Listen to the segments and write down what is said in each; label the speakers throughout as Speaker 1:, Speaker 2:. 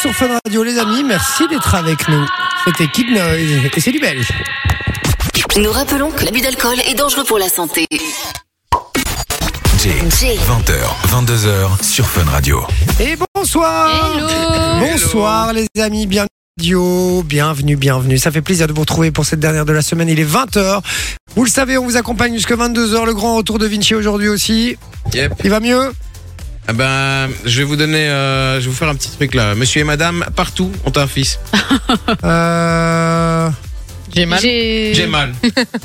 Speaker 1: sur Fun Radio, les amis. Merci d'être avec nous. C'était Kid Noise et c'est du belge.
Speaker 2: Nous rappelons que l'abus d'alcool est dangereux pour la santé.
Speaker 3: Jay,
Speaker 2: Jay.
Speaker 3: 20h, 22h sur Fun Radio.
Speaker 1: Et bonsoir. Bonsoir, les amis. Bienvenue. à Radio, bienvenue, bienvenue. Ça fait plaisir de vous retrouver pour cette dernière de la semaine. Il est 20h. Vous le savez, on vous accompagne jusque 22h. Le grand retour de Vinci aujourd'hui aussi.
Speaker 4: Yep.
Speaker 1: Il va mieux
Speaker 4: Ah ben, je vais vous donner, euh, je vais vous faire un petit truc là. Monsieur et Madame, partout ont un fils.
Speaker 1: Euh.
Speaker 5: J'ai mal.
Speaker 4: J'ai mal,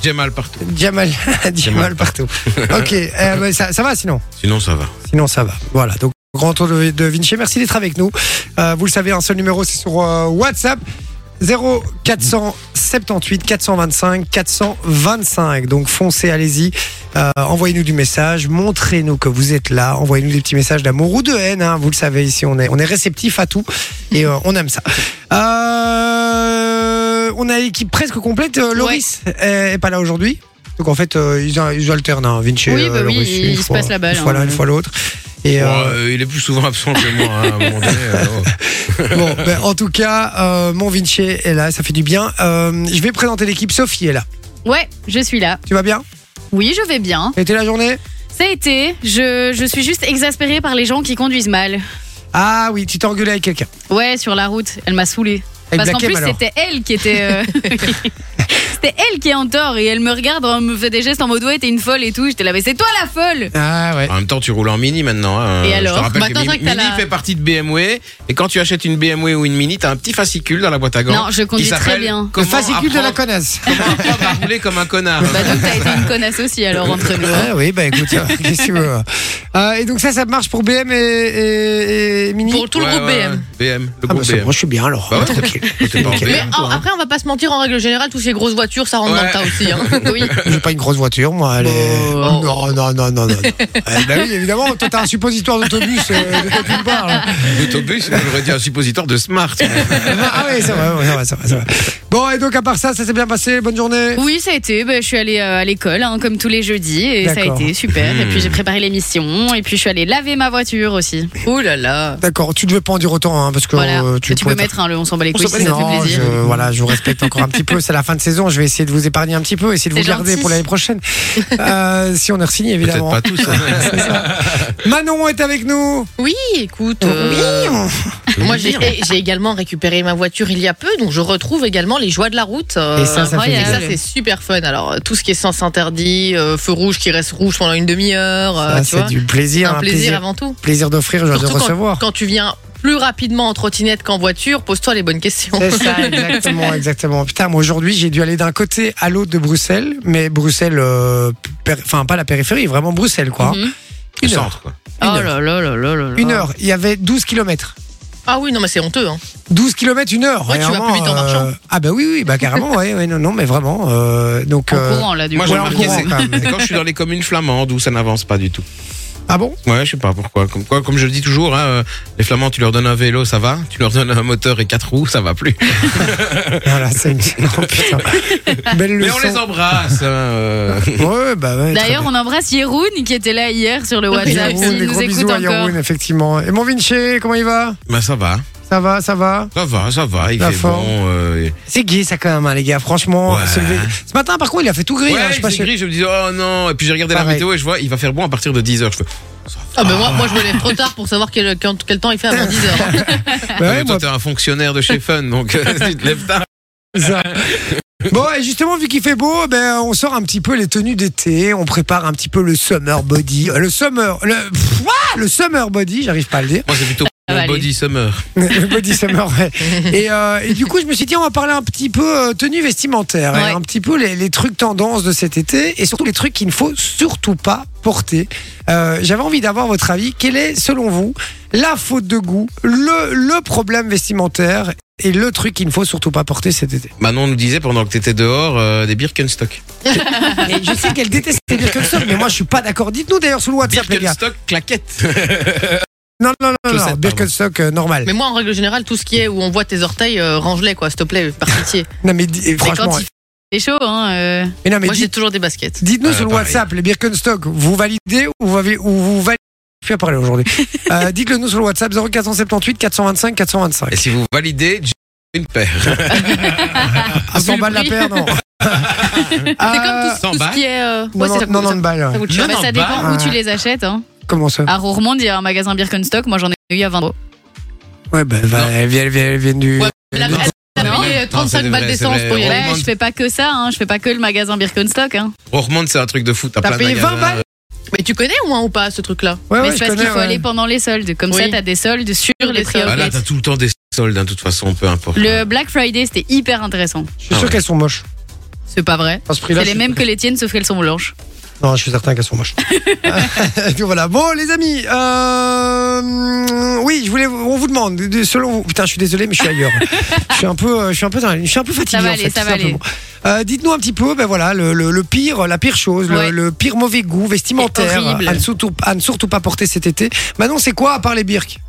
Speaker 4: j'ai mal partout.
Speaker 1: Diamal, Diamal partout. Ok, euh, mais ça, ça va sinon
Speaker 4: Sinon ça va.
Speaker 1: Sinon, ça va. Voilà. Donc, grand tour de, de Vinci. Merci d'être avec nous. Euh, vous le savez, un seul numéro, c'est sur euh, WhatsApp. 0478 425 425. Donc foncez, allez-y. Euh, envoyez-nous du message, montrez-nous que vous êtes là, envoyez-nous des petits messages d'amour ou de haine. hein. Vous le savez ici, on est, on est réceptif à tout et euh, on aime ça. Euh, on a l'équipe presque complète. Euh, Loris est, est pas là aujourd'hui. Donc en fait, euh, ils, ils alternent. hein. Vinci,
Speaker 5: Oui,
Speaker 1: euh,
Speaker 5: bah oui,
Speaker 1: Loris,
Speaker 5: ils
Speaker 1: une
Speaker 5: se
Speaker 1: fois-
Speaker 5: passent la balle,
Speaker 1: Une fois
Speaker 5: hein.
Speaker 1: l'un, une fois l'autre. Et,
Speaker 4: Bon,
Speaker 1: euh,
Speaker 4: euh, il est plus souvent absent que moi. hein, à un moment donné, euh, oh.
Speaker 1: Bon, ben, en tout cas, euh, mon Vinci est là, ça fait du bien. Euh, je vais présenter l'équipe. Sophie est là.
Speaker 5: Ouais, je suis là.
Speaker 1: Tu vas bien
Speaker 5: Oui, je vais bien.
Speaker 1: T'as été la journée
Speaker 5: Ça a été. Je, je suis juste exaspérée par les gens qui conduisent mal.
Speaker 1: Ah oui, tu t'es engueulé avec quelqu'un. Ouais,
Speaker 5: sur la route, elle m'a saoulée.
Speaker 1: Avec
Speaker 5: Parce qu'en
Speaker 1: Black M,
Speaker 5: plus,
Speaker 1: alors.
Speaker 5: c'était elle qui était. euh, c'était elle qui est en tort et elle me regarde, elle me fait des gestes en mode ouais, t'es une folle et tout. J'étais là, mais c'est toi la folle
Speaker 1: Ah ouais.
Speaker 4: En même temps, tu roules en mini maintenant. hein.
Speaker 5: Et
Speaker 4: Je
Speaker 5: alors
Speaker 4: te rappelle
Speaker 5: Maintenant,
Speaker 4: que
Speaker 5: c'est vrai
Speaker 4: Mini,
Speaker 5: que t'as
Speaker 4: Mini
Speaker 5: la-
Speaker 4: fait partie de BMW. Et quand tu achètes une BMW ou une Mini, t'as un petit fascicule dans la boîte à gants.
Speaker 5: Non, je conduis
Speaker 4: qui
Speaker 5: très
Speaker 4: s'appelle
Speaker 5: bien.
Speaker 1: Le
Speaker 4: Comment
Speaker 1: fascicule de la
Speaker 4: apprendre-
Speaker 1: connasse.
Speaker 4: Comment apprendre à rouler comme un connard hein,
Speaker 5: Bah, donc t'as été une connasse aussi alors entre nous. hein.
Speaker 1: Ah oui, bah écoute, euh, qu'est-ce que tu veux hein. Euh, Et donc ça, ça marche pour BM et, et- et Mini
Speaker 6: Pour tout le
Speaker 4: Ouais,
Speaker 6: groupe
Speaker 4: ouais,
Speaker 6: BM.
Speaker 4: BM, le
Speaker 1: Ah bah
Speaker 4: groupe
Speaker 1: c'est
Speaker 4: BM.
Speaker 1: bon, je suis bien alors.
Speaker 4: Bah ouais.
Speaker 1: Tranquille.
Speaker 4: T'es pas en
Speaker 1: Ok. hein.
Speaker 4: BM.
Speaker 6: Mais Eh ben, en- après, on va pas se mentir, en règle générale, toutes ces grosses voitures, ça rentre dans
Speaker 4: Ouais.
Speaker 6: le tas aussi. hein.
Speaker 5: Oui.
Speaker 1: oh. J'ai pas une grosse voiture, moi. Elle est...
Speaker 6: Oh.
Speaker 1: Non, non, non, non, non. Eh ben oui, évidemment, toi, t'as un suppositoire d'autobus euh, de quoi tu me parles.
Speaker 4: L'autobus, j'aurais dit un suppositoire de smart.
Speaker 1: Ah oui, ça va, ouais, ça va, ça va, ça va. Bon, et donc, à part ça, ça s'est bien passé. Bonne journée.
Speaker 5: Oui, ça a été. Bah, je suis allée euh, à l'école, hein, comme tous les jeudis, et ça a
Speaker 1: D'accord.
Speaker 5: été super. Et
Speaker 4: Hmm.
Speaker 5: puis j'ai préparé l'émission, et puis je suis allée laver ma voiture aussi.
Speaker 6: Oh là là.
Speaker 1: D'accord, tu devais pas en dire autant, hein, parce que
Speaker 5: Voilà.
Speaker 1: euh,
Speaker 5: tu peux
Speaker 1: pourrais
Speaker 5: mettre un le on s'en bat les
Speaker 1: t'as-
Speaker 5: couilles si ça
Speaker 1: Non,
Speaker 5: fait plaisir.
Speaker 1: je- voilà, je vous respecte encore un petit peu. C'est la fin de saison. Je vais essayer de vous épargner un petit peu, essayer de vous
Speaker 5: C'est
Speaker 1: garder
Speaker 5: gentil.
Speaker 1: pour l'année prochaine. Euh, si on est re-signé,
Speaker 4: Peut-être
Speaker 1: évidemment.
Speaker 4: pas tous. hein.
Speaker 1: Manon est avec nous.
Speaker 6: Oui, écoute. euh, Moi, j'ai j'ai également récupéré ma voiture il y a peu, donc je retrouve également les joies de la route. euh,
Speaker 1: Et ça, ça fait
Speaker 5: incroyable.
Speaker 6: et ça,
Speaker 1: plaisir.
Speaker 6: c'est super fun. Alors, euh, tout ce qui est sens interdit, euh, feu rouge qui reste rouge pendant une demi-heure, euh,
Speaker 1: Ça,
Speaker 6: tu vois.
Speaker 1: c'est du plaisir,
Speaker 6: un plaisir avant tout.
Speaker 1: plaisir d'offrir, joie de
Speaker 6: Surtout quand,
Speaker 1: recevoir.
Speaker 6: quand tu viens plus rapidement en trottinette qu'en voiture, pose-toi les bonnes questions.
Speaker 1: C'est ça, exactement, exactement. Putain, moi aujourd'hui, j'ai dû aller d'un côté à l'autre de Bruxelles, mais Bruxelles, euh, péri- enfin pas la périphérie, vraiment Bruxelles, quoi.
Speaker 6: Mm-hmm.
Speaker 5: Mhm.
Speaker 4: Le
Speaker 1: Une heure.
Speaker 4: centre, quoi.
Speaker 5: Oh
Speaker 1: Une
Speaker 5: là là là là là là.
Speaker 1: Une heure, il y avait 12 kilomètres.
Speaker 6: Ah oui, non, mais c'est honteux. Hein.
Speaker 1: 12 km une heure.
Speaker 6: Ouais, tu vas
Speaker 1: vraiment,
Speaker 6: plus vite en marchant.
Speaker 1: ah bah oui, oui, bah carrément, ouais, ouais, non, non, mais vraiment. euh, donc,
Speaker 5: En
Speaker 1: euh,
Speaker 5: courant là du
Speaker 4: Moi,
Speaker 5: coup.
Speaker 4: j'ai
Speaker 1: Voilà, en
Speaker 4: remarqué,
Speaker 1: courant,
Speaker 4: c'est
Speaker 1: quand même.
Speaker 4: c'est quand je suis dans les communes flamandes où ça n'avance pas du tout.
Speaker 1: ah bon
Speaker 4: Ouais, je sais pas pourquoi. Comme quoi, comme je le dis toujours, hein, euh, les Flamands, tu leur donnes un vélo, ça va. Tu leur donnes un moteur et quatre roues, ça va plus.
Speaker 1: Voilà, c'est une... non, putain. Belle
Speaker 4: Mais
Speaker 1: leçon.
Speaker 4: on les
Speaker 1: Ah,
Speaker 4: embrasse. hein, euh.
Speaker 1: Ouais, bah ouais. très
Speaker 5: D'ailleurs, on embrasse Yeroun qui était là hier sur le
Speaker 1: bien.
Speaker 5: WhatsApp.
Speaker 1: Yaroun, des
Speaker 5: S'il
Speaker 1: gros
Speaker 5: nous écoute
Speaker 1: bisous à
Speaker 5: encore.
Speaker 1: Yaroun, effectivement. Et mon Vinci, comment il va
Speaker 4: Ben, ça va,
Speaker 1: Ça va, ça va
Speaker 4: ça va, ça va. Il
Speaker 1: La
Speaker 4: fait
Speaker 1: forme.
Speaker 4: bon. euh, et-
Speaker 1: C'est gay ça quand même, hein, les gars, franchement.
Speaker 4: Ouais.
Speaker 1: se lever- Ce matin, par contre, il a fait tout gris.
Speaker 4: Ouais,
Speaker 1: hein, je
Speaker 4: il
Speaker 1: sais pas
Speaker 4: faisait
Speaker 1: si-
Speaker 4: gris, je me disais, oh non. Et puis j'ai regardé la
Speaker 1: Pareil.
Speaker 4: météo et je vois, il va faire bon à partir de 10h. Je fais,
Speaker 6: Ah ben moi, moi, je me lève trop tard pour savoir quel, quel- quel temps il fait avant 10 heures.
Speaker 1: Bah
Speaker 4: Ah,
Speaker 1: ouais,
Speaker 4: mais toi,
Speaker 1: moi,
Speaker 4: t'es un fonctionnaire de chez Fun, donc euh, tu te lèves tard.
Speaker 1: Ça. Bon, et justement, vu qu'il fait beau, ben, on sort un petit peu les tenues d'été, on prépare un petit peu le summer body. euh, Le summer. Le, pff, ouah, le summer body, j'arrive pas à le dire.
Speaker 4: Moi, c'est plutôt
Speaker 1: bah,
Speaker 5: Ah,
Speaker 4: mon
Speaker 5: allez.
Speaker 4: body summer.
Speaker 1: Le body summer, ouais. Et, euh, et du coup, je me suis dit, on va parler un petit peu euh, tenue vestimentaire, et
Speaker 5: Ouais.
Speaker 1: un petit peu les, les trucs tendances de cet été, et surtout les trucs qu'il ne faut surtout pas porter. Euh, J'avais envie d'avoir votre avis. Quelle est, selon vous, la faute de goût, le, le problème vestimentaire et le truc qu'il ne faut surtout pas porter cet été
Speaker 4: Manon nous disait pendant que t'étais dehors euh, des Birkenstock.
Speaker 1: Mais je sais qu'elle déteste les Birkenstock, mais moi je suis pas d'accord. Dites-nous d'ailleurs sous le WhatsApp, les gars.
Speaker 4: Birkenstock, claquette.
Speaker 1: Non, non, non, non,
Speaker 4: Chaussettes,
Speaker 1: non.
Speaker 4: pardon.
Speaker 1: Birkenstock euh, normal.
Speaker 6: Mais moi, en règle générale, tout ce qui est où on voit tes orteils, euh, range-les, quoi, s'il te plaît, par pitié.
Speaker 1: non, mais di- et
Speaker 5: Mais quand
Speaker 1: franchement.
Speaker 5: il fait chaud, hein. euh,
Speaker 1: mais non, mais
Speaker 6: moi, j'ai
Speaker 1: dites-
Speaker 6: toujours des baskets.
Speaker 1: dites-nous
Speaker 4: Euh,
Speaker 1: sur le
Speaker 4: pareil.
Speaker 1: WhatsApp, les Birkenstock, vous validez ou vous, validez, ou vous validez puis à parler aujourd'hui. Euh, Dites-le nous sur le WhatsApp 0478 425 425.
Speaker 4: Et si vous validez, j'ai une paire.
Speaker 1: À 100 Ah, balles la
Speaker 6: prix.
Speaker 1: paire, non.
Speaker 5: C'est comme
Speaker 4: 100
Speaker 5: tout- tout, ce
Speaker 4: balles
Speaker 5: qui est. euh, ouais, c'est ça,
Speaker 1: non,
Speaker 5: ça-
Speaker 1: non, une balle.
Speaker 6: Ça
Speaker 1: ouais.
Speaker 6: coûte
Speaker 5: Ouais,
Speaker 6: cher.
Speaker 5: mais ça
Speaker 4: bah,
Speaker 5: dépend où tu les achètes. Hein.
Speaker 1: Comment ça
Speaker 5: À Rourmond, il y a un magasin Birkenstock. Moi, j'en ai eu à 20 euros.
Speaker 1: Ouais, ben, bah, elles viennent- elles viennent- elles viennent du.
Speaker 4: Ouais,
Speaker 6: Elle a-
Speaker 4: Non,
Speaker 1: Ah
Speaker 6: elle a
Speaker 4: non,
Speaker 6: payé
Speaker 4: c'est
Speaker 6: 35
Speaker 4: vrai,
Speaker 6: balles
Speaker 4: c'est
Speaker 6: d'essence
Speaker 4: vrai.
Speaker 6: pour y aller.
Speaker 5: Ouais,
Speaker 4: Rourmond.
Speaker 5: je fais pas que ça. Hein. Je fais pas que le magasin Birkenstock. Hein.
Speaker 4: Rourmond, c'est un truc de fou. T'as
Speaker 1: T'as
Speaker 4: plein de
Speaker 1: payé 20
Speaker 4: magasins.
Speaker 1: balles
Speaker 6: Mais tu connais au moins ou pas ce truc-là
Speaker 1: Ouais,
Speaker 5: mais
Speaker 1: ouais,
Speaker 5: c'est
Speaker 1: je
Speaker 5: parce
Speaker 1: connais,
Speaker 5: qu'il faut
Speaker 1: ouais.
Speaker 5: aller pendant les soldes. Comme ça,
Speaker 6: Oui.
Speaker 5: t'as des soldes sur
Speaker 6: Sur
Speaker 5: les
Speaker 6: les
Speaker 5: prix
Speaker 6: soldes.
Speaker 4: Ah, là,
Speaker 5: outlets.
Speaker 4: t'as tout le temps des soldes, hein, de toute façon, peu importe.
Speaker 5: Le Black Friday, c'était hyper intéressant.
Speaker 1: Je suis
Speaker 4: Ah
Speaker 1: sûr
Speaker 4: ouais.
Speaker 1: qu'elles sont moches.
Speaker 5: C'est pas vrai.
Speaker 1: À ce prix-là.
Speaker 5: C'est les
Speaker 1: je-
Speaker 5: mêmes que les tiennes, sauf qu'elles sont blanches.
Speaker 1: Non, je suis certain qu'elles sont moches. Et puis voilà. Bon, les amis, euh, oui, je voulais, on vous demande, de- de- selon vous, putain, je suis désolé, mais je suis ailleurs. je suis un peu, euh, je suis un peu, dans- je suis un peu fatigué.
Speaker 5: Ça va
Speaker 1: en
Speaker 5: aller,
Speaker 1: fait,
Speaker 5: ça
Speaker 1: tout
Speaker 5: va aller.
Speaker 1: simplement. Euh, dites-nous un petit peu, ben voilà, le, le- le pire, la pire chose, le-
Speaker 5: Ouais.
Speaker 1: le, pire mauvais goût vestimentaire
Speaker 6: Horrible.
Speaker 1: à ne, surtout, à ne surtout pas porter cet été. Maintenant, c'est quoi à part les birks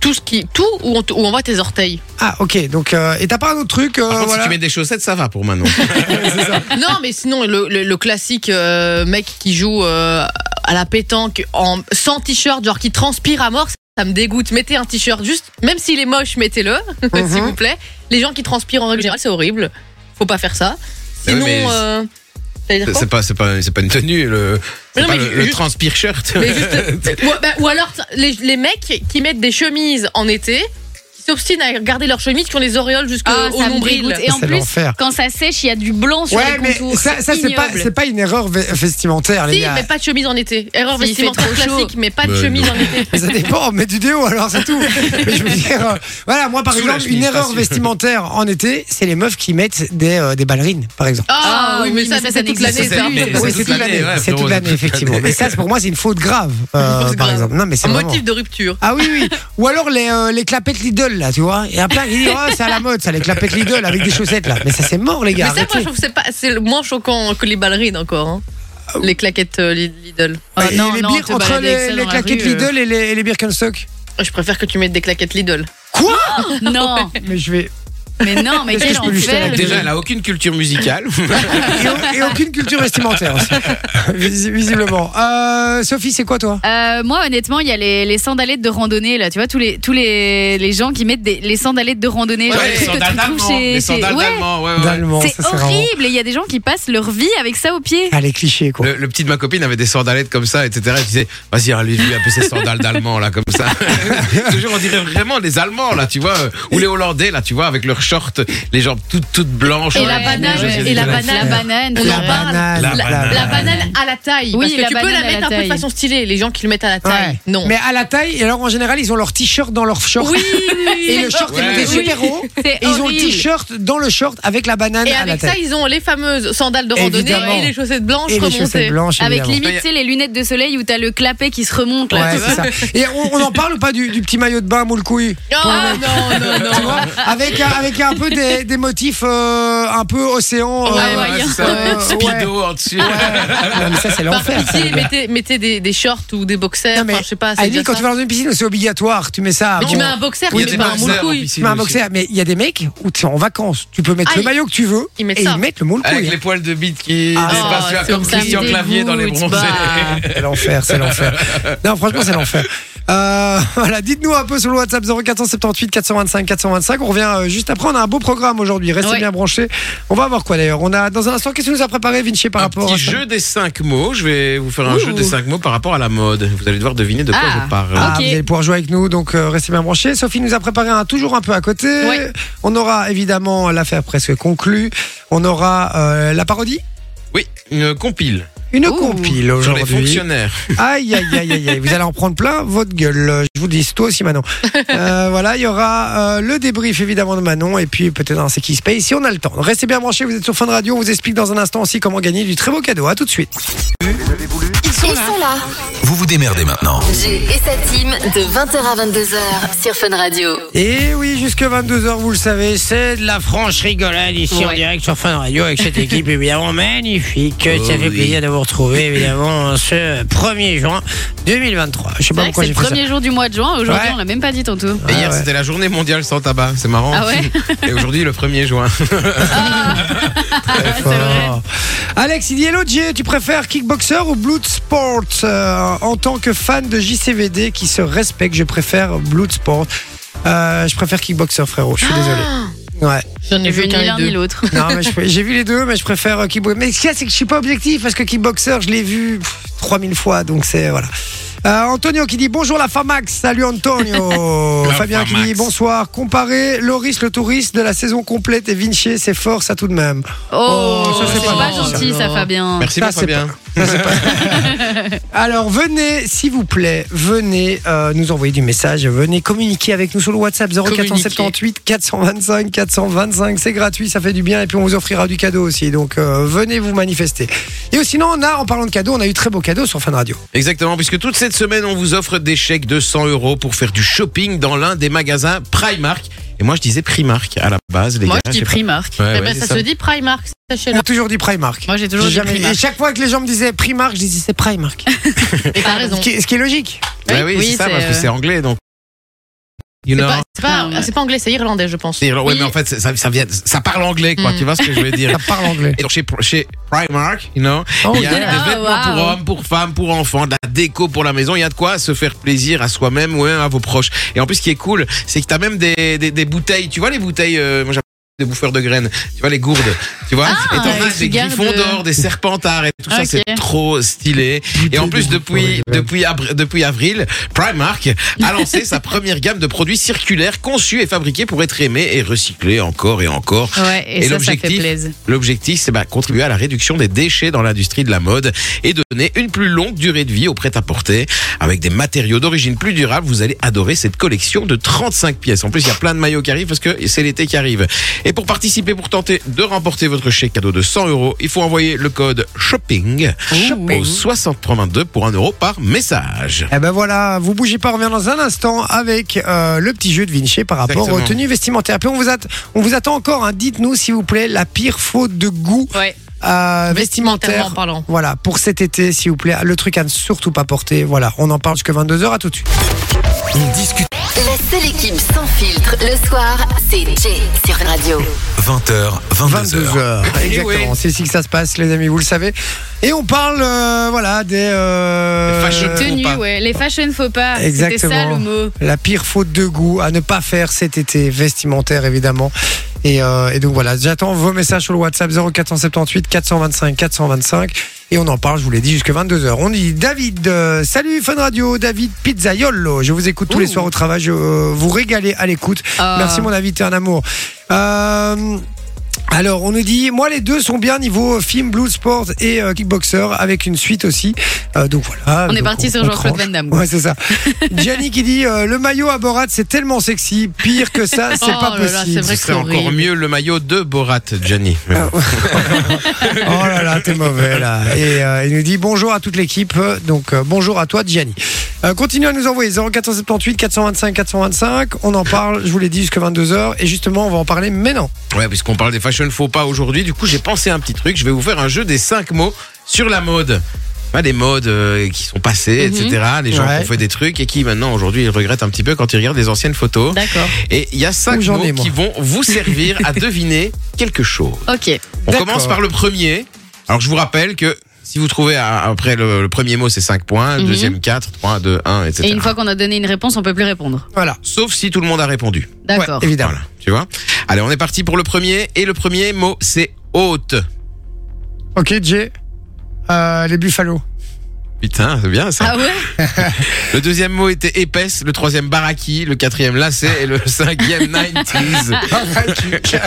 Speaker 6: Tout ce qui, tout où on, t- où on voit tes orteils.
Speaker 1: Ah, ok. Donc, euh, et t'as pas un autre truc euh,
Speaker 4: Par contre,
Speaker 1: voilà.
Speaker 4: si tu mets des chaussettes, ça va pour Manon.
Speaker 6: non, mais sinon le, le- le classique euh, mec qui joue euh, à la pétanque en sans t-shirt, genre qui transpire à mort, ça me dégoûte. Mettez un t-shirt juste, même s'il est moche, mettez-le, s'il
Speaker 1: Mhm.
Speaker 6: vous plaît. Les gens qui transpirent en règle générale, c'est horrible. Faut pas faire
Speaker 1: Ah
Speaker 6: ça.
Speaker 4: Mais oui,
Speaker 6: Sinon,
Speaker 4: mais-
Speaker 6: euh, t'allais dire quoi
Speaker 4: c'est pas, c'est pas, c'est pas une tenue, le, c'est
Speaker 6: non,
Speaker 4: pas
Speaker 6: mais
Speaker 4: le, le
Speaker 6: juste-
Speaker 4: transpire shirt.
Speaker 6: Mais juste- ou, bah, ou alors les, les mecs qui mettent des chemises en été, qui s'obstinent à garder leurs chemises, qui ont les auréoles jusqu'au
Speaker 5: Ah,
Speaker 6: au
Speaker 5: ça me
Speaker 6: nombril.
Speaker 5: dégoûte. Et en
Speaker 1: C'est
Speaker 5: plus,
Speaker 1: l'enfer.
Speaker 5: quand ça sèche, il y a du blanc sur
Speaker 1: Ouais,
Speaker 5: les
Speaker 1: mais
Speaker 5: contours.
Speaker 1: ça, ça, c'est pas,
Speaker 5: ignoble.
Speaker 1: c'est pas une erreur ve- vestimentaire, les
Speaker 6: Si,
Speaker 1: gars.
Speaker 6: mais pas de chemise en été. Erreur
Speaker 5: S'il fait
Speaker 6: vestimentaire
Speaker 5: trop chaud.
Speaker 6: classique, mais pas de
Speaker 4: Mais
Speaker 6: chemise
Speaker 4: non.
Speaker 6: en été.
Speaker 1: Mais ça dépend, mais du déo alors c'est tout. Mais je veux dire, euh, voilà, moi par
Speaker 4: Sous la
Speaker 1: exemple,
Speaker 4: chemise,
Speaker 1: une
Speaker 4: pas
Speaker 1: erreur
Speaker 4: sûr.
Speaker 1: vestimentaire en été, c'est les meufs qui mettent des, euh, des ballerines, par
Speaker 6: Oh,
Speaker 1: exemple.
Speaker 5: Ah oui, mais ça, ça
Speaker 6: c'est toute
Speaker 5: n'existe
Speaker 6: l'année,
Speaker 5: pas.
Speaker 6: ça.
Speaker 5: Mais
Speaker 4: c'est
Speaker 1: Oui,
Speaker 4: toute l'année, ouais,
Speaker 1: c'est toute
Speaker 4: Florent,
Speaker 1: l'année,
Speaker 4: c'est toute
Speaker 1: effectivement.
Speaker 4: l'année.
Speaker 1: Mais ça, c'est- pour moi, c'est une faute grave, euh,
Speaker 6: Une faute
Speaker 1: par
Speaker 6: grave.
Speaker 1: exemple. Non, mais c'est
Speaker 6: Un
Speaker 1: vraiment-
Speaker 6: motif de rupture.
Speaker 1: Ah oui, oui. Ou alors les, euh, les clapettes Lidl, là, tu vois. Il y a plein qui disent, oh, c'est à la mode, ça, les clapettes Lidl avec des chaussettes, là. Mais ça, c'est mort, les
Speaker 6: Mais
Speaker 1: gars.
Speaker 6: ça, moi, je
Speaker 1: arrêtez.
Speaker 6: trouve que c'est pas, c'est le moins choquant que les ballerines encore. hein. Les claquettes euh, Lid- Lidl.
Speaker 5: Ah,
Speaker 1: Ah, Et
Speaker 5: non,
Speaker 1: les
Speaker 5: non,
Speaker 1: birks
Speaker 5: te
Speaker 1: entre
Speaker 5: balader avec
Speaker 1: les,
Speaker 5: ça
Speaker 1: les
Speaker 5: dans la
Speaker 1: claquettes
Speaker 5: rue, euh.
Speaker 1: Lidl et les, et les Birkenstock.
Speaker 6: Je préfère que tu mettes des claquettes Lidl.
Speaker 1: Quoi
Speaker 5: Ah, Non,
Speaker 1: Mais je vais.
Speaker 5: mais non, mais quel
Speaker 1: je peux lui faire
Speaker 5: enfer.
Speaker 1: la
Speaker 5: le-
Speaker 4: Déjà, elle a aucune culture musicale.
Speaker 1: Et, au- et aucune culture vestimentaire, aussi. Visi- visiblement. Euh, Sophie, c'est quoi, toi
Speaker 5: Euh, moi, honnêtement, il y a les, les sandalettes de randonnée, là. Tu vois, tous les, tous les, les gens qui mettent des, les sandalettes de randonnée. genre,
Speaker 4: Ouais,
Speaker 5: les trucs que tu trouves chez-
Speaker 4: Les
Speaker 5: chez-
Speaker 4: sandales
Speaker 5: Ouais,
Speaker 4: d'allemand, ouais, ouais.
Speaker 1: D'allemand,
Speaker 5: c'est
Speaker 1: ça, vraiment-
Speaker 5: horrible. Et il y a des gens qui passent leur vie avec ça au pied.
Speaker 1: Ah, les clichés, quoi.
Speaker 4: Le, le petit de ma copine avait des sandalettes comme ça, etc. Je disais, vas-y, allez, lui, un peu ces sandales d'allemand, là, comme ça. Toujours, on dirait vraiment les Allemands, là, tu vois, euh, ou les Hollandais, là, tu vois, avec leurs shorts, les jambes toutes, toutes blanches.
Speaker 6: Et
Speaker 4: Ouais,
Speaker 6: la
Speaker 4: ouais,
Speaker 6: banane,
Speaker 4: ouais,
Speaker 6: et la
Speaker 4: ouais.
Speaker 6: banane.
Speaker 5: La banane,
Speaker 6: On
Speaker 5: c'est
Speaker 6: en
Speaker 5: vrai.
Speaker 6: parle.
Speaker 4: La banane.
Speaker 6: La banane à la taille.
Speaker 5: Oui,
Speaker 6: parce que
Speaker 5: la
Speaker 6: tu peux
Speaker 5: banane
Speaker 6: la
Speaker 5: à la
Speaker 6: mettre un peu de
Speaker 5: taille.
Speaker 6: façon stylée. Les gens qui le mettent à la taille.
Speaker 1: Ouais.
Speaker 6: Non.
Speaker 1: Mais à la taille, et alors en général, ils ont leur t-shirt dans leur short.
Speaker 6: Oui,
Speaker 1: Et le short est monté
Speaker 4: Ouais.
Speaker 1: super haut.
Speaker 5: C'est
Speaker 1: Et ils ont le
Speaker 5: horrible.
Speaker 1: t-shirt dans le short avec la banane
Speaker 6: Et
Speaker 1: à la
Speaker 6: avec ça,
Speaker 1: taille.
Speaker 6: ils ont les fameuses sandales de randonnée
Speaker 1: Évidemment.
Speaker 6: et les chaussettes blanches
Speaker 1: et les chaussettes
Speaker 6: remontées.
Speaker 1: blanches.
Speaker 5: Avec
Speaker 1: évidemment.
Speaker 5: limite, tu sais, les lunettes de soleil où t'as le clapet qui se remonte, là.
Speaker 1: Ouais,
Speaker 5: tu vois.
Speaker 1: c'est ça. Et on, on en parle ou pas du, du petit maillot de bain moule couille Pour le
Speaker 6: Ah
Speaker 1: mec.
Speaker 6: non, non, non.
Speaker 1: Tu vois avec, un- avec un peu des, des motifs euh, un peu océan.
Speaker 5: Ouais,
Speaker 1: euh,
Speaker 5: ouais,
Speaker 4: Ouais, c'est ça.
Speaker 1: Euh,
Speaker 4: Speedo en dessus.
Speaker 6: Ah.
Speaker 1: Non, mais ça, c'est
Speaker 6: Par
Speaker 1: l'enfer. ça, les
Speaker 6: pitié,
Speaker 1: gars.
Speaker 6: mettez, mettez des, des shorts ou des boxers.
Speaker 1: Non, mais
Speaker 6: enfin, je sais pas,
Speaker 1: Ah,
Speaker 6: c'est
Speaker 1: Émilie,
Speaker 6: déjà
Speaker 1: quand
Speaker 6: ça.
Speaker 1: tu vas dans une piscine, c'est obligé obligatoire. Tu mets ça.
Speaker 6: Mais
Speaker 1: avant.
Speaker 6: tu mets un boxer,
Speaker 4: Il y
Speaker 6: tu
Speaker 4: a
Speaker 6: mets
Speaker 4: des
Speaker 6: pas un moule
Speaker 4: boxers en
Speaker 6: couille.
Speaker 1: Tu
Speaker 4: piscine
Speaker 1: mets un
Speaker 4: aussi.
Speaker 1: boxer, mais il y a des mecs où tu es en vacances, tu peux mettre
Speaker 6: Ah,
Speaker 1: le
Speaker 6: ils-
Speaker 1: maillot que tu veux
Speaker 6: ils mettent
Speaker 1: et
Speaker 6: ça.
Speaker 1: ils mettent le moule
Speaker 4: Avec
Speaker 1: couille. hein.
Speaker 4: les poils de bite qui
Speaker 1: Ah,
Speaker 4: dépassent, tu vois,
Speaker 6: c'est
Speaker 4: comme
Speaker 6: ça me
Speaker 4: Christian Clavier dans les
Speaker 6: dégoûte,
Speaker 4: bronzés.
Speaker 6: bah.
Speaker 1: C'est l'enfer, c'est l'enfer. Non, franchement, c'est l'enfer. Euh, voilà, dites-nous un peu sur le WhatsApp 0478 425 425. On revient euh, juste après. On a un beau programme aujourd'hui. Restez
Speaker 6: Ouais.
Speaker 1: bien branchés. On va avoir quoi d'ailleurs On a dans un instant. Qu'est-ce que nous a préparé Vinci par
Speaker 4: un
Speaker 1: rapport
Speaker 4: petit
Speaker 1: à ça
Speaker 4: jeu des cinq mots. Je vais vous faire un
Speaker 1: Ouh.
Speaker 4: jeu des cinq mots par rapport à la mode. Vous allez devoir deviner de quoi
Speaker 5: Ah.
Speaker 4: je parle.
Speaker 1: Ah,
Speaker 5: Ok.
Speaker 1: Vous allez pouvoir jouer avec nous, donc euh, restez bien branchés. Sophie nous a préparé un toujours un peu à côté.
Speaker 6: Ouais.
Speaker 1: On aura évidemment l'affaire presque conclue. On aura euh, la parodie,
Speaker 4: Oui, une compile
Speaker 1: une
Speaker 5: Ouh.
Speaker 1: compile
Speaker 4: sur les
Speaker 1: aujourd'hui.
Speaker 4: fonctionnaires.
Speaker 1: Aïe, aïe, aïe, aïe, aïe. Vous allez en prendre plein votre gueule. Euh, Je vous le dis, c'est toi aussi, Manon. Euh, voilà, il y aura euh, le débrief, évidemment, de Manon. Et puis, peut-être un C'est qui se paye si on a le temps. Restez bien branchés. Vous êtes sur Fun Radio. On vous explique dans un instant aussi comment gagner du très beau cadeau. À tout de suite.
Speaker 2: Ils sont là.
Speaker 3: Vous vous démerdez maintenant.
Speaker 2: Jay et sa team de 20h à 22h sur Fun Radio.
Speaker 1: Et oui, jusque 22h, vous le savez, c'est de la franche rigolade ici en
Speaker 5: Ouais.
Speaker 1: direct sur Fun Radio avec cette équipe évidemment magnifique.
Speaker 4: Oh
Speaker 1: ça fait
Speaker 4: oui.
Speaker 1: plaisir de vous vous retrouver évidemment ce 1er juin 2023. Je sais
Speaker 5: C'est
Speaker 1: pas
Speaker 5: vrai que
Speaker 1: pourquoi
Speaker 5: c'est
Speaker 1: j'ai
Speaker 5: le
Speaker 1: fait ça.
Speaker 5: premier jour du mois de juin. Aujourd'hui,
Speaker 1: Ouais.
Speaker 5: on l'a même pas dit tantôt.
Speaker 4: Et hier,
Speaker 1: Ah ouais.
Speaker 4: c'était la journée mondiale sans tabac. C'est marrant.
Speaker 5: Ah ouais
Speaker 4: Et aujourd'hui, le 1er juin.
Speaker 5: Ah, c'est vrai.
Speaker 1: Fort. Alex, il y a l'autre, tu préfères kickboxer ou Bloodsport Euh, En tant que fan de JCVD qui se respecte, je préfère Bloodsport. Euh, je préfère kickboxer, frérot. Je suis désolé. Ouais.
Speaker 6: J'en ai
Speaker 5: J'ai vu
Speaker 6: vu
Speaker 5: Ah. ni
Speaker 6: qu'un
Speaker 5: l'un
Speaker 6: des
Speaker 5: ni
Speaker 6: deux.
Speaker 5: l'autre.
Speaker 1: Non, mais je- j'ai vu les deux, mais je préfère euh, kickboxer. Mais ce qu'il y a, c'est que je suis pas objectif parce que kickboxer, je l'ai vu pff, 3000 fois, donc c'est voilà. Euh, Antonio qui dit bonjour la Famax, salut Antonio.
Speaker 4: La
Speaker 1: Fabien qui dit
Speaker 4: Famax.
Speaker 1: bonsoir. Comparer Loris le touriste de la saison complète et Vinci, c'est fort ça tout de même.
Speaker 5: Oh,
Speaker 1: Oh, ça, c'est
Speaker 5: c'est
Speaker 1: pas
Speaker 5: pas,
Speaker 1: gentil,
Speaker 5: gentil,
Speaker 6: ça.
Speaker 5: ça, Fabien.
Speaker 4: Merci,
Speaker 1: Ça,
Speaker 4: bien
Speaker 1: c'est
Speaker 4: Fabien.
Speaker 1: Alors venez, s'il vous plaît, venez euh, nous envoyer du message, venez communiquer avec nous sur le WhatsApp 0478 425 425, c'est gratuit, ça fait du bien et puis on vous offrira du cadeau aussi, donc euh, venez vous manifester. Et sinon, on a, en parlant de cadeaux, on a eu très beaux cadeaux sur Fan Radio.
Speaker 4: Exactement, puisque toute cette semaine, on vous offre des chèques de 100 euros pour faire du shopping dans l'un des magasins Primark. Et moi, je disais Primark à la base, les
Speaker 5: Moi,
Speaker 4: gars.
Speaker 5: je dis
Speaker 4: sais pas.
Speaker 5: Primark.
Speaker 4: Ouais,
Speaker 6: Eh
Speaker 4: ouais,
Speaker 6: ben,
Speaker 4: c'est
Speaker 6: ça
Speaker 4: ça.
Speaker 6: se dit Primark,
Speaker 1: On
Speaker 6: sachez-le.
Speaker 1: a toujours dit Primark.
Speaker 5: Moi, j'ai toujours
Speaker 1: J'ai
Speaker 5: dit
Speaker 1: jamais-
Speaker 5: Primark.
Speaker 1: Et chaque fois que les gens me disaient Primark, je disais c'est Primark.
Speaker 6: Et t'as
Speaker 1: ce,
Speaker 6: raison.
Speaker 1: qui, ce qui est logique.
Speaker 4: Ouais, Bah oui,
Speaker 5: Oui,
Speaker 4: c'est ça,
Speaker 5: c'est,
Speaker 4: parce que
Speaker 5: euh,
Speaker 4: c'est anglais, donc. You
Speaker 6: C'est
Speaker 4: know.
Speaker 6: pas, c'est pas-
Speaker 5: Non, ouais.
Speaker 6: c'est pas anglais, c'est irlandais, je pense.
Speaker 4: C'est- Ouais,
Speaker 5: Oui.
Speaker 4: mais en fait, c'est- ça, ça, vient, ça parle anglais, quoi.
Speaker 6: Mm.
Speaker 4: Tu vois ce que je veux dire
Speaker 1: Ça parle anglais.
Speaker 4: Et donc chez, chez Primark, you know,
Speaker 1: Oh,
Speaker 4: il y a
Speaker 5: yeah.
Speaker 4: des vêtements
Speaker 5: Ah,
Speaker 4: pour
Speaker 5: wow.
Speaker 4: hommes, pour femmes, pour enfants, de la déco pour la maison. Il y a de quoi se faire plaisir à soi-même ou même à vos proches. Et en plus, ce qui est cool, c'est que t'as même des, des, des bouteilles. Tu vois les bouteilles euh, moi, j'appelle ça des bouffeurs de graines, tu vois les gourdes, tu vois,
Speaker 5: Ah,
Speaker 4: et t'en
Speaker 5: ouais,
Speaker 4: as
Speaker 5: qui
Speaker 4: des
Speaker 5: gardent-
Speaker 4: griffons d'or, des serpentards et tout ça,
Speaker 5: Ok.
Speaker 4: c'est trop stylé. Et en plus
Speaker 1: de
Speaker 4: depuis
Speaker 1: bouffeurs de graines.
Speaker 4: depuis abri- depuis avril, Primark a lancé sa première gamme de produits circulaires conçus et fabriqués pour être aimés et recyclés encore et encore.
Speaker 5: Ouais, et,
Speaker 4: Et
Speaker 5: ça, ça fait
Speaker 4: l'objectif-
Speaker 5: plaisir.
Speaker 4: L'objectif, c'est bah, contribuer à la réduction des déchets dans l'industrie de la mode et donner une plus longue durée de vie au prêt-à-porter. Avec des matériaux d'origine plus durable, vous allez adorer cette collection de 35 pièces. En plus, il y a plein de maillots qui arrivent parce que c'est l'été qui arrive. Et pour participer, pour tenter de remporter votre chèque cadeau de 100 euros, il faut envoyer le code SHOPPING, au 6032 pour 1 euro par message.
Speaker 1: Eh ben voilà, vous bougez pas, on revient dans un instant avec euh, le petit jeu de Vinci par rapport
Speaker 4: Exactement.
Speaker 1: aux tenues vestimentaires. Puis on vous, atte- on vous attend encore, hein. dites-nous s'il vous plaît la pire faute de goût
Speaker 5: Ouais.
Speaker 1: euh, vestimentaire.
Speaker 6: Vestimentairement parlant.
Speaker 1: Voilà, pour cet été s'il vous plaît, le truc à ne surtout pas porter. Voilà, on en parle jusqu'à 22h, à tout de suite.
Speaker 3: On discute
Speaker 2: La seule équipe sans filtre le soir, c'est Jay sur Fun Radio.
Speaker 3: 20h, 22h.
Speaker 1: heures. Exactement,
Speaker 4: oui.
Speaker 1: c'est ici que ça se passe les amis, vous le savez. Et on parle, euh, voilà, des... euh,
Speaker 4: Des fashion Faut
Speaker 5: Tenue,
Speaker 4: pas.
Speaker 5: ouais. Les fashion faux pas. C'était
Speaker 1: Exactement.
Speaker 5: ça le mot.
Speaker 1: La pire faute de goût à ne pas faire cet été, vestimentaire évidemment. Et, euh, et donc voilà, j'attends vos messages sur le WhatsApp 0478 425 425 et on en parle, je vous l'ai dit, jusqu'à 22h. On dit David, euh, salut Fun Radio, David Pizzaiolo, je vous écoute tous les
Speaker 5: Ouh.
Speaker 1: soirs au travail, je euh, vous régalez à l'écoute.
Speaker 5: Ah.
Speaker 1: Merci mon invité, un amour. Euh, alors, on nous dit, moi les deux sont bien niveau film, blues, sport et euh, kickboxer avec une suite aussi. Euh, donc voilà.
Speaker 5: On est
Speaker 1: Donc,
Speaker 5: parti sur
Speaker 1: on
Speaker 5: Jean-Claude
Speaker 1: tranche.
Speaker 5: Van Damme.
Speaker 1: Ouais, c'est ça. Gianni qui dit euh, le maillot à Borat, c'est tellement sexy, pire que ça, c'est
Speaker 6: Oh
Speaker 1: pas
Speaker 6: là là,
Speaker 1: possible. Euh,
Speaker 6: c'est vrai
Speaker 4: Ce
Speaker 6: que
Speaker 4: serait
Speaker 6: c'est
Speaker 4: encore
Speaker 6: horrible.
Speaker 4: mieux le maillot de Borat, Gianni. Mais bon.
Speaker 1: oh là là, t'es mauvais là. Et euh, il nous dit bonjour à toute l'équipe. Euh, Donc euh, bonjour à toi, Gianni. Euh, continue à nous envoyer 0478 425 425. On en parle, je vous l'ai dit, jusqu'à 22h. Et justement, on va en parler maintenant.
Speaker 4: Ouais, puisqu'on parle des fashion faux pas aujourd'hui, du coup j'ai pensé à un petit truc. Je vais vous faire un jeu des cinq mots sur la mode. Pas des modes euh, qui sont passées, etc. Les gens
Speaker 1: Mhm. Ouais.
Speaker 4: qui ont fait des trucs et qui maintenant aujourd'hui ils regrettent un petit peu quand ils regardent les anciennes photos.
Speaker 6: D'accord.
Speaker 4: Et il y a cinq
Speaker 1: Ouh, j'en
Speaker 4: mots
Speaker 1: ai, moi.
Speaker 4: qui vont vous servir à deviner quelque chose.
Speaker 5: Ok.
Speaker 4: On
Speaker 1: D'accord.
Speaker 4: commence par le premier. Alors je vous rappelle que si vous trouvez à- après le, le premier mot c'est 5 points, le
Speaker 5: Mhm.
Speaker 4: deuxième 4, 3, 2, 1, etc.
Speaker 5: Et une fois qu'on a donné une réponse, on peut plus répondre.
Speaker 1: Voilà.
Speaker 4: Sauf si tout le monde a répondu.
Speaker 5: D'accord.
Speaker 1: Ouais, évidemment.
Speaker 4: Voilà, tu vois. Allez, on est parti pour le premier. Et le premier mot c'est haute.
Speaker 1: Ok, Jay. Euh, les Buffalo.
Speaker 4: Putain, c'est bien ça.
Speaker 5: Ah ouais
Speaker 4: Le deuxième mot était épaisse, le troisième baraki, le quatrième lacet et le cinquième Bah 90s.
Speaker 5: Ah Mais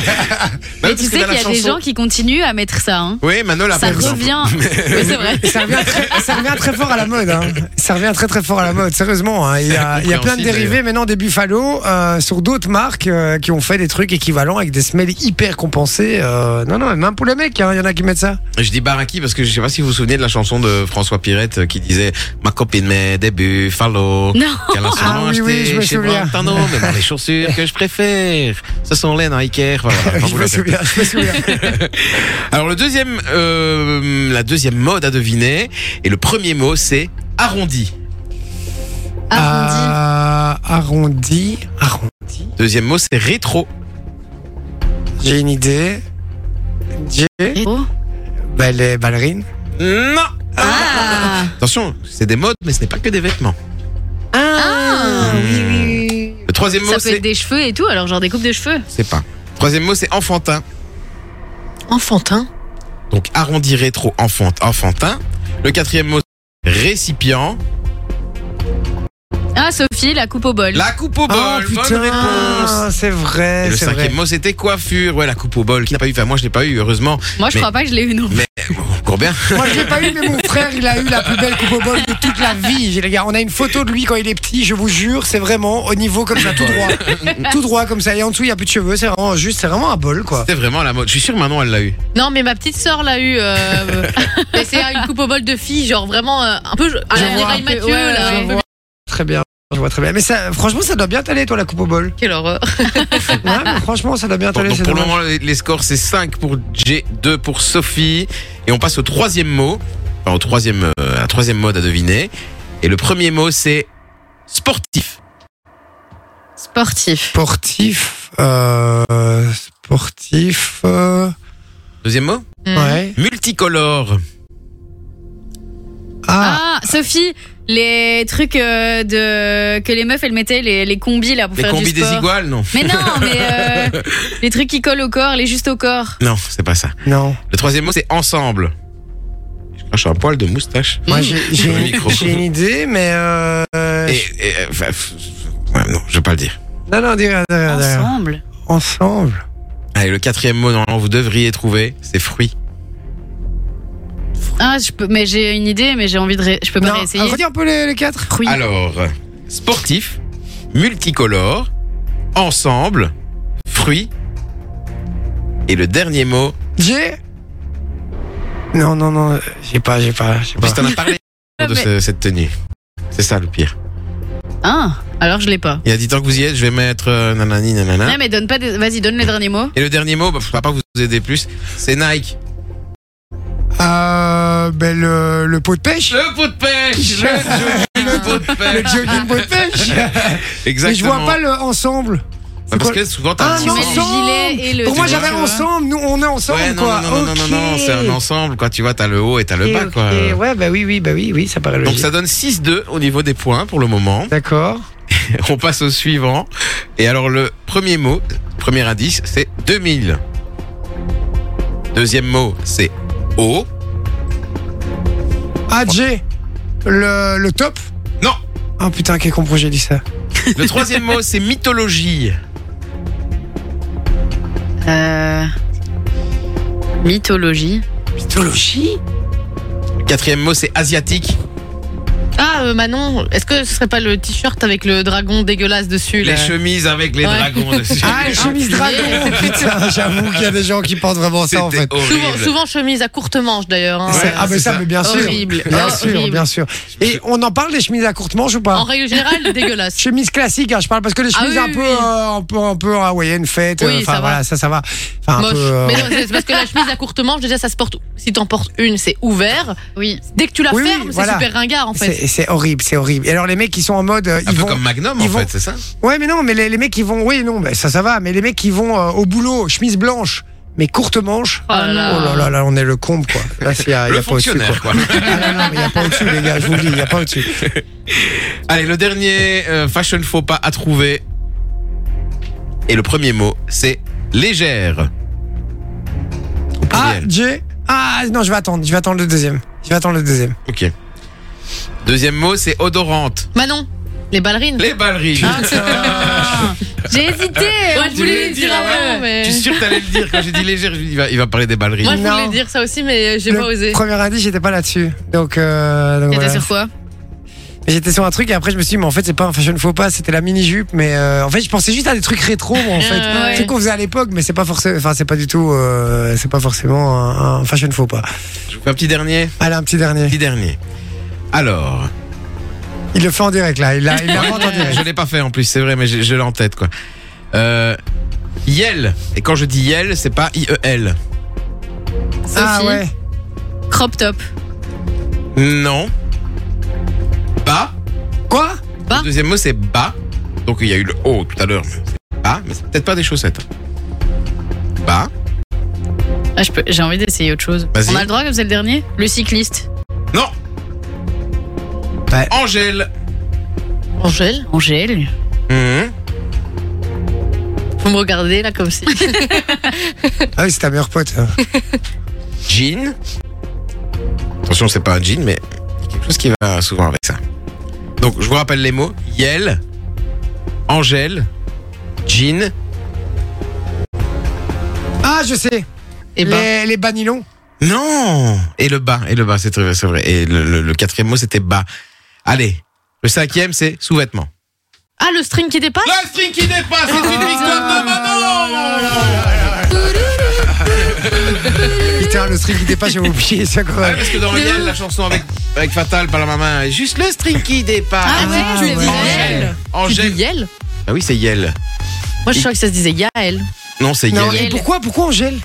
Speaker 5: bah, tu sais qu'il y a des gens qui continuent à mettre ça. Hein.
Speaker 4: Oui, Manon a
Speaker 5: Ça revient. Oui, c'est vrai.
Speaker 1: ça revient, très, ça revient très fort à la mode. hein. Ça revient très très fort à la mode, sérieusement. hein. Il, y a, il y a plein de
Speaker 4: Compréhensible,
Speaker 1: dérivés maintenant des Buffalo euh, sur d'autres marques euh, qui ont fait des trucs équivalents avec des semelles hyper compensées. euh, non, non, même pour les mecs, hein, il y en a qui mettent ça.
Speaker 4: Je dis baraki parce que je sais pas si vous vous souvenez de la chanson de François Pirette, euh, qui disait ma copine met des buffalo
Speaker 5: Non.
Speaker 4: qu'elle a
Speaker 1: Ah
Speaker 4: souvent
Speaker 1: oui,
Speaker 4: acheté
Speaker 1: oui, je me
Speaker 4: chez
Speaker 1: souviens.
Speaker 4: Brentano mais bon, les chaussures que je préfère ce sont les Nike Air. Voilà, voilà,
Speaker 1: Je
Speaker 4: vous
Speaker 1: me
Speaker 4: la
Speaker 1: souviens, je me souviens.
Speaker 4: alors le deuxième, euh, la deuxième mode à deviner et le premier mot c'est arrondi.
Speaker 6: Arrondi.
Speaker 1: Euh, arrondi. Arrondi.
Speaker 4: Deuxième mot c'est rétro.
Speaker 1: J'ai une idée. J'ai.
Speaker 5: Oh.
Speaker 1: Bah, les ballerines.
Speaker 4: Non.
Speaker 5: Ah.
Speaker 4: Attention, c'est des modes mais ce n'est pas que des vêtements.
Speaker 5: Ah.
Speaker 4: oui, oui, Le troisième mot
Speaker 5: Ça peut être
Speaker 4: c'est
Speaker 5: des cheveux et tout, alors genre des coupes de cheveux.
Speaker 4: c'est pas. Troisième mot c'est enfantin.
Speaker 6: Enfantin.
Speaker 4: Donc arrondi rétro enfant enfantin. Le quatrième mot c'est récipient.
Speaker 5: Ah, Sophie, la coupe au bol.
Speaker 4: La coupe au bol.
Speaker 1: Oh,
Speaker 4: bonne réponse.
Speaker 1: Ah, c'est
Speaker 4: Et
Speaker 1: vrai,
Speaker 4: le
Speaker 1: c'est
Speaker 4: cinquième
Speaker 1: vrai.
Speaker 4: mot c'était coiffure. Ouais la coupe au bol qui n'a pas eu. Enfin moi je l'ai pas eu heureusement.
Speaker 5: Moi, je
Speaker 4: Mais-
Speaker 5: crois pas que je l'ai eu non plus.
Speaker 4: Mais bon, bien.
Speaker 1: Moi, je l'ai pas eu, mais mon frère, il a eu la plus belle coupe au bol de toute la vie. J'ai- Les gars, on a une photo de lui quand il est petit, je vous jure, c'est vraiment au niveau comme ça, tout droit. tout droit comme ça. Et en dessous, il n'y a plus de cheveux, c'est vraiment juste, c'est vraiment un bol, quoi.
Speaker 4: C'était vraiment la mode. Je suis sûr Manon elle l'a eu.
Speaker 6: Non, mais ma petite sœur l'a eu. euh, mais c'est une coupe au bol de filles, genre vraiment euh, un peu à
Speaker 1: Je
Speaker 6: la
Speaker 1: vois.
Speaker 6: Mireille Mathieu.
Speaker 5: Ouais,
Speaker 6: là,
Speaker 5: ouais,
Speaker 6: un peu-
Speaker 1: Très bien. Je vois très bien. Mais ça, franchement, ça doit bien t'aller, toi, la coupe au bol.
Speaker 6: Quelle horreur.
Speaker 1: Ouais, mais franchement, ça doit bien
Speaker 4: Bon,
Speaker 1: t'aller.
Speaker 4: donc
Speaker 1: c'est
Speaker 4: pour le
Speaker 1: dommage.
Speaker 4: moment, les les scores, c'est 5 pour J, 2 pour Sophie. Et on passe au troisième mot, enfin au troisième, euh, à la troisième mode à deviner. Et le premier mot, c'est sportif.
Speaker 6: Sportif.
Speaker 1: Sportif. euh, sportif. euh,
Speaker 4: Deuxième mot
Speaker 1: Ouais.
Speaker 4: Multicolore.
Speaker 1: Ah,
Speaker 5: Ah, Sophie, les trucs euh, de que les meufs elles mettaient les, les combis là pour
Speaker 4: Les
Speaker 5: faire
Speaker 4: combis
Speaker 5: du sport.
Speaker 4: des iguales, non
Speaker 5: Mais non, mais euh, les trucs qui collent au corps, les juste au corps.
Speaker 4: Non, c'est pas ça.
Speaker 1: non.
Speaker 4: Le troisième mot, c'est ensemble. Je crache un poil de moustache.
Speaker 1: Moi, j'ai-
Speaker 4: Sur le
Speaker 1: j'ai
Speaker 4: micro.
Speaker 1: j'ai une idée, mais. Euh,
Speaker 4: Et, et, euh, enfin, pff, ouais, non, je vais pas le dire.
Speaker 1: Non, non, dis rien, dis rien, dis rien.
Speaker 5: Ensemble.
Speaker 1: Ensemble.
Speaker 4: Allez, le quatrième mot, normalement, vous devriez trouver, c'est fruit.
Speaker 5: Ah, je peux, mais j'ai une idée, mais j'ai envie de, ré- je peux pas
Speaker 1: Non,
Speaker 5: réessayer.
Speaker 1: redis un peu les, les quatre.
Speaker 5: Oui.
Speaker 4: Alors, sportif, multicolore, ensemble, fruits. Et le dernier mot,
Speaker 1: J'ai. Non, non, non, euh, j'ai pas, j'ai pas, j'ai
Speaker 4: en plus
Speaker 1: pas.
Speaker 4: t'en as parlé de ce- cette tenue. C'est ça le pire.
Speaker 5: Ah, alors je l'ai pas.
Speaker 4: Il a dit tant que vous y êtes, je vais mettre euh, nanani nanana.
Speaker 5: Non, mais donne pas. Des... Vas-y, donne les derniers mots.
Speaker 4: Et le dernier mot, bah, je ne pas vous aider plus, c'est Nike.
Speaker 1: Euh, ben, le, le pot de pêche.
Speaker 4: Le pot de pêche Le jogging pot de
Speaker 1: Le
Speaker 4: pêche
Speaker 1: jogging pot de pêche. Mais je
Speaker 4: Exactement.
Speaker 1: vois pas le ensemble.
Speaker 4: Bah, parce
Speaker 1: C'est quoi
Speaker 4: que souvent
Speaker 1: Ah,
Speaker 4: t'as un
Speaker 5: Tu
Speaker 4: petit
Speaker 1: non,
Speaker 5: mets
Speaker 4: moment-
Speaker 1: ensemble.
Speaker 5: le gilet et le.
Speaker 1: Pour moi,
Speaker 5: truc,
Speaker 1: j'avais
Speaker 5: tu vois.
Speaker 1: ensemble. Nous, on est ensemble,
Speaker 4: Ouais, non,
Speaker 1: quoi.
Speaker 4: non, non, non, non, non, non,
Speaker 1: Ok.
Speaker 4: c'est un ensemble, quoi. Tu vois, t'as le haut et t'as le bas,
Speaker 1: Ok,
Speaker 4: quoi.
Speaker 1: ok. Ouais, bah oui, oui, bah oui, oui, ça paraît
Speaker 4: Donc
Speaker 1: logique.
Speaker 4: ça donne 6-2 au niveau des points pour le moment.
Speaker 1: D'accord.
Speaker 4: On passe au suivant. Et alors le premier mot, premier indice, c'est 2000. Deuxième mot, c'est O.
Speaker 1: Ah, Jay, le, le top.
Speaker 4: Non.
Speaker 1: Ah putain, quel compro j'ai dit ça.
Speaker 4: Le troisième mot, c'est mythologie.
Speaker 5: Euh... Mythologie.
Speaker 1: Mythologie
Speaker 4: Quatrième mot, c'est asiatique.
Speaker 6: Ah, euh, Manon, est-ce que ce serait pas le t-shirt avec le dragon dégueulasse dessus
Speaker 5: hein.
Speaker 6: là
Speaker 4: Les chemises avec les
Speaker 6: Ouais.
Speaker 4: dragons dessus.
Speaker 1: Ah, les chemises dragon Putain, j'avoue qu'il y a des gens qui portent vraiment
Speaker 4: C'était
Speaker 1: ça en fait.
Speaker 4: horrible.
Speaker 6: souvent, souvent chemise à courte manche d'ailleurs. hein.
Speaker 1: C'est-
Speaker 4: Ouais,
Speaker 1: ah, mais
Speaker 4: c'est
Speaker 1: ça,
Speaker 4: ça.
Speaker 1: mais bien sûr.
Speaker 6: Horrible.
Speaker 1: Bien
Speaker 6: Oh,
Speaker 1: sûr,
Speaker 6: horrible.
Speaker 1: bien sûr. Et on en parle des chemises à courte manche ou pas
Speaker 6: En règle générale, dégueulasse.
Speaker 1: Chemises classiques, hein, je parle parce que les
Speaker 6: Ah
Speaker 1: chemises
Speaker 6: oui,
Speaker 1: un,
Speaker 6: oui,
Speaker 1: peu,
Speaker 6: oui.
Speaker 1: euh, un peu, un peu hawaïennes, fêtes, euh,
Speaker 6: Oui,
Speaker 1: enfin
Speaker 6: ça va.
Speaker 1: voilà, ça, ça va. Enfin, un
Speaker 6: Moche.
Speaker 1: peu. euh,
Speaker 6: Mais non, c'est parce que la chemise à courte manche, déjà, ça se porte. Si t'en portes une, c'est ouvert.
Speaker 5: Oui.
Speaker 6: Dès que tu la
Speaker 1: Oui, oui,
Speaker 6: fermes, c'est
Speaker 1: voilà.
Speaker 6: super ringard en fait.
Speaker 1: c'est c'est horrible, c'est horrible. Et alors les mecs qui sont en mode, euh,
Speaker 4: Un
Speaker 1: ils
Speaker 4: peu
Speaker 1: vont,
Speaker 4: comme Magnum
Speaker 1: ils
Speaker 4: en
Speaker 1: vont-
Speaker 4: fait, c'est ça
Speaker 1: ouais, mais non, mais les, les mecs qui vont, oui, non, bah, ça, ça va. Mais les mecs qui vont euh, au boulot, chemise blanche, mais courte manche.
Speaker 6: Oh là là.
Speaker 1: Oh là là, là, on est le comble quoi. Là, il y a, Ah, il y
Speaker 4: Le
Speaker 1: a pas au-dessus quoi.
Speaker 4: fonctionnaire, quoi.
Speaker 1: Ah, non, non, mais il y a pas au-dessus les gars, je vous le dis, il y a pas au-dessus.
Speaker 4: Allez, le dernier euh, fashion faux pas à trouver. Et le premier mot, c'est légère. Au
Speaker 1: Ah,
Speaker 4: pluriel.
Speaker 1: Jay. Ah non, je vais attendre, je vais attendre le deuxième. Je vais attendre le deuxième.
Speaker 4: Ok. Deuxième mot, c'est odorante.
Speaker 6: Manon, les ballerines.
Speaker 4: Les ballerines.
Speaker 6: Ah,
Speaker 5: J'ai hésité.
Speaker 6: Ouais,
Speaker 5: on
Speaker 6: hein, je
Speaker 5: voulait
Speaker 6: voulais
Speaker 5: le
Speaker 6: le dire avant, mais.
Speaker 4: Je suis sûr que t'allais le dire. Quand j'ai dit légère, je me dis, il va, il va parler des ballerines.
Speaker 6: Moi, je voulais
Speaker 1: Non.
Speaker 6: dire ça aussi, mais euh, j'ai
Speaker 1: Le
Speaker 6: pas osé.
Speaker 1: Premier indice, j'étais pas là-dessus. Donc, euh, donc
Speaker 5: T'étais
Speaker 1: voilà.
Speaker 5: sur quoi
Speaker 1: Mais J'étais sur un truc et après je me suis dit, mais en fait, c'est pas un fashion faux pas, c'était la mini-jupe. Mais euh, en fait, je pensais juste à des trucs rétro, moi, en fait.
Speaker 6: Euh, ouais.
Speaker 1: C'est qu'on faisait à l'époque, mais c'est pas forcément, enfin, c'est pas du tout, euh, c'est pas forcément un, un fashion faux pas.
Speaker 4: Je vous fais un petit dernier.
Speaker 1: Allez, un petit dernier.
Speaker 4: Petit dernier. Alors,
Speaker 1: Il le fait en direct là. Il l'a il l'a vraiment en direct.
Speaker 4: je l'ai pas fait en plus, c'est vrai, mais je, je l'ai en tête quoi. Euh, Yel. Et quand je dis Yel, c'est pas I-E-L.
Speaker 1: Ah
Speaker 5: Sophie.
Speaker 1: ouais.
Speaker 5: Crop top.
Speaker 4: Non. Bas.
Speaker 1: Quoi
Speaker 5: Bas.
Speaker 4: Le deuxième mot c'est bas. Donc il y a eu le haut tout à l'heure. mais c'est Bas, mais c'est peut-être pas des chaussettes. Bas.
Speaker 1: Bah.
Speaker 5: Ah, je peux- J'ai envie d'essayer autre chose.
Speaker 4: Vas-y.
Speaker 5: On a le droit comme c'est le dernier Le cycliste.
Speaker 4: Non.
Speaker 1: Ouais.
Speaker 4: Angèle.
Speaker 6: Angèle,
Speaker 5: Angèle.
Speaker 1: Mmh.
Speaker 4: Mhm.
Speaker 6: vous me regardez là comme si.
Speaker 1: Ah oui, c'est ta meilleure pote. hein.
Speaker 4: Jean. Attention, c'est pas un jean, mais il y a quelque chose qui va souvent avec ça. Donc, je vous rappelle les mots. Yel, Angèle, Jean.
Speaker 1: Ah, je sais.
Speaker 6: Et ben,
Speaker 1: les, les bas nylons.
Speaker 4: Non Et le bas, et le bas, c'est très- c'est vrai. Et le, le- le quatrième mot, c'était bas. Allez, le cinquième, c'est sous-vêtements.
Speaker 6: ah le string qui dépasse. Ah. Oh
Speaker 4: La string qui dépasse, c'est une victoire de Manon
Speaker 1: Putain, le string qui dépasse, j'avais oublié ça quand
Speaker 4: Ouais,
Speaker 1: même.
Speaker 4: parce que dans Yel, la chanson avec, avec Fatal par la main, juste le string qui dépasse.
Speaker 5: Ah ouais,
Speaker 1: Ah
Speaker 5: c'est
Speaker 1: ouais.
Speaker 5: vrai.
Speaker 4: Angèle.
Speaker 6: Tu dis
Speaker 4: Angèle.
Speaker 6: Yel
Speaker 4: Ah oui, c'est Yel.
Speaker 6: Moi je suis sûre que ça se disait Yael.
Speaker 4: Non, c'est
Speaker 1: Non,
Speaker 4: Yel.
Speaker 1: et pourquoi, pourquoi Angèle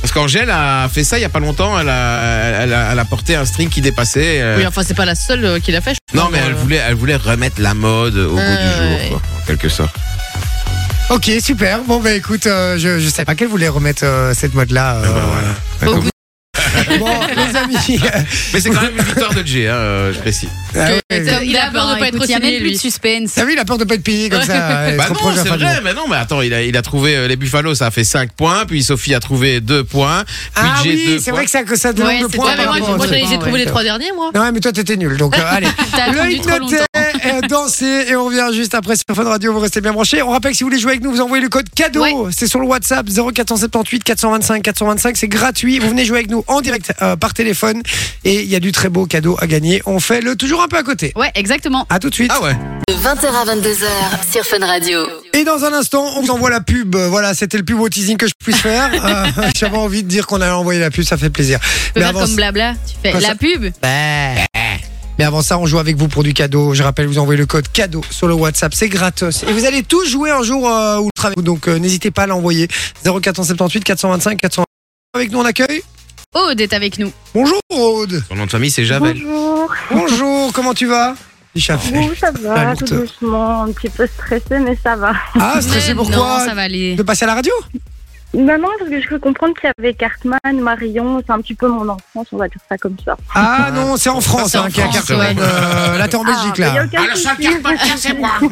Speaker 4: Parce qu'Angèle a fait ça il y a pas longtemps. Elle a, elle a, elle a porté un string qui dépassait. euh,
Speaker 6: Oui, enfin c'est pas la seule euh, qui l'a fait. je
Speaker 4: non,
Speaker 6: crois,
Speaker 4: mais elle
Speaker 6: euh.
Speaker 4: voulait, elle voulait remettre la mode au goût
Speaker 6: Euh,
Speaker 4: du
Speaker 6: ouais.
Speaker 4: jour, quoi, en quelque sorte.
Speaker 1: Ok, super. Bon, bah écoute, euh, je, je sais pas qu'elle voulait remettre euh, cette mode-là.
Speaker 4: Eh ben,
Speaker 1: euh.
Speaker 6: Au goût
Speaker 1: Bon, les amis.
Speaker 4: Mais c'est quand même une victoire de Jay, hein, euh, je précise.
Speaker 1: Ah ouais,
Speaker 6: Il
Speaker 1: ouais.
Speaker 6: a peur de pas être
Speaker 5: écoute, Il y a
Speaker 6: signé,
Speaker 5: même plus
Speaker 6: lui.
Speaker 5: de suspense.
Speaker 1: T'as vu, il a peur de pas être payé comme ça. euh,
Speaker 4: Bah
Speaker 1: trop
Speaker 4: non,
Speaker 1: proche de la
Speaker 4: c'est
Speaker 1: fin du mois.
Speaker 4: vrai, mais non, mais attends, il a, il a trouvé euh, les Buffalo, ça a fait 5 points, puis Sophie a trouvé 2 points, puis
Speaker 1: Ah
Speaker 4: Jay 2
Speaker 1: oui,
Speaker 4: points.
Speaker 1: c'est vrai que ça, que ça demande
Speaker 5: Ouais,
Speaker 1: le
Speaker 5: c'est
Speaker 1: point.
Speaker 5: vrai,
Speaker 1: par
Speaker 6: Ouais, mais
Speaker 1: rapport
Speaker 6: moi,
Speaker 1: au
Speaker 6: moi,
Speaker 1: truc.
Speaker 6: j'ai trouvé les trois derniers, moi.
Speaker 1: Non, mais toi, t'étais nul. Donc, euh, allez.
Speaker 5: T'as
Speaker 1: Le
Speaker 5: attendu
Speaker 1: hit
Speaker 5: trop longtemps.
Speaker 1: noté, euh, danser et on revient juste après sur Fun Radio. Vous restez bien branchés. On rappelle que si vous voulez jouer avec nous, vous envoyez le code cadeau.
Speaker 6: Ouais.
Speaker 1: C'est sur le WhatsApp 0478 425 425. C'est gratuit. Vous venez jouer avec nous en direct euh, par téléphone et il y a du très beau cadeau à gagner. On fait le toujours un peu à côté.
Speaker 5: Ouais, exactement.
Speaker 1: À tout de suite.
Speaker 4: Ah ouais.
Speaker 2: De 20h à 22h sur Fun Radio.
Speaker 1: Et dans un instant, on vous envoie la pub. Euh, Voilà, c'était le plus beau teasing que je puisse faire. Euh, J'avais envie de dire qu'on allait envoyer la pub, ça fait plaisir.
Speaker 5: Tu peux faire comme Ben. blabla. Tu fais
Speaker 1: Quoi, ça
Speaker 5: la pub.
Speaker 1: Ben. Mais avant ça, on joue avec vous pour du cadeau. Je rappelle, vous envoyez le code cadeau sur le WhatsApp, c'est gratos. Et vous allez tous jouer un jour euh, où le travail. Donc euh, n'hésitez pas à l'envoyer. 0478 425 425. Avec nous en accueil.
Speaker 5: Aude est avec nous.
Speaker 1: Bonjour Aude.
Speaker 4: Son nom de famille, c'est Javel.
Speaker 7: Bonjour.
Speaker 1: Bonjour, comment tu vas Échappé.
Speaker 7: Ouh, ça
Speaker 1: La
Speaker 7: va, tout
Speaker 1: lourdeur.
Speaker 7: doucement, un petit peu stressée, mais ça va.
Speaker 1: Ah, stressé
Speaker 5: Mais
Speaker 1: pourquoi
Speaker 5: Non, ça va aller.
Speaker 1: De passer à la radio
Speaker 7: Non, non, parce que je peux comprendre qu'il y avait Cartman, Marion, c'est un petit peu mon enfance, on va dire ça comme ça.
Speaker 1: Ah non, c'est en France,
Speaker 5: C'est en
Speaker 1: hein, qu'il y a
Speaker 5: France,
Speaker 1: Cartman.
Speaker 5: ouais.
Speaker 1: Euh, là, t'es en Belgique,
Speaker 7: Ah, mais y a
Speaker 1: là.
Speaker 7: aucun
Speaker 4: Ah,
Speaker 7: souci.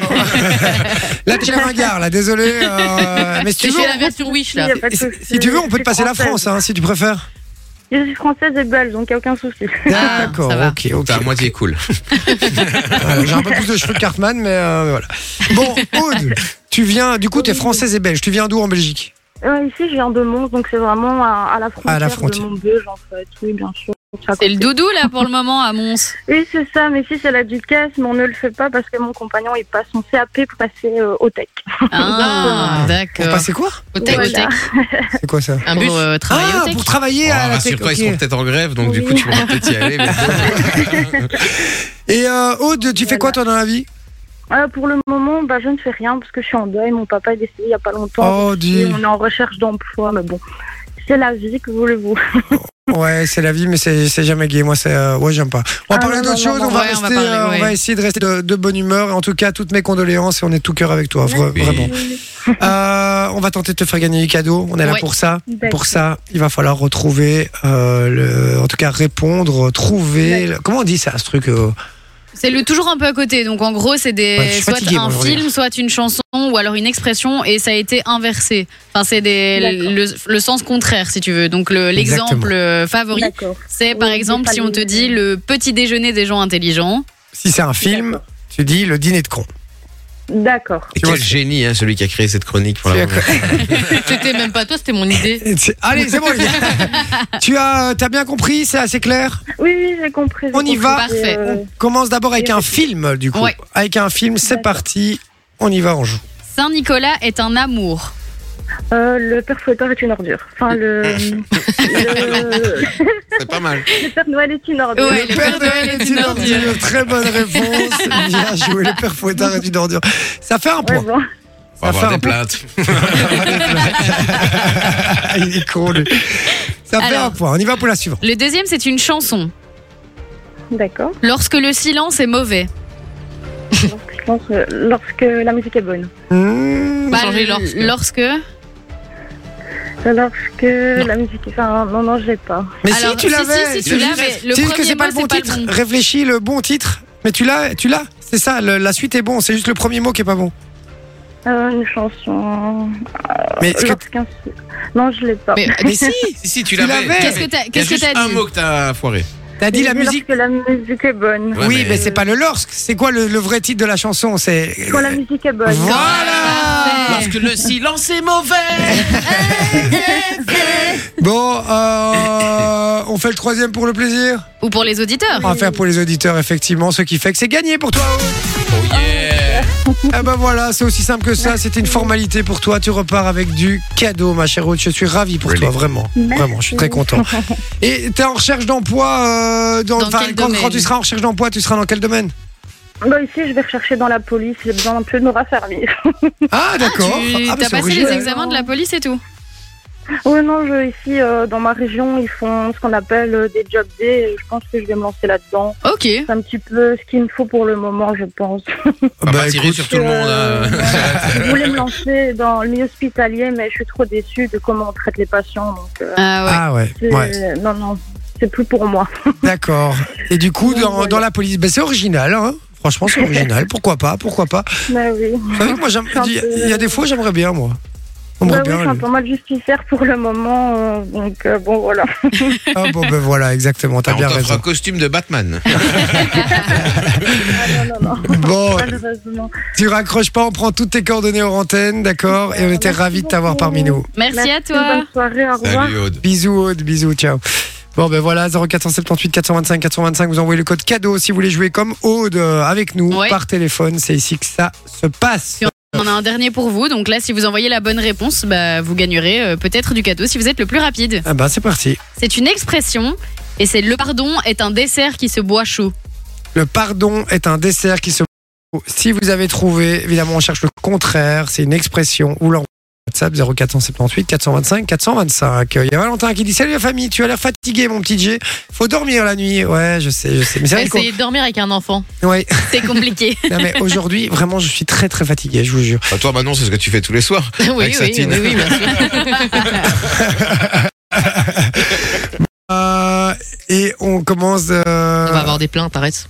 Speaker 1: Là, t'es la ringard, là, désolé. euh, mais si tu
Speaker 6: Tu
Speaker 1: veux.
Speaker 6: fais la version Wish là.
Speaker 7: Y a pas de
Speaker 1: Si,
Speaker 7: souci.
Speaker 1: si tu veux, on peut te
Speaker 7: Je suis
Speaker 1: passer la
Speaker 7: française.
Speaker 1: France, hein, si tu préfères.
Speaker 7: Je suis française et belge, donc y a aucun souci.
Speaker 5: Ah,
Speaker 1: D'accord,
Speaker 5: ça va.
Speaker 1: ok, ok.
Speaker 4: T'as à moitié cool.
Speaker 1: Euh, J'ai un peu plus de cheveux que Cartman, mais euh, voilà. Bon, Aude, tu viens, du coup, t'es française et belge. Tu viens d'où en Belgique
Speaker 7: Euh, ici, je viens de Mons, donc c'est vraiment à, à la frontière,
Speaker 1: À la frontière.
Speaker 7: de Montbeuge, en fait. Oui, bien sûr.
Speaker 5: C'est le doudou là pour le moment à Mons.
Speaker 7: Oui, c'est ça, mais si c'est la ducasse, mais on ne le fait pas parce que mon compagnon, il passe son CAP pour passer euh, au tech.
Speaker 5: Ah,
Speaker 1: Pour
Speaker 5: d'accord.
Speaker 1: passer quoi
Speaker 6: euh,
Speaker 5: Au tech, au tech.
Speaker 1: C'est quoi ça
Speaker 6: Un bus.
Speaker 5: Pour euh, travailler
Speaker 1: Ah,
Speaker 5: au tech.
Speaker 1: pour travailler
Speaker 4: Oh,
Speaker 1: à la tech.
Speaker 4: Rassure-toi, ils
Speaker 1: ok.
Speaker 4: seront peut-être en grève, donc du coup, tu pourras peut-être y aller. mais bon.
Speaker 1: Et euh, Aude, tu fais quoi toi dans la vie
Speaker 7: Euh, pour le moment, bah, je ne fais rien parce que je suis en deuil. Mon papa est décédé il n'y a pas longtemps.
Speaker 1: Oh,
Speaker 7: Et
Speaker 1: dis.
Speaker 7: on est en recherche d'emploi, mais bon, c'est la vie, que voulez-vous
Speaker 1: Ouais, c'est la vie, mais c'est c'est jamais gay. Moi, c'est. euh, ouais, j'aime pas. On va
Speaker 7: Ah,
Speaker 1: parler
Speaker 7: non,
Speaker 1: d'autre
Speaker 7: non,
Speaker 1: chose.
Speaker 7: non,
Speaker 1: on, va
Speaker 5: ouais, on va
Speaker 1: rester,
Speaker 5: parler,
Speaker 1: euh, on
Speaker 5: ouais.
Speaker 1: va essayer de rester de, de bonne humeur. En tout cas, toutes mes condoléances et on est tout cœur avec toi, vra-
Speaker 4: Oui.
Speaker 1: vraiment. Euh, on va tenter de te faire gagner du cadeau. On est là
Speaker 5: Ouais.
Speaker 1: pour ça.
Speaker 7: D'accord.
Speaker 1: Pour ça, il va falloir retrouver, euh, le, en tout cas répondre, trouver. le- comment on dit ça, ce truc euh,
Speaker 5: C'est le toujours un peu à côté. Donc en gros, c'est des
Speaker 1: Ouais, je suis
Speaker 5: soit
Speaker 1: fatigué, moi,
Speaker 5: un
Speaker 1: aujourd'hui.
Speaker 5: film, soit une chanson ou alors une expression et ça a été inversé. Enfin, c'est des
Speaker 7: D'accord.
Speaker 5: le, le sens contraire si tu veux. Donc le- l'exemple euh, favori,
Speaker 7: D'accord.
Speaker 5: c'est par
Speaker 7: Oui,
Speaker 5: exemple
Speaker 7: c'est
Speaker 5: si
Speaker 7: pas
Speaker 5: on te
Speaker 7: les-
Speaker 5: dit le petit déjeuner des gens intelligents.
Speaker 1: Si c'est un film, tu dis le dîner de con.
Speaker 7: D'accord.
Speaker 4: Et
Speaker 1: Tu vois,
Speaker 4: Quel génie, hein, celui qui a créé cette chronique pour la
Speaker 6: C'était même pas toi, c'était mon idée.
Speaker 1: C'est- Allez, c'est bon. les gars. tu as, t'as bien compris, c'est assez clair.
Speaker 7: Oui, oui, j'ai compris. j'ai
Speaker 1: On y
Speaker 7: compris.
Speaker 1: va.
Speaker 5: Parfait.
Speaker 7: Euh,
Speaker 1: On commence d'abord avec un film, du coup.
Speaker 5: Ouais.
Speaker 1: Avec un film, c'est
Speaker 7: D'accord.
Speaker 1: parti. On y va, on joue.
Speaker 5: Saint Nicolas est un amour.
Speaker 7: Euh, le perfoteur est une ordure. Enfin, le, le,
Speaker 4: C'est pas mal.
Speaker 7: le Père Noël est une ordure.
Speaker 5: Ouais, le Père Noël est une ordure.
Speaker 1: Très bonne réponse. Bien joué. Le père Fouettard est une ordure. Ça fait un
Speaker 7: Ouais,
Speaker 1: point.
Speaker 7: bon.
Speaker 4: On va
Speaker 1: Ça fait
Speaker 4: avoir des
Speaker 1: un point.
Speaker 4: plaintes.
Speaker 1: Il est con, lui. Ça fait
Speaker 5: Alors.
Speaker 1: un point. On y va pour la suivante.
Speaker 5: Le deuxième, c'est une chanson.
Speaker 7: D'accord.
Speaker 5: Lorsque le silence est mauvais.
Speaker 7: Donc, je pense euh, lorsque la musique est bonne.
Speaker 1: Mmh.
Speaker 5: Bah,
Speaker 6: changer
Speaker 5: l-
Speaker 6: lorsque.
Speaker 7: Lorsque la musique est. Enfin, non, non, je l'ai pas.
Speaker 1: Mais si
Speaker 5: Alors,
Speaker 1: tu
Speaker 5: si,
Speaker 1: l'avais,
Speaker 5: si, si, tu
Speaker 1: c'est
Speaker 5: l'as,
Speaker 1: juste-
Speaker 5: mais le
Speaker 1: c'est juste que
Speaker 5: premier
Speaker 1: c'est pas le
Speaker 5: mot,
Speaker 1: bon
Speaker 5: c'est pas le
Speaker 1: titre.
Speaker 5: bon.
Speaker 1: Réfléchis le bon titre. Mais tu l'as, tu l'as. C'est ça. le- la suite est bon. C'est juste le premier mot qui est pas bon.
Speaker 7: Euh, une chanson. euh,
Speaker 1: Mais, est-ce que-
Speaker 7: Lorsqu'un- Non, je l'ai pas.
Speaker 6: Mais-
Speaker 1: Ah, mais si,
Speaker 4: Si, si, tu
Speaker 1: Tu
Speaker 4: l'avais.
Speaker 1: l'avais.
Speaker 5: Qu'est-ce que t'as
Speaker 4: Il y a
Speaker 5: qu'est-ce que
Speaker 4: juste
Speaker 5: t'as
Speaker 4: un
Speaker 5: dit
Speaker 4: mot que t'as foiré.
Speaker 1: t'as dit la musique.
Speaker 7: Lorsque la musique est bonne.
Speaker 4: Ouais,
Speaker 1: oui, mais,
Speaker 4: mais-
Speaker 1: c'est pas le lorsque. C'est quoi le, le vrai titre de la chanson C'est.
Speaker 7: Quand la musique est bonne.
Speaker 1: Voilà.
Speaker 5: Parfait.
Speaker 4: Lorsque le silence est mauvais.
Speaker 1: Bon, euh, on fait le troisième pour le plaisir.
Speaker 5: Ou pour les auditeurs.
Speaker 1: On va faire pour les auditeurs, effectivement, ce qui fait que c'est gagné pour toi.
Speaker 4: Oh yeah.
Speaker 1: Eh ben voilà, c'est aussi simple que ça. C'était une formalité pour toi. Tu repars avec du cadeau, ma chère Aude. Je suis ravi pour toi, vraiment. Vraiment, Ah je suis très content. Et t'es en recherche d'emploi euh, dans,
Speaker 5: Dans
Speaker 1: enfin,
Speaker 5: quel
Speaker 1: quand,
Speaker 5: domaine
Speaker 1: quand tu seras en recherche d'emploi, tu seras dans quel domaine
Speaker 7: Bah, ici, je vais rechercher dans la police. J'ai besoin un peu de me raffermir.
Speaker 1: Ah, d'accord.
Speaker 5: Tu
Speaker 1: Ah, mais
Speaker 5: t'as
Speaker 1: c'est
Speaker 5: passé les
Speaker 1: original.
Speaker 5: examens de la police et tout.
Speaker 7: Oui, Oh, non, je, ici, euh, dans ma région, ils font ce qu'on appelle euh, des job days. et Je pense que je vais me lancer là-dedans.
Speaker 5: Ok.
Speaker 7: C'est un petit peu ce qu'il me faut pour le moment, je pense.
Speaker 4: On va
Speaker 1: Bah,
Speaker 4: pas tirer
Speaker 1: écoute,
Speaker 4: sur tout le monde.
Speaker 7: Euh,
Speaker 4: hein.
Speaker 7: je voulais me lancer dans le milieu hospitalier, mais je suis trop déçue de comment on traite les patients. Donc, euh,
Speaker 5: Ah ouais.
Speaker 1: Ah ouais,
Speaker 7: c'est-
Speaker 1: ouais.
Speaker 7: non, non, c'est plus pour moi.
Speaker 1: d'accord. Et du coup,
Speaker 7: Oui,
Speaker 1: dans,
Speaker 7: voilà.
Speaker 1: dans la police, ben, c'est original, hein. Franchement, c'est original. Pourquoi pas Pourquoi pas
Speaker 7: Mais oui.
Speaker 1: Vous savez que moi, j'aime-
Speaker 7: C'est un
Speaker 1: il y a-
Speaker 7: peu-
Speaker 1: il y a des fois, j'aimerais bien, moi. J'aimerais
Speaker 7: Bah oui, je suis
Speaker 1: bien.
Speaker 7: un peu mal justicière pour le moment, euh, donc euh, bon voilà.
Speaker 1: Ah bon, ben voilà, exactement. T'as
Speaker 4: On
Speaker 1: bien
Speaker 4: t'offre un
Speaker 1: raison.
Speaker 4: costume de Batman.
Speaker 7: Ah, non, non, non,
Speaker 1: Bon,
Speaker 7: malheureusement.
Speaker 1: Tu raccroches pas, on prend toutes tes coordonnées aux antennes, d'accord Et on était ravis de t'avoir parmi nous.
Speaker 5: Merci à toi.
Speaker 7: Bonne soirée, au revoir.
Speaker 4: Salut Aude.
Speaker 1: Bisous, Aude, bisous, ciao. Bon, ben voilà, 0478 425 425, vous envoyez le code cadeau si vous voulez jouer comme Aude euh, avec nous
Speaker 5: Ouais.
Speaker 1: par téléphone. C'est ici que ça se passe.
Speaker 5: On en a un dernier pour vous. Donc là, si vous envoyez la bonne réponse, bah, vous gagnerez euh, peut-être du cadeau si vous êtes le plus rapide.
Speaker 1: Ah ben, c'est parti.
Speaker 5: C'est une expression et c'est le pardon est un dessert qui se boit chaud.
Speaker 1: Le pardon est un dessert qui se. Si vous avez trouvé, évidemment, on cherche le contraire. C'est une expression. Ou l'envoyez sur WhatsApp 0478 425 425. Euh, Il y a Valentin qui dit Salut la famille, tu as l'air fatigué, mon petit G. Faut dormir la nuit. Ouais, je sais, je sais. Mais c'est vrai
Speaker 6: Essayez de dormir avec un enfant.
Speaker 1: qu'on- ouais.
Speaker 5: C'est compliqué.
Speaker 1: Non, mais aujourd'hui, vraiment, je suis très très fatigué, je vous jure.
Speaker 4: Bah, Toi maintenant c'est ce que tu fais tous les soirs.
Speaker 6: oui,
Speaker 4: Avec
Speaker 6: oui, oui,
Speaker 4: Satine.
Speaker 6: oui, bien sûr.
Speaker 1: Euh, et on commence, euh,
Speaker 6: On va avoir des plaintes, arrête.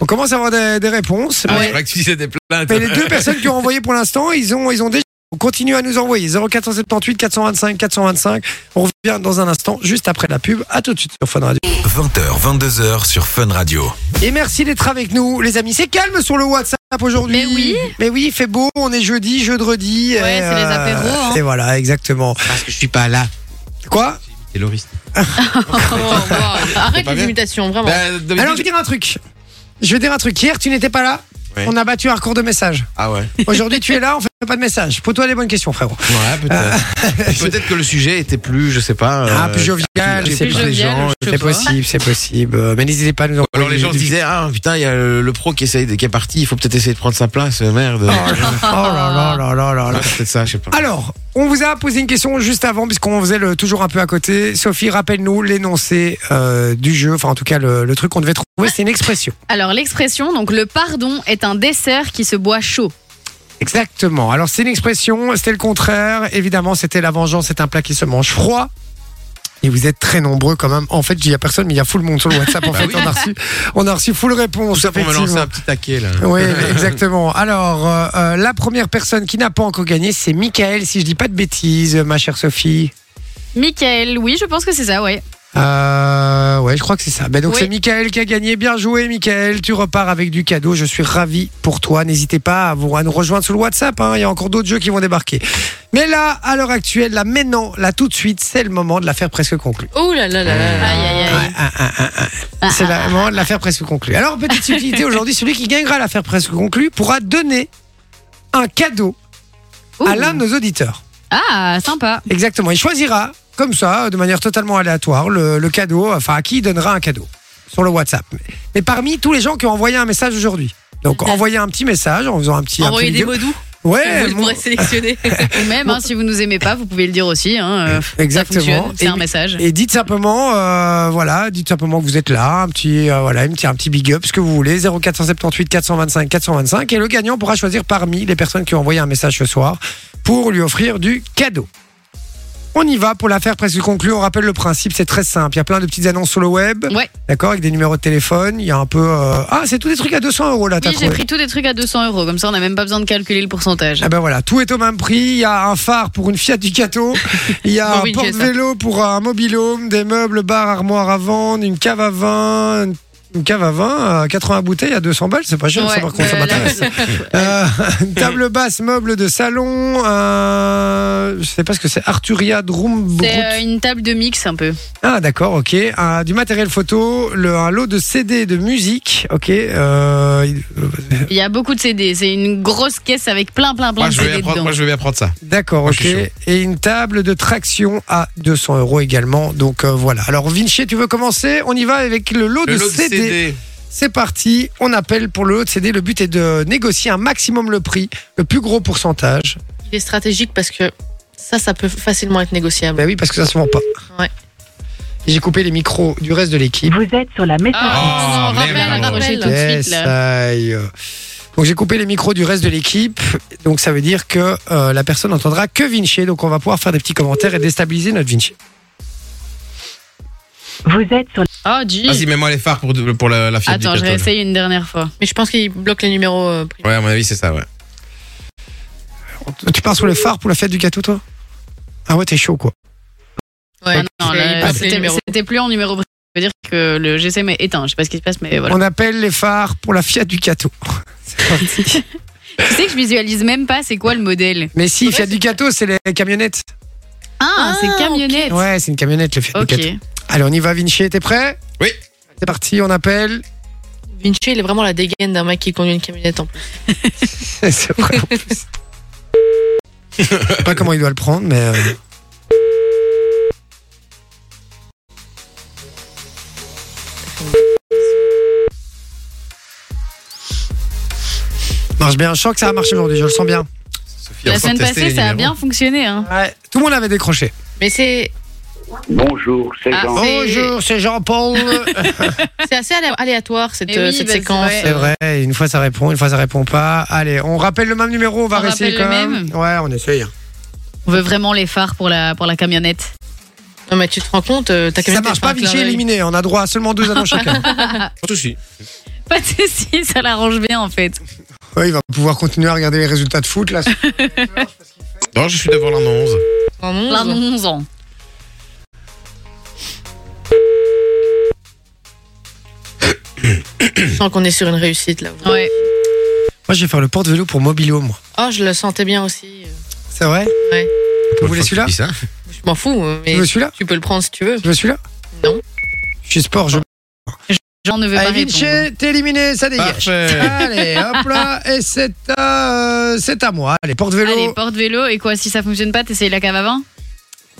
Speaker 1: on commence à avoir des, des réponses.
Speaker 4: Ah,
Speaker 1: mais-
Speaker 4: C'est vrai que tu faisais des plaintes.
Speaker 1: Mais les deux personnes qui ont envoyé pour l'instant, ils ont, ils ont déjà. On continue à nous envoyer 0478 425 425. On revient dans un instant, juste après la pub. À tout de suite sur Fun Radio.
Speaker 3: 20h, 22h sur Fun Radio.
Speaker 1: Et merci d'être avec nous, les amis. C'est calme sur le WhatsApp aujourd'hui.
Speaker 5: Mais oui.
Speaker 1: Mais oui, il fait beau. On est jeudi, jeudi.
Speaker 5: Ouais, c'est les apéros, hein.
Speaker 1: Euh, Et voilà, exactement.
Speaker 4: Parce que je suis pas là.
Speaker 1: Quoi
Speaker 4: C'est Loris.
Speaker 6: Oh, wow. Arrête
Speaker 4: pas
Speaker 6: les
Speaker 4: bien.
Speaker 6: imitations, vraiment.
Speaker 4: Bah, d'habitude,
Speaker 1: Alors, je vais dire un truc. Je vais dire un truc. Hier, tu n'étais pas là.
Speaker 4: Ouais.
Speaker 1: On a battu un record de messages.
Speaker 4: Ah ouais.
Speaker 1: Aujourd'hui, tu es là, on fait pas de message. Pour toi, les bonnes questions, frérot.
Speaker 4: Ouais, peut-être. peut-être que le sujet était plus, je sais pas.
Speaker 1: Euh. ah,
Speaker 4: euh,
Speaker 1: plus jovial, je sais
Speaker 5: plus
Speaker 1: pas.
Speaker 5: jovial,
Speaker 1: les gens,
Speaker 5: je sais
Speaker 1: c'est
Speaker 5: pas.
Speaker 1: possible, c'est possible. Euh, Mais n'hésitez pas à nous envoyer.
Speaker 4: Alors les gens se
Speaker 1: des-
Speaker 4: disaient ah putain il y a le, le pro qui essaye de- qui est parti il faut peut-être essayer de prendre sa place euh, merde
Speaker 1: Oh là là là oh là là
Speaker 4: Ah,
Speaker 1: là.
Speaker 4: c'est peut-être ça je sais pas
Speaker 1: Alors, on vous a posé une question juste avant, puisqu'on faisait le, toujours un peu à côté. Sophie, rappelle-nous l'énoncé euh, du jeu, enfin en tout cas le, le truc qu'on devait trouver, c'est une expression.
Speaker 5: Alors l'expression, donc le pardon est un dessert qui se boit chaud.
Speaker 1: Exactement. Alors c'est une expression, c'était le contraire. Évidemment, c'était la vengeance, c'est un plat qui se mange froid. Et vous êtes très nombreux quand même. En fait, il n'y a personne, mais il y a full monde sur le WhatsApp. En
Speaker 4: Bah
Speaker 1: fait,
Speaker 4: oui.
Speaker 1: on, a reçu, on a reçu full
Speaker 4: tout
Speaker 1: réponse.
Speaker 4: ça pour me lancer
Speaker 1: effectivement.
Speaker 4: un petit taquet là
Speaker 1: Oui, exactement. Alors, euh, euh, la première personne qui n'a pas encore gagné, c'est Michael, si je dis pas de bêtises, ma chère Sophie.
Speaker 5: Michael, oui, je pense que c'est ça, ouais.
Speaker 1: Euh, ouais, je crois que c'est ça. Ben donc
Speaker 5: Oui.
Speaker 1: c'est Michael qui a gagné. Bien joué, Michael. Tu repars avec du cadeau. Je suis ravi pour toi. N'hésitez pas à, vous, à nous rejoindre sur le WhatsApp. hein. Il y a encore d'autres jeux qui vont débarquer. Mais là, à l'heure actuelle, là maintenant, là tout de suite, c'est le moment de l'affaire presque conclue.
Speaker 6: Oh là là là là là.
Speaker 5: Aïe, aïe, aïe.
Speaker 1: Ah, ah, ah, ah. C'est le moment de l'affaire presque conclue. Alors, petite subtilité aujourd'hui, celui qui gagnera l'affaire presque conclue pourra donner un cadeau
Speaker 5: Ouh.
Speaker 1: à l'un de nos auditeurs.
Speaker 5: Ah, sympa.
Speaker 1: Exactement. Il choisira, comme ça, de manière totalement aléatoire, le, le cadeau, enfin, à qui il donnera un cadeau sur le WhatsApp. Mais parmi tous les gens qui ont envoyé un message aujourd'hui. Donc, envoyez un petit message en faisant un petit. un
Speaker 6: Envoyez
Speaker 1: petit
Speaker 6: des
Speaker 1: vidéo.
Speaker 6: mots doux.
Speaker 1: Ouais,
Speaker 6: vous
Speaker 1: bon,
Speaker 6: pourrez sélectionner.
Speaker 5: Ou même, hein, si vous nous aimez pas, vous pouvez le dire aussi. Hein, euh,
Speaker 1: Exactement.
Speaker 5: ça fonctionne, C'est un
Speaker 1: Et-
Speaker 5: message.
Speaker 1: Et dites simplement, euh, voilà, dites simplement que vous êtes là, un petit, euh, voilà, un petit, un petit big up, ce que vous voulez, 0478 425 425, et le gagnant pourra choisir parmi les personnes qui ont envoyé un message ce soir pour lui offrir du cadeau. On y va pour l'affaire presque conclue. On rappelle le principe, c'est très simple. Il y a plein de petites annonces sur le web,
Speaker 5: Ouais.
Speaker 1: d'accord, avec des numéros de téléphone. Il y a un peu, euh, ah, c'est tous des trucs à 200 euros là. t'as
Speaker 5: Oui, j'ai
Speaker 1: trouvé.
Speaker 5: pris tous des trucs à 200 euros. Comme ça, on n'a même pas besoin de calculer le pourcentage.
Speaker 1: Ah ben voilà, tout est au même prix. Il y a un phare pour une Fiat Ducato, il y a
Speaker 6: Bon
Speaker 1: un
Speaker 6: budget,
Speaker 1: porte-vélo pour un mobilhome, des meubles, bar, armoire à vendre, une cave à vin, une- une cave à vin, euh, 80 bouteilles à 200 balles, c'est pas cher,
Speaker 5: Ouais,
Speaker 1: ça par contre, ça
Speaker 5: euh, là,
Speaker 1: m'intéresse. Euh, une table basse, meuble de salon, euh, je sais pas ce que c'est, Arturia Drum.
Speaker 5: C'est euh, une table de mix un peu.
Speaker 1: Ah d'accord, ok. Un- du matériel photo, le, un lot de CD de musique, ok. euh, il- euh,
Speaker 5: Il y a beaucoup de CD. C'est une grosse caisse avec plein, plein, plein
Speaker 4: Moi
Speaker 5: de
Speaker 4: je, veux bien
Speaker 5: CD
Speaker 4: prendre,
Speaker 5: dedans.
Speaker 4: moi, je veux bien prendre ça.
Speaker 1: D'accord,
Speaker 4: Moi,
Speaker 1: ok.
Speaker 4: Ah, je suis
Speaker 1: Et une table de traction à 200 euros également. Donc euh, voilà. Alors Vinci, tu veux commencer On y va avec le lot
Speaker 4: Le
Speaker 1: de
Speaker 4: lot de
Speaker 1: CD.
Speaker 4: CD.
Speaker 1: C'est parti. On appelle pour le lot de CD. Le but est de négocier un maximum le prix, le plus gros pourcentage.
Speaker 6: Il est stratégique parce que ça, ça peut facilement être négociable.
Speaker 1: Ben oui, parce que ça se vend pas.
Speaker 6: Ouais.
Speaker 1: J'ai coupé les micros du reste de l'équipe.
Speaker 8: Vous êtes sur la messagerie.
Speaker 5: Ah,
Speaker 4: Oh,
Speaker 5: non, rappel,
Speaker 4: merde, alors.
Speaker 5: raccrochez tout de
Speaker 1: Yes,
Speaker 5: suite
Speaker 6: Ah,
Speaker 5: là.
Speaker 1: aïe. Donc j'ai coupé les micros du reste de l'équipe. Donc ça veut dire que euh, la personne n'entendra que Vinci. Donc on va pouvoir faire des petits commentaires et déstabiliser notre Vinci.
Speaker 8: Vous êtes sur
Speaker 5: Oh, G.
Speaker 4: Vas-y, mets-moi les phares pour, pour la, la Fiat
Speaker 5: Attends, je
Speaker 4: Ducato.
Speaker 5: réessaye une dernière fois.
Speaker 6: Mais je pense qu'il bloque les numéros. euh, privés.
Speaker 4: Ouais, à mon avis, c'est ça, ouais.
Speaker 1: Tu pars sur le phare pour la fête du gâteau, toi Ah ouais, t'es chaud, quoi.
Speaker 6: Ouais,
Speaker 5: Ah non,
Speaker 6: il
Speaker 5: là,
Speaker 6: passe les
Speaker 5: c'était
Speaker 6: numéros.
Speaker 5: c'était plus en numéro. Ça veut dire que le GSM est éteint. Je sais pas ce qui se passe, mais voilà.
Speaker 1: On appelle les phares pour la Fiat Ducato. C'est parti.
Speaker 5: Tu sais que je visualise même pas c'est quoi le modèle.
Speaker 1: Mais si, Fiat Ducato, c'est les camionnettes.
Speaker 5: Ah, c'est
Speaker 6: ok.
Speaker 5: camionnette.
Speaker 1: Ouais, c'est une camionnette, le Fiat
Speaker 5: Ok.
Speaker 1: Ducato. Allez, on y va, Vinci, t'es prêt
Speaker 4: Oui.
Speaker 1: C'est parti, on appelle.
Speaker 6: Vinci, il est vraiment la dégaine d'un mec qui conduit une camionnette en plus.
Speaker 1: c'est vrai, en plus. Je sais pas comment il doit le prendre, mais. euh, Marche bien, je sens que ça a marché aujourd'hui, je le sens bien.
Speaker 4: Sophie,
Speaker 5: La
Speaker 4: on sort
Speaker 5: semaine
Speaker 4: tester
Speaker 5: passée,
Speaker 4: les
Speaker 5: ça a bien
Speaker 4: numéros.
Speaker 5: fonctionné. Hein.
Speaker 1: Ouais, tout le monde avait décroché.
Speaker 6: Mais c'est
Speaker 9: Bonjour, c'est
Speaker 6: Ah,
Speaker 9: Jean.
Speaker 6: c'est-
Speaker 1: Bonjour, c'est Jean-Paul.
Speaker 6: c'est assez alé- aléatoire cette,
Speaker 5: Eh oui,
Speaker 6: euh, cette
Speaker 5: bah, c'est
Speaker 6: séquence.
Speaker 5: vrai.
Speaker 1: C'est vrai, une fois ça répond, une fois ça répond pas. Allez, on rappelle le même numéro, on va
Speaker 5: On
Speaker 1: réessayer quand
Speaker 5: rappelle le
Speaker 1: même.
Speaker 5: même
Speaker 1: Ouais, on essaye.
Speaker 5: On veut vraiment les phares pour la, pour la camionnette.
Speaker 6: Non mais tu te rends compte, euh, ta
Speaker 1: Si ça
Speaker 6: camionnette.
Speaker 1: marche
Speaker 6: elle fait un
Speaker 1: pas, Vichy
Speaker 6: clin
Speaker 1: est
Speaker 6: d'œil.
Speaker 1: éliminé. On a droit à seulement deux annonces chacun.
Speaker 4: Pas de souci.
Speaker 5: Pas de soucis, ça l'arrange bien en fait.
Speaker 1: Ouais, il va pouvoir continuer à regarder les résultats de foot là.
Speaker 4: Non, je suis devant l'annonce.
Speaker 6: En onze.
Speaker 5: Plein de 11 ans.
Speaker 6: Je sens euh, qu'on est sur une réussite là.
Speaker 5: Ouais.
Speaker 1: Moi, je vais faire le porte-vélo pour Mobilio, moi.
Speaker 6: Oh, je le sentais bien aussi.
Speaker 1: C'est vrai
Speaker 6: Ouais.
Speaker 1: Vous voulez celui-là
Speaker 4: Je dis ça.
Speaker 6: Je m'en fous, euh,
Speaker 1: Tu
Speaker 6: mais
Speaker 1: veux celui-là
Speaker 6: tu peux le prendre si tu veux.
Speaker 1: Tu veux celui-là
Speaker 6: Non.
Speaker 1: Je suis sport, je.
Speaker 5: Jean ne veut pas
Speaker 1: Allez,
Speaker 5: répondre.
Speaker 1: Vinci, t'es éliminé, ça dégage.
Speaker 4: Parfait.
Speaker 1: Allez, hop là, et c'est à, euh, c'est à moi. Allez,
Speaker 5: Allez,
Speaker 1: porte-vélo.
Speaker 5: porte-vélo. Et quoi, si ça fonctionne pas, t'essayes la cave à vin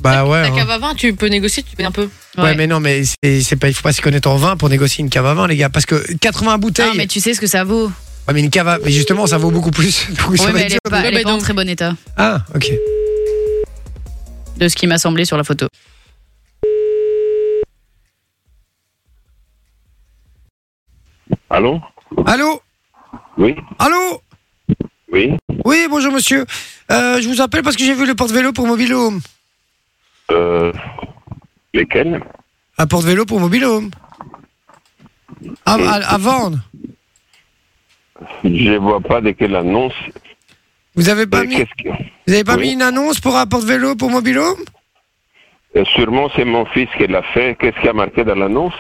Speaker 1: Bah ouais.
Speaker 6: Ta
Speaker 1: hein.
Speaker 6: cave à vin, tu peux négocier, tu peux un peu.
Speaker 1: Ouais. mais non, mais c'est c'est pas, il faut pas s'y connaître en vin pour négocier une cave à vin, les gars. Parce que 80 bouteilles.
Speaker 5: Ah, mais tu sais ce que ça vaut.
Speaker 1: Ouais, mais une cave à... Mais justement, ça vaut beaucoup plus. Donc, ça
Speaker 5: Ouais,
Speaker 1: va
Speaker 5: mais
Speaker 1: être
Speaker 5: elle est
Speaker 1: dur de-
Speaker 5: pas, elle est
Speaker 6: Ouais,
Speaker 5: pas
Speaker 6: bah,
Speaker 5: en
Speaker 6: donc.
Speaker 5: très bon état,
Speaker 1: Ah, ok.
Speaker 5: de ce qui m'a semblé sur la photo.
Speaker 9: Allô
Speaker 1: Allô
Speaker 9: Oui,
Speaker 1: Allô
Speaker 9: oui.
Speaker 1: Oui, bonjour monsieur. Euh, je vous appelle parce que j'ai vu le porte-vélo pour Mobile Home.
Speaker 9: Euh, lesquels
Speaker 1: Un porte-vélo pour Mobile Home. À, à- à vendre.
Speaker 9: Je vois pas de quelle annonce.
Speaker 1: Vous avez pas,
Speaker 9: Euh,
Speaker 1: mis,
Speaker 9: Qu'est-ce que...
Speaker 1: vous avez pas
Speaker 9: Oui.
Speaker 1: mis une annonce pour un porte-vélo pour Mobile Home
Speaker 9: Euh, Sûrement c'est mon fils qui l'a fait. Qu'est-ce qui a marqué dans l'annonce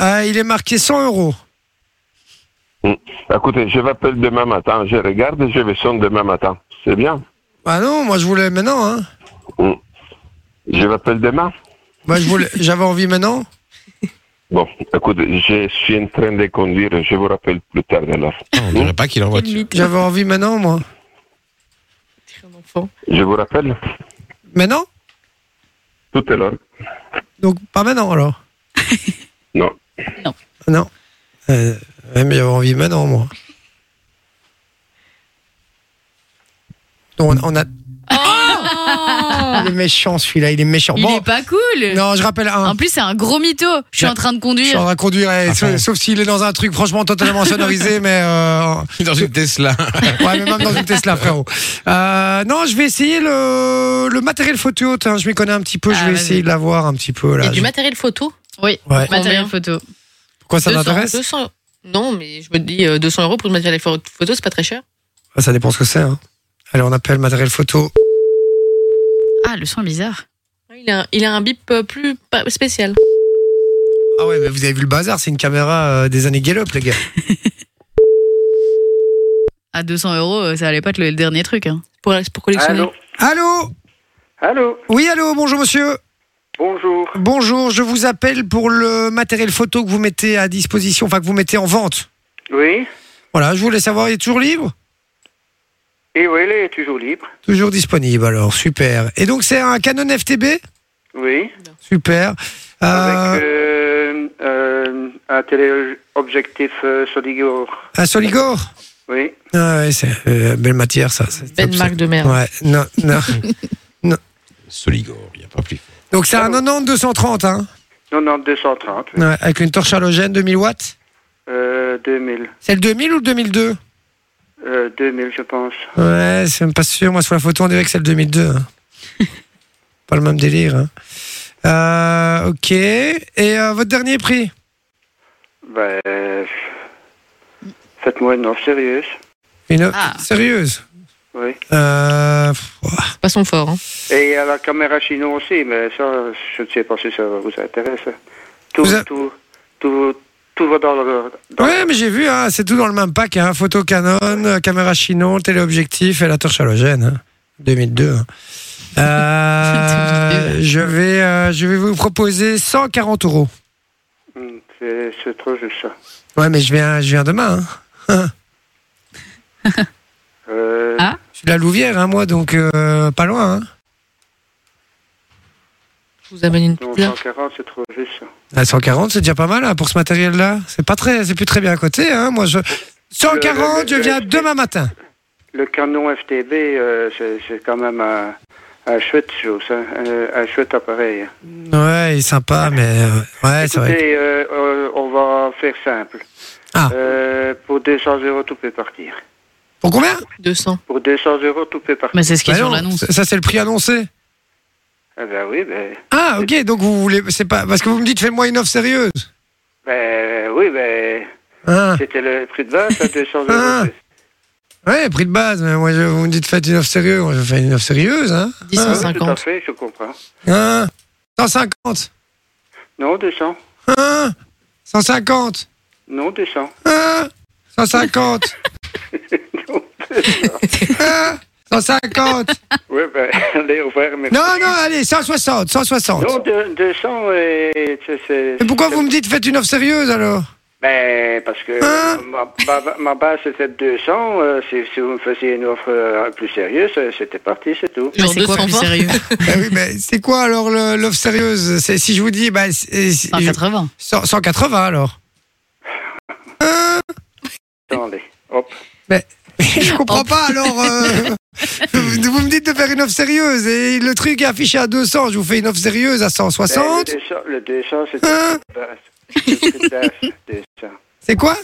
Speaker 1: Euh, Il est marqué 100 euros.
Speaker 9: Hmm. Écoutez, je m'appelle demain matin. Je regarde et je vais sonner demain matin. C'est bien. Hmm.
Speaker 1: Ah non, moi je voulais maintenant. Hein.
Speaker 9: Je m'appelle demain.
Speaker 1: Moi je voulais- j'avais envie maintenant.
Speaker 9: Bon, écoutez, je suis en train de conduire. Je vous rappelle plus tard de l'heure. Hmm.
Speaker 4: Non, On dirait pas qu'il est en voiture.
Speaker 1: J'avais envie maintenant, moi.
Speaker 6: enfant.
Speaker 9: Je vous rappelle
Speaker 1: Maintenant
Speaker 9: tout à l'heure.
Speaker 1: Donc, pas maintenant alors Ah,
Speaker 9: Non.
Speaker 5: Non.
Speaker 1: Non. Euh, même j'avais envie maintenant, moi. On, on a... Il est méchant celui-là, il est méchant.
Speaker 5: Ah. Il
Speaker 1: bon,
Speaker 5: est pas cool.
Speaker 1: non, je rappelle un.
Speaker 5: En plus, c'est un gros mytho. Je suis
Speaker 1: Ouais.
Speaker 5: en train de
Speaker 1: Je suis en
Speaker 5: conduire.
Speaker 1: train de conduire, eh, sauf-
Speaker 4: ouais.
Speaker 1: sauf s'il est dans un truc franchement totalement sonorisé, mais euh,
Speaker 4: Dans une Tesla.
Speaker 1: ouais, mais même dans une Tesla, frérot. Euh, non, je vais essayer le, le matériel photo. haute, hein. Je m'y connais un petit peu, je
Speaker 5: Ah,
Speaker 1: vais
Speaker 5: vas-y.
Speaker 1: essayer de l'avoir un petit peu
Speaker 6: Et
Speaker 1: là.
Speaker 6: du
Speaker 1: Bah, Je-
Speaker 6: matériel photo
Speaker 5: Oui.
Speaker 1: Ouais.
Speaker 5: Matériel
Speaker 6: Combien
Speaker 5: photo.
Speaker 1: Pourquoi ça
Speaker 6: 200,
Speaker 1: t'intéresse
Speaker 6: 200 Non, mais je me dis euh, 200 euros pour le matériel pho- photo, c'est pas très cher.
Speaker 1: Ah, Ça dépend ce que c'est. hein. Allez, on appelle matériel photo.
Speaker 5: Ah, le son est bizarre.
Speaker 6: Il a, il a un bip euh, plus pa- spécial.
Speaker 1: Ah ouais, mais vous avez vu le bazar, c'est une caméra euh, des années Gallup, les gars.
Speaker 5: À 200 euros, euh, ça allait pas être le dernier truc. hein.
Speaker 6: Pour, pour collectionner.
Speaker 1: Ah,
Speaker 8: Allô
Speaker 1: Allô
Speaker 8: Allô
Speaker 1: Oui, allô, bonjour monsieur.
Speaker 8: Bonjour.
Speaker 1: Bonjour, je vous appelle pour le matériel photo que vous mettez à disposition, enfin que vous mettez en vente.
Speaker 8: Oui
Speaker 1: Voilà, je voulais savoir, il est toujours libre
Speaker 8: Et oui, elle est toujours libre.
Speaker 1: Toujours disponible alors, super. Et donc c'est un Canon FTB
Speaker 8: Oui.
Speaker 1: Super. Euh,
Speaker 8: Avec euh, euh, un téléobjectif euh, Soligo.
Speaker 1: Un Soligor
Speaker 8: Oui.
Speaker 1: Ah ouais, c'est euh, belle matière ça. c'est
Speaker 6: Belle
Speaker 1: top, ça.
Speaker 6: marque de merde.
Speaker 1: Ouais, non, non.
Speaker 4: Soligor, il n'y a pas plus.
Speaker 1: Donc c'est un 90 230, hein,
Speaker 8: Non, non, 230. oui.
Speaker 1: ouais, avec une torche halogène 2000 watts.
Speaker 8: Euh, 2000.
Speaker 1: C'est le 2000 ou le 2002
Speaker 8: Euh, 2000, je pense.
Speaker 1: Ouais, c'est même pas sûr. Moi, sur la photo, on dirait que c'est le 2002. hein. pas le même délire. hein. Euh, ok. Et euh, votre dernier prix
Speaker 8: Ben, euh, faites-moi une offre sérieuse.
Speaker 1: Une offre
Speaker 5: Ah.
Speaker 1: sérieuse
Speaker 8: Oui.
Speaker 1: Euh, pff, ouah.
Speaker 6: Pas son fort. Hein.
Speaker 8: Et il y a la caméra chinoise aussi, mais ça, je ne sais pas si ça vous intéresse. Tout,
Speaker 1: Vous a-
Speaker 8: tout, tout, tout va dans le... Dans
Speaker 1: Ouais, mais j'ai vu, hein, c'est tout dans le même pack. Hein, photo Canon, euh, caméra Chinon, téléobjectif et la torche halogène. hein. 2002. hein. Euh, je, vais, euh, je vais vous proposer 140 euros.
Speaker 8: Hmm, C'est c'est trop juste, ça.
Speaker 1: Ouais, mais je viens, je viens demain. hein.
Speaker 8: Euh,
Speaker 5: Ah.
Speaker 1: Je suis de la Louvière, hein, moi, donc euh, pas loin. hein.
Speaker 6: Je vous amène une
Speaker 8: non,
Speaker 6: pizza.
Speaker 8: 140, c'est trop juste, ça.
Speaker 1: À 140, Ah, c'est déjà pas mal hein, pour ce matériel-là. C'est pas très, c'est plus très bien à côté. Hein. Moi, je 140, je viens demain matin.
Speaker 8: Le canon FTB, euh, c'est c'est quand même un, un chouette chose, hein, un, un chouette appareil.
Speaker 1: Ouais, il est sympa, mais euh, ouais, c'est vrai.
Speaker 8: Écoutez, euh, euh, on va faire simple.
Speaker 1: Ah.
Speaker 8: Euh, pour 200 euros, tout peut partir.
Speaker 1: Pour combien
Speaker 6: 200.
Speaker 8: Pour 200 euros, tout peut partir.
Speaker 5: Mais c'est ce qui est
Speaker 1: Bah
Speaker 5: sur
Speaker 1: non,
Speaker 5: l'annonce.
Speaker 1: Ça, c'est le prix annoncé.
Speaker 8: Ah ben oui, ben,
Speaker 1: Ah, ok. Donc vous voulez, c'est pas parce que vous me dites faites-moi une offre sérieuse.
Speaker 8: ben oui, ben,
Speaker 1: Hein
Speaker 8: c'était le prix de base, à 200 euros.
Speaker 1: Ah.
Speaker 8: c'est-
Speaker 1: ouais, prix de base. Mais moi, je, vous me dites faites une offre sérieuse. Moi, je fais une offre sérieuse. Hein,
Speaker 6: 10
Speaker 8: Ah oui, Tout à
Speaker 6: 50.
Speaker 8: fait, je comprends.
Speaker 1: hein 150.
Speaker 8: Non, 200.
Speaker 1: Hein 150.
Speaker 8: Non, 200.
Speaker 1: Hein 150. Hein 150.
Speaker 8: Oui, ben, allez, au revoir, merci.
Speaker 1: Non, non, allez, 160, 160.
Speaker 8: Non, de- 200, et c'est- c'est...
Speaker 1: Mais pourquoi vous me dites faites une offre sérieuse alors
Speaker 8: Ben, parce que
Speaker 1: Hein
Speaker 8: ma, ma- ma base c'était 200. euh, si, si vous me faisiez une offre euh, plus sérieuse, euh, c'était parti, c'est tout.
Speaker 5: Mais
Speaker 6: Genre
Speaker 5: c'est quoi
Speaker 6: 220.
Speaker 5: plus sérieux
Speaker 1: Bah oui, mais c'est quoi alors le- l'offre sérieuse C'est- Si je vous dis bah, c'est- c'est-
Speaker 5: 180.
Speaker 1: cent- 180 alors. Euh,
Speaker 8: Attendez. Hop.
Speaker 1: Je comprends pas alors. euh, vous vous me dites de faire une offre sérieuse et le truc est affiché à 200. Je vous fais une offre sérieuse à
Speaker 8: Ben, le
Speaker 1: 160.
Speaker 8: 200, le 200, c'était
Speaker 1: Hein
Speaker 8: le base. Le prix de base, 200.
Speaker 1: C'est quoi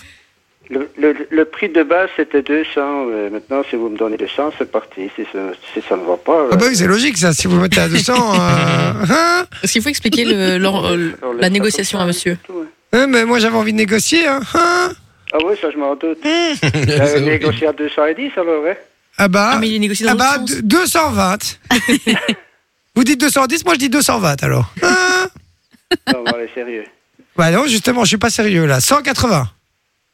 Speaker 8: Le, le- le prix de base c'était 200. euh, maintenant, si vous me donnez 200, c'est parti. Si ça, si ça ne va pas,
Speaker 1: Ah bah
Speaker 8: euh,
Speaker 1: oui, c'est logique ça. Si vous mettez à 200. euh, hein
Speaker 6: Est-ce qu'il faut expliquer le- l'en- euh,
Speaker 8: on laisse
Speaker 6: la
Speaker 8: ça
Speaker 6: négociation
Speaker 8: comme
Speaker 6: à
Speaker 8: ça,
Speaker 6: monsieur
Speaker 8: c'est tout, hein.
Speaker 1: Hein, mais moi j'avais envie de négocier. Hein hein
Speaker 8: Ah oui, ça je m'en doute. Euh, négocier à 210 alors, hein
Speaker 1: ah bah.
Speaker 6: Ah, mais il est négocié dans
Speaker 1: Ah bah,
Speaker 6: l'autre sens.
Speaker 1: d- 220. Vous dites 210, moi je dis 220 alors. Hein
Speaker 8: Non, allez, sérieux.
Speaker 1: bah non, justement, je suis pas sérieux là. 180.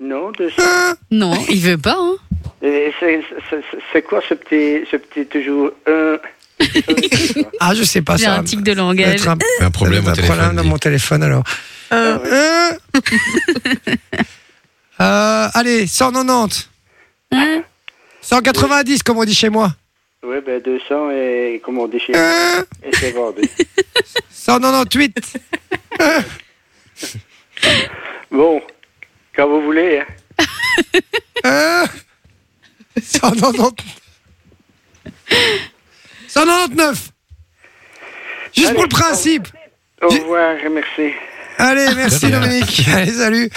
Speaker 8: Non, 200.
Speaker 1: Hein
Speaker 5: Non, il veut pas. Hein.
Speaker 8: Et c'est- c'est- c'est- C'est quoi ce petit, ce petit toujours 1
Speaker 1: ah, je sais pas
Speaker 5: J'ai
Speaker 1: ça.
Speaker 5: un tic de
Speaker 1: va
Speaker 5: langage.
Speaker 1: être un,
Speaker 4: Un problème
Speaker 1: ça
Speaker 4: au
Speaker 1: va être un problème
Speaker 4: téléphone.
Speaker 1: dans mon téléphone alors.
Speaker 6: Euh.
Speaker 1: Euh, Hein Euh, allez, 190. 190 comme on dit chez moi.
Speaker 8: Oui, ben 200 et comment on dit chez vous
Speaker 1: Euh,
Speaker 8: Et c'est vendu.
Speaker 1: 198. Euh,
Speaker 8: Bon, quand vous voulez. hein.
Speaker 1: Euh, 190. 199. Juste
Speaker 8: Allez,
Speaker 1: pour le principe.
Speaker 8: Au
Speaker 1: J'ai-
Speaker 8: revoir, merci.
Speaker 1: Allez, merci
Speaker 4: rien.
Speaker 1: Dominique. Allez, salut.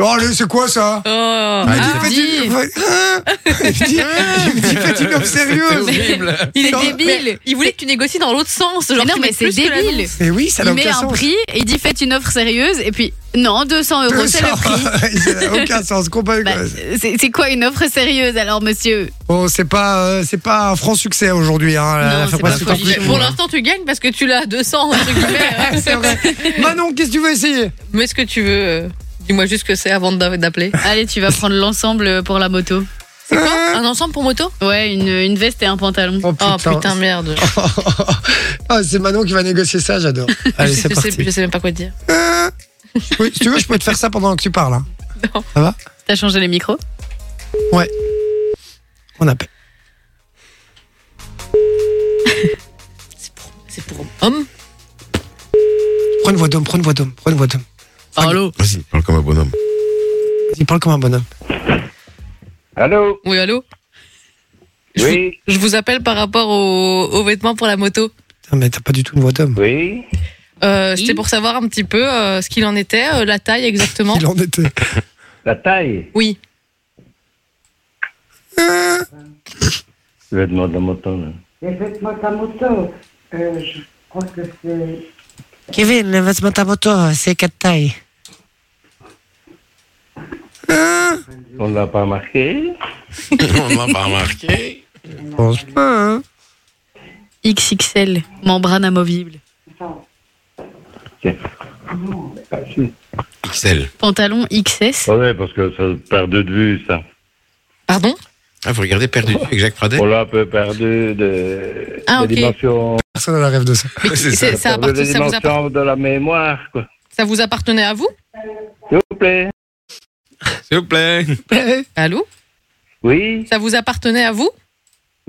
Speaker 1: Oh, allez, c'est quoi ça
Speaker 6: Oh,
Speaker 1: Il me dit,
Speaker 6: ah,
Speaker 1: faites
Speaker 6: dis,
Speaker 1: une- Hein Il me dit- il me dit, faites une homme
Speaker 4: C'est
Speaker 1: sérieuse.
Speaker 4: horrible.
Speaker 6: il est
Speaker 1: Non,
Speaker 6: débile. Il voulait que tu négocies dans l'autre sens. Genre
Speaker 5: Mais non,
Speaker 6: tu
Speaker 5: mais
Speaker 6: mets
Speaker 5: c'est
Speaker 6: plus que la
Speaker 5: débile.
Speaker 6: lance.
Speaker 1: Mais oui, ça
Speaker 5: il
Speaker 1: n'a
Speaker 5: met
Speaker 1: aucun
Speaker 5: un
Speaker 1: sens.
Speaker 5: prix et il dit faites une offre sérieuse et puis non 200 euros c'est le prix.
Speaker 1: Ça n'a aucun sens. Compa-
Speaker 5: Bah, c'est c'est quoi une offre sérieuse alors monsieur
Speaker 1: Bon, c'est pas, euh, c'est pas un franc succès aujourd'hui. Hein, la-
Speaker 5: Non,
Speaker 1: la
Speaker 5: c'est
Speaker 1: Fabrice
Speaker 5: pas
Speaker 1: tout
Speaker 5: folie.
Speaker 1: en plus.
Speaker 6: Pour l'instant, tu gagnes parce que tu l'as à 200, entre guillemets. hein.
Speaker 1: C'est vrai. Manon, qu'est-ce que tu veux essayer
Speaker 6: Mais ce que tu veux, euh, dis-moi juste ce que c'est avant d'a- d'appeler.
Speaker 5: Allez tu vas prendre l'ensemble euh, pour la moto.
Speaker 6: C'est quoi Un ensemble pour moto
Speaker 5: Ouais une, une veste et un pantalon.
Speaker 1: Hein? Oh
Speaker 6: Oh
Speaker 1: putain.
Speaker 6: putain, merde.
Speaker 1: Ah, c'est Manon qui va négocier ça, j'adore. Allez,
Speaker 6: je,
Speaker 1: c'est
Speaker 6: je
Speaker 1: parti.
Speaker 6: sais, je sais même pas quoi te dire.
Speaker 1: Euh, oui, si tu veux, je peux te faire ça pendant que tu parles. hein.
Speaker 5: T'as changé les micros
Speaker 1: On appelle.
Speaker 6: C'est pour, c'est pour homme
Speaker 1: Prends une voix d'homme, prends une voix d'homme, prends une voix d'homme.
Speaker 5: Allô
Speaker 4: Vas-y, parle comme un bonhomme.
Speaker 1: Il parle comme un bonhomme.
Speaker 9: Allô
Speaker 6: Oui, allô
Speaker 9: Oui
Speaker 6: Je vous appelle par rapport aux, aux vêtements pour la moto.
Speaker 1: Putain, mais t'as pas du tout une voix d'homme.
Speaker 9: Oui
Speaker 6: Euh,
Speaker 5: Oui.
Speaker 6: C'était pour savoir un petit peu euh, ce qu'il en était, euh, la taille exactement.
Speaker 1: Il en était.
Speaker 9: La taille
Speaker 6: Oui.
Speaker 1: Euh,
Speaker 9: Le vêtement de la moto. là.
Speaker 10: Les vêtements à moto, euh, je crois que c'est.
Speaker 1: Kevin, le vêtement à moto, c'est quatre tailles. Euh,
Speaker 9: On l'a pas marqué
Speaker 4: On n'a pas remarqué.
Speaker 1: je pense pas, hein.
Speaker 5: XXL membrane amovible.
Speaker 9: Ah, si.
Speaker 4: XL.
Speaker 5: Pantalon XS.
Speaker 9: Ah ouais, parce que ça perd de vue, ça.
Speaker 6: Pardon
Speaker 4: Ah, vous regardez Perdu
Speaker 1: Oh.
Speaker 4: avec Jacques Pradel
Speaker 9: On l'a un peu perdu de,
Speaker 6: Ah,
Speaker 9: des
Speaker 6: ok.
Speaker 9: dimensions,
Speaker 1: Personne n'a la rêve de ça.
Speaker 4: C'est
Speaker 6: C'est- ça,
Speaker 9: perdu
Speaker 6: appartient-
Speaker 9: des
Speaker 6: ça vous appart-
Speaker 9: dimensions de la mémoire, quoi.
Speaker 6: ça vous appartenait à vous
Speaker 9: S'il vous plaît.
Speaker 4: S'il vous plaît.
Speaker 6: Allô
Speaker 9: Oui,
Speaker 6: Ça vous appartenait à vous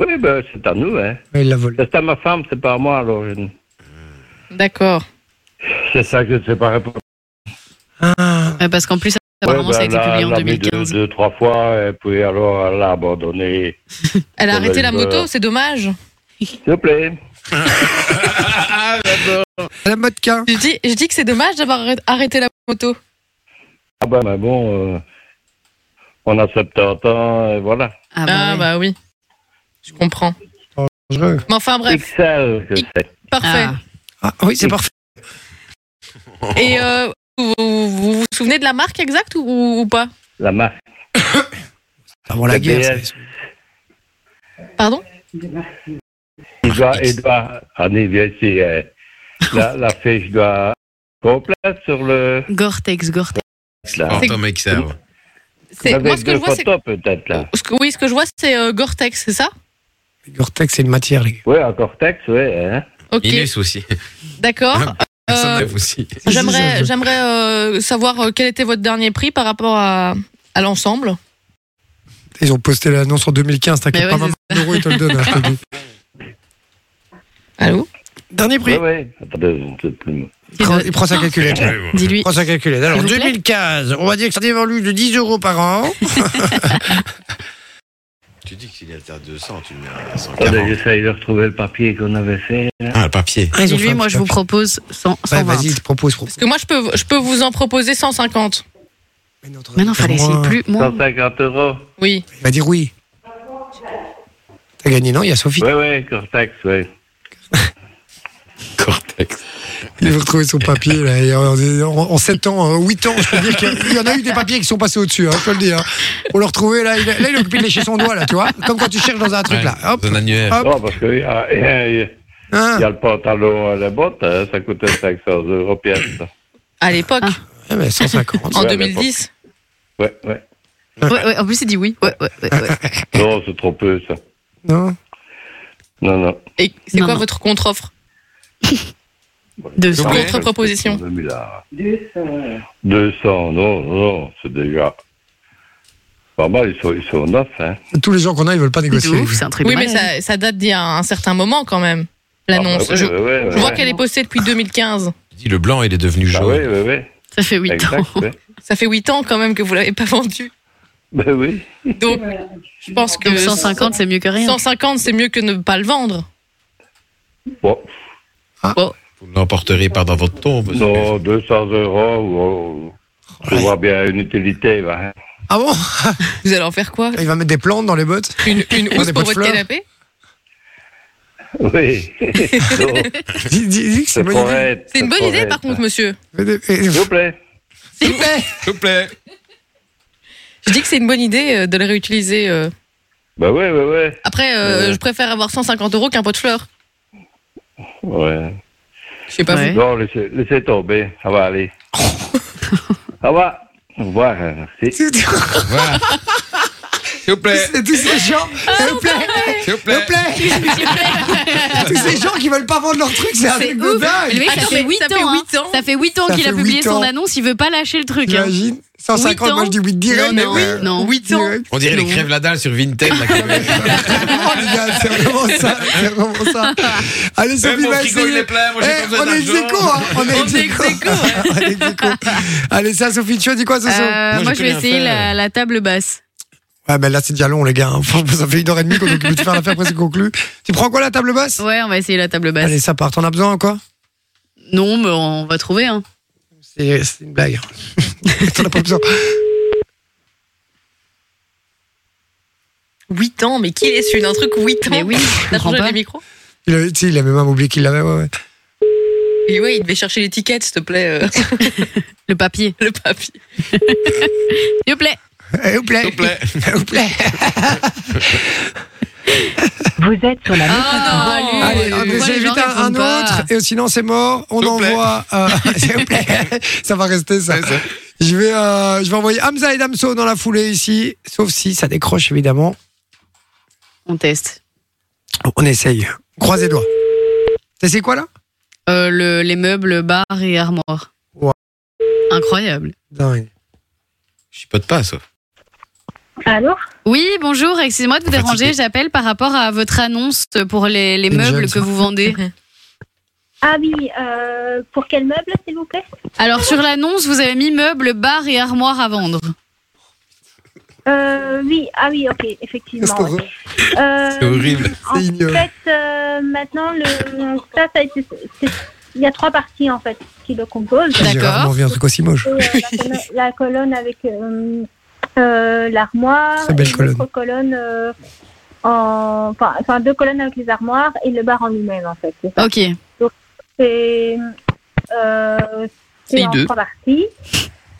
Speaker 9: oui, ben, c'est à nous, hein.
Speaker 1: Il l'a volé.
Speaker 9: C'est à ma femme, c'est pas à moi, alors. je-
Speaker 6: D'accord.
Speaker 9: C'est ça que je ne sais pas répondre.
Speaker 1: Ah,
Speaker 5: Ouais, Euh, parce qu'en plus apparemment
Speaker 9: Ouais,
Speaker 5: ça a
Speaker 4: bah
Speaker 5: été
Speaker 9: ben, elle
Speaker 5: publié en
Speaker 9: elle l'a mis
Speaker 5: 2015.
Speaker 9: Deux, deux, trois fois, et puis alors, elle l'a abandonné.
Speaker 6: Elle a
Speaker 9: Bon,
Speaker 6: arrêté
Speaker 9: ben,
Speaker 6: la
Speaker 9: je-
Speaker 6: moto, c'est dommage.
Speaker 9: S'il vous plaît.
Speaker 4: Ah.
Speaker 1: Madame Motkin.
Speaker 6: Je dis, je dis que c'est dommage d'avoir arrêt- arrêté la moto.
Speaker 9: Ah ben, mais bon, euh, on a 70 ans, et voilà.
Speaker 5: Ah
Speaker 6: Ah
Speaker 5: ouais.
Speaker 6: bah oui. Je comprends.
Speaker 1: Oh, Dangereux.
Speaker 6: Mais enfin bref,
Speaker 9: XL, je
Speaker 6: X-
Speaker 9: sais.
Speaker 6: parfait.
Speaker 5: Ah.
Speaker 1: Ah, oui, c'est parfait.
Speaker 6: Et euh, vous, vous vous souvenez de la marque exacte ou, ou pas
Speaker 9: La marque.
Speaker 1: Avant la
Speaker 9: La
Speaker 1: guerre.
Speaker 9: BS.
Speaker 1: ça-
Speaker 6: Pardon
Speaker 9: Il doit,
Speaker 1: Ah,
Speaker 9: il doit, allez, viens ici. euh, la, la fiche doit complète sur le.
Speaker 5: Gore-Tex, Gore-Tex.
Speaker 9: Là.
Speaker 4: Tom XL.
Speaker 6: C'est-
Speaker 9: Vous
Speaker 6: Moi
Speaker 9: avez
Speaker 6: ce que
Speaker 9: deux
Speaker 6: je vois c'est...
Speaker 9: photos peut-être là.
Speaker 6: ce que- oui, ce que je vois, c'est euh, Gore-Tex, c'est ça
Speaker 1: Gore-Tex, c'est une matière, les gars.
Speaker 9: Oui, un cortex, oui. Hein.
Speaker 6: Ok,
Speaker 4: Inus aussi.
Speaker 6: d'accord.
Speaker 4: Personne
Speaker 6: Euh,
Speaker 4: n'aime aussi.
Speaker 6: J'aimerais, j'aimerais euh, savoir euh, quel était votre dernier prix par rapport à, à l'ensemble.
Speaker 1: Ils ont posté l'annonce en 2015, t'inquiète
Speaker 5: Mais
Speaker 1: pas,
Speaker 5: ouais,
Speaker 1: même euro, ils te le donnent. hein, je te le dis.
Speaker 6: Allô
Speaker 1: Dernier
Speaker 9: Oui,
Speaker 1: prix.
Speaker 9: oui. Attendez, je ne sais plus.
Speaker 1: Il prend- il prend sa calculette. là.
Speaker 5: Dis-lui.
Speaker 1: Il prend sa calculette. Alors,
Speaker 5: S'il vous plaît.
Speaker 1: 2015, on va dire que ça dévalue de 10 euros par an.
Speaker 4: Tu dis qu'il est à 200, tu le mets à
Speaker 9: Attendez,
Speaker 4: 140.
Speaker 9: j'essaye de retrouver le papier qu'on avait fait. là.
Speaker 4: Ah, le papier.
Speaker 1: Ils ont fait
Speaker 5: Dis-lui
Speaker 1: un
Speaker 5: moi
Speaker 1: petit
Speaker 5: je vous
Speaker 1: papier.
Speaker 5: propose 100,
Speaker 1: Ouais,
Speaker 5: 120.
Speaker 1: Bah, vas-y, il te propose, propose.
Speaker 6: Parce que moi, je peux, je peux vous en proposer 150.
Speaker 1: Mais notre-
Speaker 5: Maintenant fallait essayer
Speaker 1: Moins.
Speaker 5: plus moins.
Speaker 9: 150 euros.
Speaker 6: Oui.
Speaker 1: Il va dire oui. T'as gagné, non Il y a Sophie.
Speaker 9: Oui, oui, cortex, oui.
Speaker 4: Cortex.
Speaker 1: Il veut retrouver son papier. Là, et en, en- en 7 ans, 8 ans, je peux dire qu'il y en a eu des papiers qui sont passés au-dessus, hein, je peux le dire. On l'a retrouvé, là, il, a- là, il est occupé de lécher son doigt, là, tu vois. Comme quand tu cherches dans un truc, là. Hop.
Speaker 4: Un annuaire.
Speaker 1: Hop.
Speaker 9: Non, parce qu'il y, a- il y a- il
Speaker 1: hein.
Speaker 9: y a le pantalon, les bottes, hein, ça coûtait 500 euros pièce. ça.
Speaker 6: À l'époque,
Speaker 1: Ah, mais 150.
Speaker 6: en
Speaker 9: ouais,
Speaker 6: 2010.
Speaker 9: Ouais, ouais.
Speaker 5: Ouais, ouais, en plus il dit oui. Ouais, ouais, ouais, ouais.
Speaker 9: Non, c'est trop peu, ça.
Speaker 1: Non
Speaker 9: Non, non.
Speaker 6: Et c'est
Speaker 5: Non,
Speaker 6: quoi
Speaker 5: non.
Speaker 6: votre contre-offre
Speaker 5: Deux
Speaker 6: S'il vous
Speaker 5: cents.
Speaker 6: plaît. Contre-proposition.
Speaker 9: 2000 à-
Speaker 10: 200.
Speaker 9: 200, non, non, c'est déjà. Pas mal, ils sont, ils sont neufs, hein.
Speaker 1: Tous les gens qu'on a, ils veulent pas négocier.
Speaker 6: Oui, mais ça, ça date d'il y a un certain moment quand même, l'annonce.
Speaker 9: Ah, bah oui,
Speaker 6: je,
Speaker 9: ouais, ouais,
Speaker 6: je
Speaker 9: ouais.
Speaker 6: vois qu'elle est postée depuis 2015.
Speaker 4: Dis, Le blanc, il est devenu
Speaker 9: Ah
Speaker 4: jaune.
Speaker 9: oui, oui, oui.
Speaker 6: Ça fait 8
Speaker 9: Exact, oui.
Speaker 6: Ça fait 8 ans quand même que vous l'avez pas vendu.
Speaker 9: Ben oui.
Speaker 6: Donc, je pense que.
Speaker 5: Donc 150, c'est mieux que rien.
Speaker 6: 150, c'est mieux que ne pas le vendre.
Speaker 9: Bon,
Speaker 4: Ah.
Speaker 5: Oh.
Speaker 4: Vous ne l'emporterez pas dans votre tombe.
Speaker 9: non, 200 euros, on, on voit oh. bien une utilité, va. hein.
Speaker 1: Ah bon
Speaker 6: Vous allez en faire quoi
Speaker 1: Il va mettre des plantes dans les bottes
Speaker 6: Une, une
Speaker 1: Des
Speaker 6: housse pour
Speaker 1: pots de
Speaker 6: votre
Speaker 1: fleurs.
Speaker 6: canapé
Speaker 9: Oui. Donc,
Speaker 1: Dis, dis- dis que c'est
Speaker 9: ça
Speaker 1: une bonne idée.
Speaker 9: pourrait être-
Speaker 6: C'est une
Speaker 9: ça
Speaker 6: bonne
Speaker 9: pourrait
Speaker 6: idée, par
Speaker 9: être-
Speaker 6: contre, monsieur.
Speaker 1: Fais des- et-
Speaker 9: S'il vous plaît.
Speaker 6: S'il vous plaît.
Speaker 4: S'il vous plaît.
Speaker 6: Je dis que c'est une bonne idée euh, de le réutiliser. euh.
Speaker 9: Ben oui, oui, oui.
Speaker 6: Après, euh,
Speaker 9: Ouais.
Speaker 6: je préfère avoir 150 euros qu'un pot de fleurs.
Speaker 9: Ouais.
Speaker 6: Je sais pas
Speaker 5: Ouais.
Speaker 6: vous.
Speaker 9: Non, laissez, laissez tomber, ça va aller. ça va. Au revoir, hein, merci.
Speaker 1: C'est tous
Speaker 4: Voilà. S'il vous plaît.
Speaker 1: c'est tous ces gens,
Speaker 6: Ah,
Speaker 1: s'il vous plaît,
Speaker 4: S'il vous
Speaker 1: s'il
Speaker 4: plaît.
Speaker 1: vous plaît. Tous ces gens qui veulent pas vendre leur truc, c'est un
Speaker 5: C'est
Speaker 1: truc de
Speaker 5: ouf.
Speaker 1: dingue.
Speaker 5: Mais le mec, ça
Speaker 6: Attends,
Speaker 5: fait
Speaker 6: mais
Speaker 5: 8
Speaker 6: ça fait
Speaker 5: ans. hein.
Speaker 6: huit ans.
Speaker 5: Ça fait 8 ans
Speaker 1: Ça
Speaker 5: qu'il a
Speaker 1: fait
Speaker 5: publié
Speaker 1: huit
Speaker 5: son
Speaker 1: ans.
Speaker 5: annonce, il veut pas lâcher le truc. hein.
Speaker 1: T'imagines 150,
Speaker 5: Huit
Speaker 1: moi
Speaker 5: ans.
Speaker 1: je dis 8 direct.
Speaker 5: Non, non,
Speaker 1: mais oui,
Speaker 5: non.
Speaker 1: huit direct.
Speaker 4: On dirait les crèves la dalle sur Vinted. Là, qui-
Speaker 1: Vraiment, les gars, c'est vraiment ça. C'est vraiment ça. Allez,
Speaker 4: Eh,
Speaker 1: Sophie
Speaker 4: mon
Speaker 1: va
Speaker 4: frigo, il
Speaker 1: essayer.
Speaker 4: est plein. Moi, j'ai
Speaker 1: Eh,
Speaker 4: pas besoin
Speaker 1: on est ex
Speaker 4: d'argent.
Speaker 1: aequo, hein. On est
Speaker 6: On
Speaker 1: ex
Speaker 6: est
Speaker 1: aequo.
Speaker 6: ex aequo,
Speaker 1: On est ex aequo. Allez, ça, Sophie, tu as dit quoi, Soso
Speaker 5: Euh,
Speaker 4: Moi, j'ai
Speaker 5: moi, je vais
Speaker 4: plus rien
Speaker 5: essayer
Speaker 4: fait.
Speaker 5: la, la table basse.
Speaker 1: Ouais, ben là, c'est déjà long, les gars. hein. Franchement, ça fait une heure et demie qu'on occupe de faire l'affaire presque conclue. Tu prends quoi, la table basse
Speaker 5: Ouais, on va essayer la table basse.
Speaker 1: Allez, ça part. T'en as besoin, quoi
Speaker 5: Non, mais on va trouver. Hein.
Speaker 1: C'est c'est une blague. T'en as pas besoin.
Speaker 6: 8 ans, mais qui laisse une un truc 8 ans
Speaker 5: Mais oui, je
Speaker 6: T'as
Speaker 5: comprends
Speaker 6: changé
Speaker 5: pas.
Speaker 6: les micros
Speaker 1: Il a, tu sais, il avait même oublié qu'il l'avait, ouais, ouais.
Speaker 6: Et ouais, il devait chercher l'étiquette, s'il te plaît, euh,
Speaker 5: Le papier.
Speaker 6: le papier.
Speaker 5: S'il vous plaît.
Speaker 1: Eh, vous plaît.
Speaker 4: S'il vous plaît.
Speaker 1: vous plaît.
Speaker 10: Vous êtes sur la
Speaker 6: Ah non,
Speaker 1: Allez,
Speaker 6: lui,
Speaker 1: on
Speaker 6: euh,
Speaker 5: pourquoi
Speaker 1: essaie
Speaker 5: les gens
Speaker 1: vite un, un
Speaker 5: répondent pas
Speaker 1: autre. Et sinon, c'est mort. On
Speaker 4: S'il vous plaît.
Speaker 1: envoie. euh, S'il vous plaît. ça va rester ça.
Speaker 4: Ouais, ça.
Speaker 1: Je vais, euh, je vais envoyer Hamza et Damso dans la foulée ici. Sauf si ça décroche, évidemment.
Speaker 5: On teste.
Speaker 1: On essaye. Croisez les doigts. T'essayes quoi, là
Speaker 5: Euh, le- les meubles, bar et armoire.
Speaker 1: Wow.
Speaker 5: Incroyable.
Speaker 1: Dingue.
Speaker 4: Je chipote pas, ça.
Speaker 10: Alors
Speaker 5: Oui, bonjour, excusez-moi de vous
Speaker 4: Fatigué.
Speaker 5: déranger. J'appelle par rapport à votre annonce pour les, les
Speaker 1: Une
Speaker 5: meubles
Speaker 1: jeune.
Speaker 5: que vous vendez.
Speaker 10: Ah oui, euh, pour quel meuble, s'il vous plaît
Speaker 5: Alors, sur l'annonce, vous avez mis meubles, bar et armoire à vendre.
Speaker 10: euh, Oui, ah oui, ok, effectivement.
Speaker 1: C'est
Speaker 10: ouais. Euh,
Speaker 4: C'est horrible.
Speaker 10: En
Speaker 1: C'est ignoble.
Speaker 10: fait, euh, maintenant, le, ça, ça a été- c'est- il y a trois parties, en fait, qui le composent.
Speaker 5: D'accord.
Speaker 1: J'ai rarement vu un truc aussi moche.
Speaker 10: Et, euh, la, colonne, la colonne avec euh, euh, l'armoire,
Speaker 1: Très belle
Speaker 10: et
Speaker 1: colonne.
Speaker 10: l'autre colonne, euh, en, enfin, enfin, deux colonnes avec les armoires et le bar en lui-même, en fait. C'est ça.
Speaker 5: Ok.
Speaker 10: C'est euh, c'est
Speaker 6: C'est
Speaker 10: en
Speaker 6: hideux.
Speaker 10: trois parties.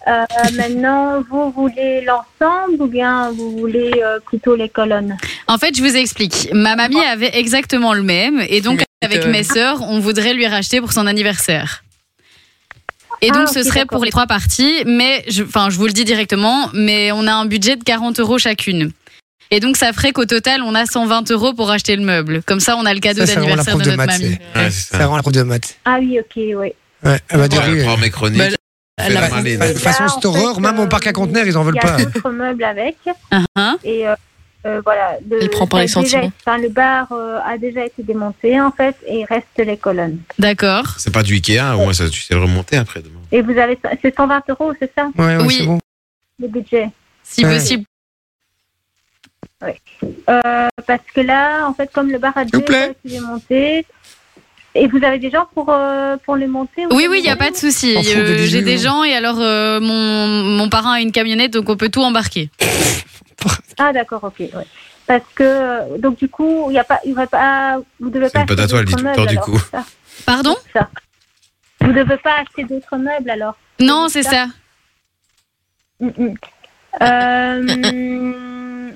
Speaker 10: Euh, maintenant, vous voulez l'ensemble ou bien vous voulez euh, plutôt les colonnes
Speaker 5: En fait, je vous explique. Ma mamie avait exactement le même. Et donc, avec mes sœurs, on voudrait lui racheter pour son anniversaire. Et donc,
Speaker 10: Ah,
Speaker 5: ce
Speaker 10: ok,
Speaker 5: serait
Speaker 10: d'accord.
Speaker 5: pour les trois parties. Mais, je- enfin, je, vous le dis directement, mais on a un budget de 40 euros chacune. Et donc, ça ferait qu'au total, on a 120 euros pour acheter le meuble. Comme ça, on a le cadeau
Speaker 1: Ça, ça rend la
Speaker 5: d'anniversaire
Speaker 1: prof
Speaker 5: de
Speaker 1: de
Speaker 5: notre
Speaker 1: maths.
Speaker 5: mamie.
Speaker 1: c'est-
Speaker 4: Ouais, c'est
Speaker 1: Ça
Speaker 4: ça.
Speaker 1: rend la prof de maths.
Speaker 10: Ah oui, ok, oui.
Speaker 1: Ouais, elle va dire
Speaker 4: Je
Speaker 1: oui.
Speaker 4: vais prendre mes
Speaker 5: Bah,
Speaker 4: chroniques.
Speaker 6: Ben,
Speaker 4: Fais
Speaker 6: la-
Speaker 4: la
Speaker 1: Ouais,
Speaker 4: main, les-
Speaker 1: De toute façon,
Speaker 10: Là,
Speaker 1: cette
Speaker 10: en fait,
Speaker 1: horreur, même
Speaker 10: euh,
Speaker 1: au parc à conteneurs, ils en veulent pas.
Speaker 10: Il y a d'autres meubles avec.
Speaker 5: Ah, hein.
Speaker 10: Et euh, euh, voilà. le-
Speaker 6: Uh-huh. Elle prend pas
Speaker 10: ça a
Speaker 6: les
Speaker 10: déjà-
Speaker 6: sentiments.
Speaker 10: enfin, le bar euh, a déjà été démonté, en fait, et il reste les colonnes.
Speaker 5: D'accord.
Speaker 4: C'est pas du Ikea, au moins ça, tu sais le remonter après demain.
Speaker 10: Et vous avez. C'est 120 euros, c'est ça,
Speaker 1: Ouais, ouais,
Speaker 5: Oui.
Speaker 1: c'est bon.
Speaker 10: le budget
Speaker 5: Si
Speaker 1: Ouais.
Speaker 5: possible.
Speaker 10: Euh, Parce que là, en fait, comme le bar a
Speaker 1: vous plaît.
Speaker 10: déjà été démonté. Et vous avez des gens pour, euh, pour le monter ou
Speaker 5: Oui,
Speaker 10: pour
Speaker 5: oui, il n'y a
Speaker 10: monter
Speaker 5: pas de souci.
Speaker 1: On fout
Speaker 5: Euh,
Speaker 1: des
Speaker 5: J'ai
Speaker 1: bisous.
Speaker 5: des gens et alors euh, mon, mon parrain a une camionnette, donc on peut tout embarquer.
Speaker 10: Ah, d'accord, ok. ouais. Parce que. euh, Donc, du coup, il n'y a pas. il y aurait pas vous devez
Speaker 4: C'est
Speaker 10: pas.
Speaker 4: une pote à
Speaker 10: acheter
Speaker 4: toi, elle dit
Speaker 10: d'autres
Speaker 4: tout le temps, du
Speaker 10: meubles,
Speaker 4: coup.
Speaker 10: alors, c'est ça
Speaker 5: Pardon
Speaker 10: Vous ne devez pas acheter d'autres meubles alors
Speaker 5: Non, c'est ça.
Speaker 10: Mm, mm. Euh,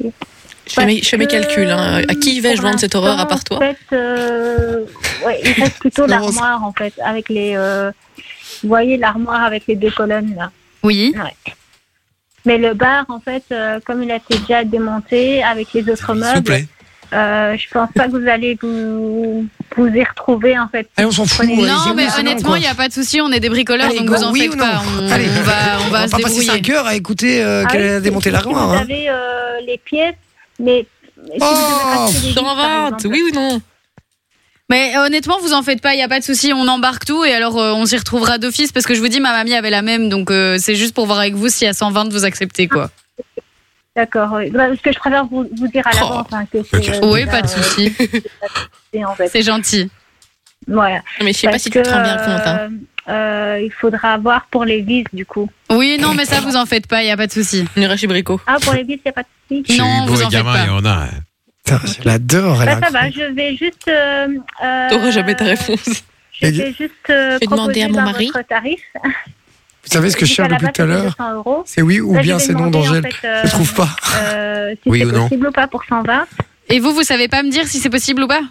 Speaker 6: Je fais mes, je fais mes
Speaker 10: parce que,
Speaker 6: calculs. hein. À qui vais-je
Speaker 10: pour
Speaker 6: vendre cette horreur à part
Speaker 10: l'instant,
Speaker 6: toi
Speaker 10: En fait, euh, ouais, il reste plutôt
Speaker 1: C'est vraiment ça.
Speaker 10: l'armoire en fait, avec les. euh, vous voyez l'armoire avec les deux colonnes là.
Speaker 5: Oui.
Speaker 10: Mais le bar en fait, euh, comme il a été déjà démonté avec les autres
Speaker 4: S'il vous
Speaker 10: meubles,
Speaker 4: plaît.
Speaker 10: euh, je pense pas que vous allez vous. vous y retrouvez en fait.
Speaker 1: Allez, on s'en fout.
Speaker 10: Prenez-
Speaker 1: ouais, c'est
Speaker 5: Non, mais
Speaker 1: oui, c'est
Speaker 5: honnêtement,
Speaker 1: quoi.
Speaker 5: il n'y a pas de souci, on est des bricoleurs,
Speaker 1: Allez,
Speaker 5: donc
Speaker 1: go,
Speaker 5: vous en
Speaker 1: oui
Speaker 5: faites
Speaker 1: ou non
Speaker 5: pas. On,
Speaker 1: Allez.
Speaker 5: on va, Ah, on va se
Speaker 1: va passer
Speaker 5: débrouiller.
Speaker 1: 5 heures à écouter euh,
Speaker 10: Ah
Speaker 1: qu'elle
Speaker 10: oui,
Speaker 1: a démonté
Speaker 10: si-
Speaker 1: la
Speaker 10: si Vous
Speaker 1: armoire, hein.
Speaker 10: avez euh, les pièces, mais si
Speaker 1: Oh,
Speaker 10: vous devez racheter des
Speaker 6: J'en
Speaker 10: livres, par
Speaker 6: vente,
Speaker 10: exemple,
Speaker 6: oui ou non
Speaker 5: Mais honnêtement, vous en faites pas, il n'y a pas de souci, on embarque tout et alors euh, on s'y retrouvera d'office parce que je vous dis, ma mamie avait la même, donc euh, c'est juste pour voir avec vous si à 120 vous acceptez quoi.
Speaker 10: Ah, D'accord. oui. Bah, Parce que je préfère vous, vous dire à
Speaker 6: Oh.
Speaker 10: l'avance hein, que c'est. euh,
Speaker 5: Oui,
Speaker 10: déjà,
Speaker 5: pas de
Speaker 10: euh,
Speaker 5: souci,
Speaker 10: fait, en fait.
Speaker 5: c'est gentil.
Speaker 10: Voilà.
Speaker 6: Mais je sais pas
Speaker 10: Parce
Speaker 6: si tu
Speaker 10: que,
Speaker 6: prends bien le compte. hein.
Speaker 10: euh, euh, il faudra voir pour les vis du coup.
Speaker 5: Oui, non, mais ça vous en faites pas, il n'y a pas de souci.
Speaker 6: On ira chez Brico.
Speaker 10: Ah, pour les vis, c'est pas de souci.
Speaker 4: Chez
Speaker 5: Non,
Speaker 4: Hugo
Speaker 5: vous
Speaker 4: et
Speaker 5: en faites
Speaker 4: Gamin,
Speaker 5: pas.
Speaker 4: il y en a. hein.
Speaker 1: Putain, je l'adore. Oh, elle
Speaker 10: Bah,
Speaker 1: a
Speaker 10: ça
Speaker 1: un
Speaker 10: va,
Speaker 1: coup.
Speaker 10: je vais juste. Euh, euh,
Speaker 6: T'auras jamais ta réponse.
Speaker 10: Je vais juste euh,
Speaker 6: Je vais demander
Speaker 10: proposer
Speaker 6: à mon
Speaker 10: bah,
Speaker 6: mari.
Speaker 10: votre tarif.
Speaker 1: Vous savez ce que je
Speaker 10: Dites
Speaker 1: cherche
Speaker 10: à la
Speaker 1: depuis
Speaker 10: base,
Speaker 1: tout à
Speaker 10: c'est
Speaker 1: l'heure
Speaker 10: 200 euros.
Speaker 1: C'est oui ou
Speaker 10: Là, je
Speaker 1: bien
Speaker 10: vais
Speaker 1: c'est non
Speaker 10: demander, en
Speaker 1: d'Angèle.
Speaker 10: fait, euh,
Speaker 1: Je trouve pas.
Speaker 10: euh, si
Speaker 4: Oui
Speaker 10: c'est
Speaker 4: ou non
Speaker 10: possible ou pas pour 120.
Speaker 5: Et vous, vous savez pas me dire si c'est possible ou pas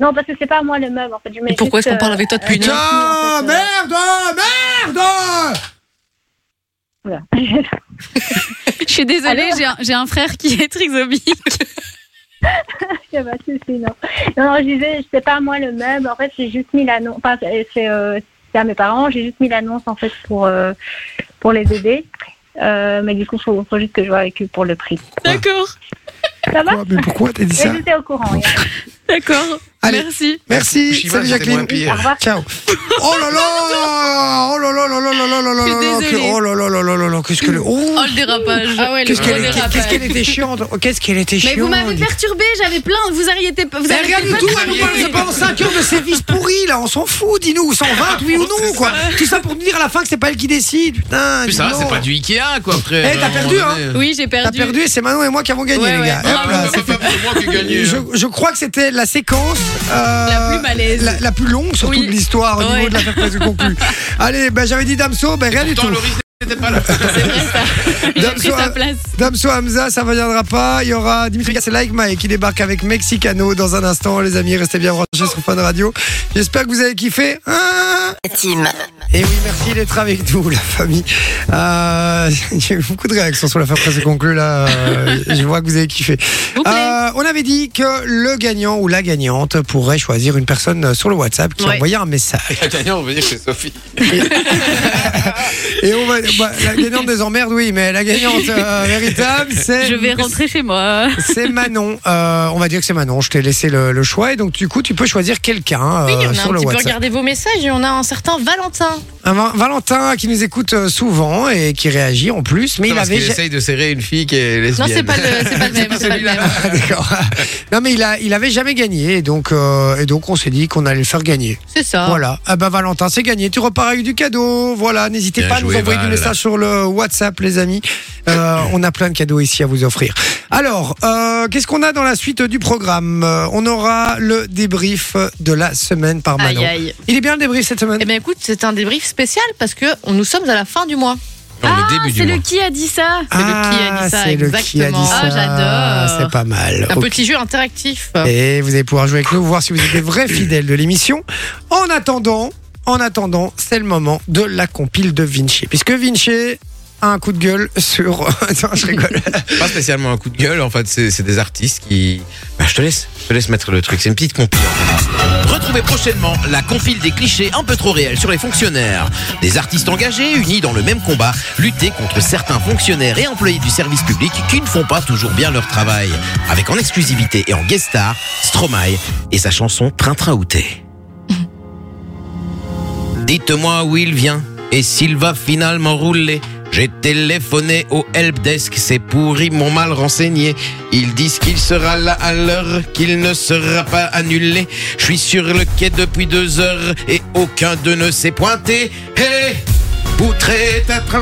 Speaker 10: Non, parce que c'est pas à moi le meuble. En fait. Je mets
Speaker 6: Et pourquoi est-ce
Speaker 10: juste,
Speaker 6: qu'on parle
Speaker 10: euh,
Speaker 6: avec toi depuis une heure
Speaker 1: Putain,
Speaker 10: en fait, euh.
Speaker 1: merde, merde oh.
Speaker 10: voilà.
Speaker 5: Je suis désolée, j'ai un, j'ai un frère qui est trisomique.
Speaker 10: Il y a pas de souci, non. Non, non, je disais, c'est pas à moi le meuble. En fait, j'ai juste mis l'annonce. Enfin, c'est c'est, euh, c'est à mes parents. J'ai juste mis l'annonce en fait pour euh, pour les aider. Euh, mais du coup, faut, faut juste que je vois avec eux pour le prix.
Speaker 5: D'accord,
Speaker 10: Ça va
Speaker 1: Quoi Mais pourquoi t'as dit
Speaker 10: Mais
Speaker 1: ça
Speaker 10: j'étais au courant. il y a
Speaker 5: d'accord.
Speaker 1: Allez.
Speaker 5: Merci.
Speaker 1: Merci,
Speaker 4: Fukushima,
Speaker 1: salut
Speaker 4: c'était
Speaker 1: Jacqueline.
Speaker 4: moins pire.
Speaker 10: Au revoir.
Speaker 1: Ciao. Oh là là Oh là là là là là là là là
Speaker 5: Je suis
Speaker 1: là là que-
Speaker 5: désolée.
Speaker 1: Oh là là là là là là Qu'est-ce que le- Oh,
Speaker 6: Oh, le dérapage.
Speaker 5: Ah ouais, le
Speaker 1: Qu'est-ce
Speaker 5: gros
Speaker 1: qu'elle
Speaker 5: dérapage.
Speaker 1: qu'est-ce qu'elle était chiante Oh, Qu'est-ce qu'elle était
Speaker 5: Mais
Speaker 1: chiante
Speaker 5: vous m'avez perturbée, j'avais plein, vous arrêtez pas. Vous
Speaker 1: Mais
Speaker 5: arrêtez
Speaker 1: rien du
Speaker 5: pas
Speaker 1: tout,
Speaker 5: de
Speaker 1: elle nous
Speaker 5: travailler.
Speaker 1: parle de pendant 5 heures de ses vices pourris, là, on s'en fout, dis-nous, 120, oui ou non, quoi. Tout ça pour nous dire à la fin que c'est pas elle qui décide, putain.
Speaker 4: Puis
Speaker 1: dis
Speaker 4: ça, va,
Speaker 1: donc.
Speaker 4: c'est pas du Ikea, quoi, après. euh,
Speaker 1: Eh, t'as
Speaker 4: à un moment
Speaker 1: perdu, hein.
Speaker 4: donné.
Speaker 5: Oui, j'ai perdu.
Speaker 1: T'as perdu et c'est Manon et moi qui avons gagné,
Speaker 5: Ouais,
Speaker 1: les
Speaker 5: ouais,
Speaker 1: gars.
Speaker 5: bravo.
Speaker 1: Hop là,
Speaker 4: Ah,
Speaker 1: c'est
Speaker 4: c'est pas pour moi qui ai gagné. hein.
Speaker 1: Je, je crois que c'était la séquence euh,
Speaker 5: La plus malaise.
Speaker 1: la, la plus longue surtout
Speaker 5: Oui.
Speaker 1: de l'histoire au
Speaker 5: Ouais.
Speaker 1: niveau de l'affaire presque conclue. Allez, ben, j'avais dit Damso, ben rien du
Speaker 4: Pourtant,
Speaker 1: tout.
Speaker 4: Loris n'était pas là.
Speaker 5: J'ai
Speaker 1: Dame
Speaker 5: pris
Speaker 1: Soa-
Speaker 5: sa place.
Speaker 1: Damso Hamza, ça ne viendra pas. Il y aura Dimitri Cassel like Mike qui débarque avec Mexicano dans un instant. Les amis, restez bien branchés sur Fun Radio. J'espère que vous avez kiffé. Hein
Speaker 2: La team.
Speaker 1: Et oui, merci d'être avec nous, la famille. Euh, J'ai eu beaucoup de réactions sur l'affaire presque conclue là. Euh, Je vois que vous avez kiffé.
Speaker 5: vous plaît.
Speaker 1: Euh, on avait dit que le gagnant ou la gagnante pourrait choisir une personne sur le WhatsApp qui
Speaker 5: Ouais.
Speaker 1: envoyait un message.
Speaker 4: D'ailleurs, on veut dire que c'est Sophie.
Speaker 1: Et on va, bah, la gagnante des emmerdes, oui, mais la gagnante euh, véritable, c'est
Speaker 5: Je vais rentrer chez moi.
Speaker 1: c'est Manon. Euh, on va dire que c'est Manon. Je t'ai laissé le, le choix et donc du coup, tu peux choisir quelqu'un
Speaker 6: Oui,
Speaker 1: euh,
Speaker 6: on a
Speaker 1: sur
Speaker 6: un
Speaker 1: le
Speaker 6: petit peu
Speaker 1: WhatsApp.
Speaker 6: regardé vos messages et on a un certain Valentin.
Speaker 1: Un Va- Valentin qui nous écoute euh, souvent et qui réagit en plus, mais
Speaker 4: Non,
Speaker 1: il
Speaker 4: parce
Speaker 1: avait
Speaker 4: qu'il
Speaker 1: ja-
Speaker 4: essaye de serrer une fille qui est
Speaker 6: Non,
Speaker 4: lesbienne.
Speaker 6: c'est pas le, c'est pas le même. c'est pas le même.
Speaker 1: Ah, d'accord. non mais il a, il avait jamais gagné et donc euh, et donc on s'est dit qu'on allait le faire gagner.
Speaker 6: C'est ça.
Speaker 1: Voilà. Ah bah Valentin, c'est gagné. Tu repars avec du cadeau. Voilà. N'hésitez
Speaker 4: Bien
Speaker 1: pas à nous
Speaker 4: joué,
Speaker 1: envoyer du
Speaker 4: Val.
Speaker 1: message sur le WhatsApp, les amis. Euh, on a plein de cadeaux ici à vous offrir. Alors, euh, qu'est-ce qu'on a dans la suite du programme Euh, On aura le débrief de la semaine par Manon.
Speaker 5: Aïe aïe.
Speaker 1: Il est bien le débrief cette semaine
Speaker 6: Eh bien, écoute, c'est un débrief spécial parce que nous sommes à la fin du mois.
Speaker 4: Non,
Speaker 5: ah,
Speaker 4: le début
Speaker 5: c'est
Speaker 4: du
Speaker 5: le
Speaker 4: mois.
Speaker 5: qui a dit ça
Speaker 6: c'est le qui a dit
Speaker 1: Ah,
Speaker 6: ça,
Speaker 1: c'est le qui a dit
Speaker 6: exactement. Oh,
Speaker 1: ça.
Speaker 5: Ah, j'adore.
Speaker 1: C'est pas mal.
Speaker 6: Un
Speaker 1: Ok.
Speaker 6: petit jeu interactif.
Speaker 1: Et vous allez pouvoir jouer avec nous, voir si vous êtes des vrais fidèles de l'émission. En attendant, en attendant, c'est le moment de la compile de Vinci. Puisque Vinci a un coup de gueule sur. Non, je rigole.
Speaker 4: Pas spécialement un coup de gueule, en fait, c'est c'est des artistes qui. Bah, je te laisse, je te laisse mettre le truc. C'est une petite compile. Retrouvez prochainement la compile des clichés un peu trop réels sur les fonctionnaires. Des artistes engagés, unis dans le même combat, lutter contre certains fonctionnaires et employés du service public qui ne font pas toujours bien leur travail. Avec en exclusivité et en guest star, Stromae et sa chanson Train Train Outé. Dites-moi où il vient et s'il va finalement rouler. J'ai téléphoné au helpdesk, c'est pourri, m'ont mal renseigné. Ils disent qu'il sera là à l'heure, qu'il ne sera pas annulé. Je suis sur le quai depuis deux heures et aucun d'eux ne s'est pointé. Hé Outré, tra train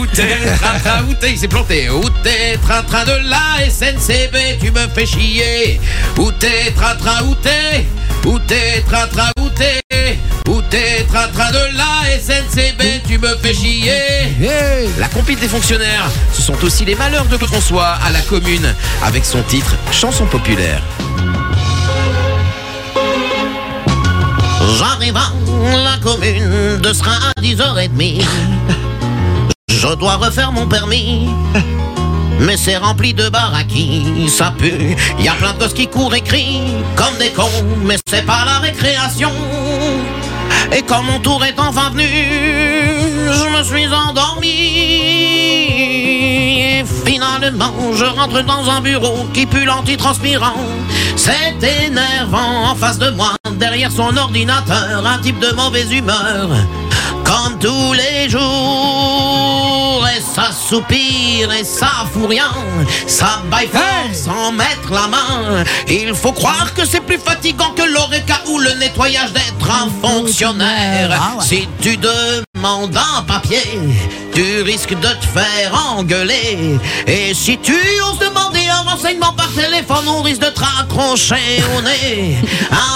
Speaker 4: Outré, tra tra outré, il s'est planté. Outré, tra train de la SNCB, tu me fais chier. Outré, tra tra outré. Outré, tra tra outré. Outré, tra train de la SNCB, tu me fais chier.
Speaker 1: Hey
Speaker 4: La compile des fonctionnaires, ce sont aussi les malheurs de Claude François à la commune, avec son titre Chanson populaire.
Speaker 11: J'arrive à la commune, de sera à 10h30. Je dois refaire mon permis. mais c'est rempli de baraquis, ça pue. Y a plein de gosses qui courent et crient comme des cons, mais c'est pas la récréation. Et quand mon tour est enfin venu, je me suis endormi. Et finalement, je rentre dans un bureau qui pue l'antitranspirant. C'est énervant en face de moi, derrière son ordinateur, un type de mauvaise humeur. Comme tous les jours, et ça soupire et ça fout rien, ça baille fort sans mettre la main. Il faut croire que c'est plus fatigant que l'oreca ou le nettoyage d'être un fonctionnaire.
Speaker 12: Ah ouais.
Speaker 11: Si tu demandes un papier, tu risques de te faire engueuler. Et si tu oses demander un renseignement par téléphone, on risque de te raccrocher au nez.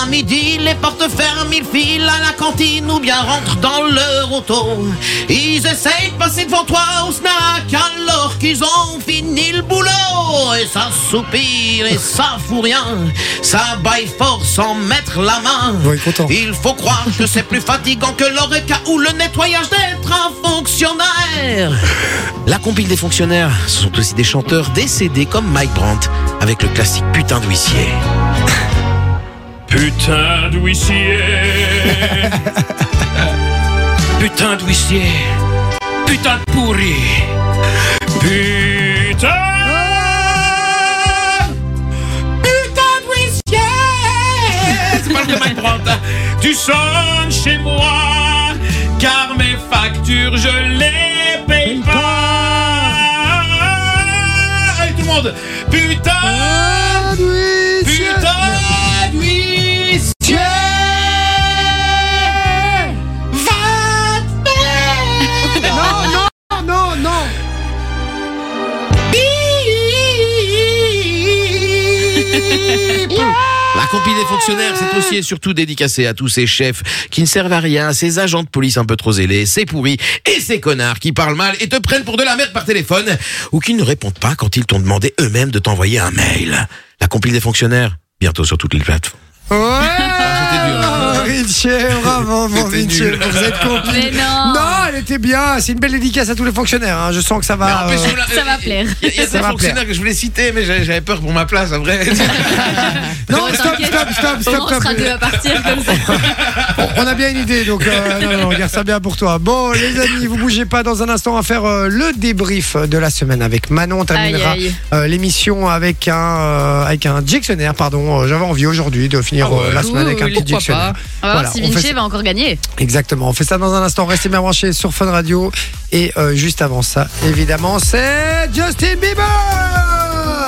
Speaker 11: À midi, les portes ferment, ils filent à la cantine ou bien rentrent dans leur auto. Ils essayent de passer devant toi au snack alors qu'ils ont fini le boulot. Et ça soupire et ça fout rien. Ça baille fort sans mettre la main. Il faut croire que c'est plus fatigant que l'oreca ou le nettoyage d'être un fonctionnaire.
Speaker 13: La compile des fonctionnaires, ce sont aussi des chanteurs décédés comme Mike Brandt, avec le classique putain d'huissier.
Speaker 14: Putain d'huissier Putain d'huissier Putain de pourri Putain Putain d'huissier C'est pas le Mike Brandt, hein. Tu sonnes chez moi Car mes factures je les paye pas Et tout le monde Putain Putain d'huissier
Speaker 1: Non, non, non, non.
Speaker 13: La compile des fonctionnaires, c'est aussi et surtout dédicacé à tous ces chefs qui ne servent à rien, ces agents de police un peu trop zélés, ces pourris et ces connards qui parlent mal et te prennent pour de la merde par téléphone ou qui ne répondent pas quand ils t'ont demandé eux-mêmes de t'envoyer un mail. La compile des fonctionnaires, bientôt sur toutes les plateformes.
Speaker 1: Ouais bravo, Vinci, bravo, mon Vinci,
Speaker 13: nul.
Speaker 1: vous êtes compris.
Speaker 5: Mais non.
Speaker 1: elle était bien, c'est une belle dédicace à tous les fonctionnaires, hein. je sens que ça va...
Speaker 4: Mais en plus,
Speaker 1: euh,
Speaker 4: je voulais-
Speaker 5: Ça va plaire.
Speaker 4: Il y a- il y a
Speaker 1: Ça
Speaker 4: des
Speaker 1: va
Speaker 4: fonctionnaires
Speaker 1: plaire.
Speaker 4: que je voulais citer, mais j'avais j'avais peur pour ma place, en vrai.
Speaker 1: Non, stop, stop, stop, stop,
Speaker 5: On
Speaker 1: stop.
Speaker 5: sera deux à partir comme ça.
Speaker 1: Bon, on a bien une idée, donc euh, non, non, regarde ça bien pour toi. Bon, les amis, vous bougez pas dans un instant, on va faire euh, le débrief de la semaine avec Manon. On terminera
Speaker 5: Aïe, aïe.
Speaker 1: euh, l'émission avec un euh, avec un dictionnaire, pardon. Euh, J'avais envie aujourd'hui de finir
Speaker 5: Ah ouais.
Speaker 1: euh, la semaine avec un
Speaker 5: Cool,
Speaker 1: petit
Speaker 5: pourquoi
Speaker 1: dictionnaire.
Speaker 5: pas. On va voir
Speaker 1: Voilà,
Speaker 5: si
Speaker 1: on fait
Speaker 5: Vinci
Speaker 1: ça-
Speaker 5: va encore gagner.
Speaker 1: Exactement, on fait ça dans un instant. Restez bien branchés sur Fun Radio. Et euh, juste avant ça, évidemment, c'est Justin Bieber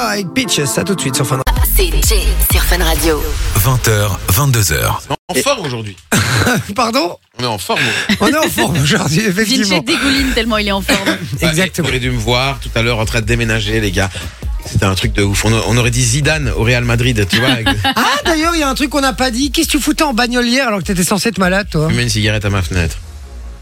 Speaker 1: avec Peaches. Ça tout de suite sur Fun Radio.
Speaker 2: C'est Jay sur Fun Radio.
Speaker 3: 20h, 22h.
Speaker 4: En forme aujourd'hui.
Speaker 1: Pardon
Speaker 4: On est en forme.
Speaker 1: On est en forme aujourd'hui,
Speaker 5: Vinci
Speaker 1: effectivement.
Speaker 5: dégouline tellement il est en forme.
Speaker 4: Exactement. Bah, Vous auriez dû me voir tout à l'heure en train de déménager, les gars. C'était un truc de ouf. On, a- on aurait dit Zidane au Real Madrid, tu vois. Avec...
Speaker 1: Ah, d'ailleurs, il y a un truc qu'on n'a pas dit. Qu'est-ce que tu foutais en bagnole hier alors que t'étais censé être malade, toi
Speaker 4: Fumer une cigarette à ma fenêtre.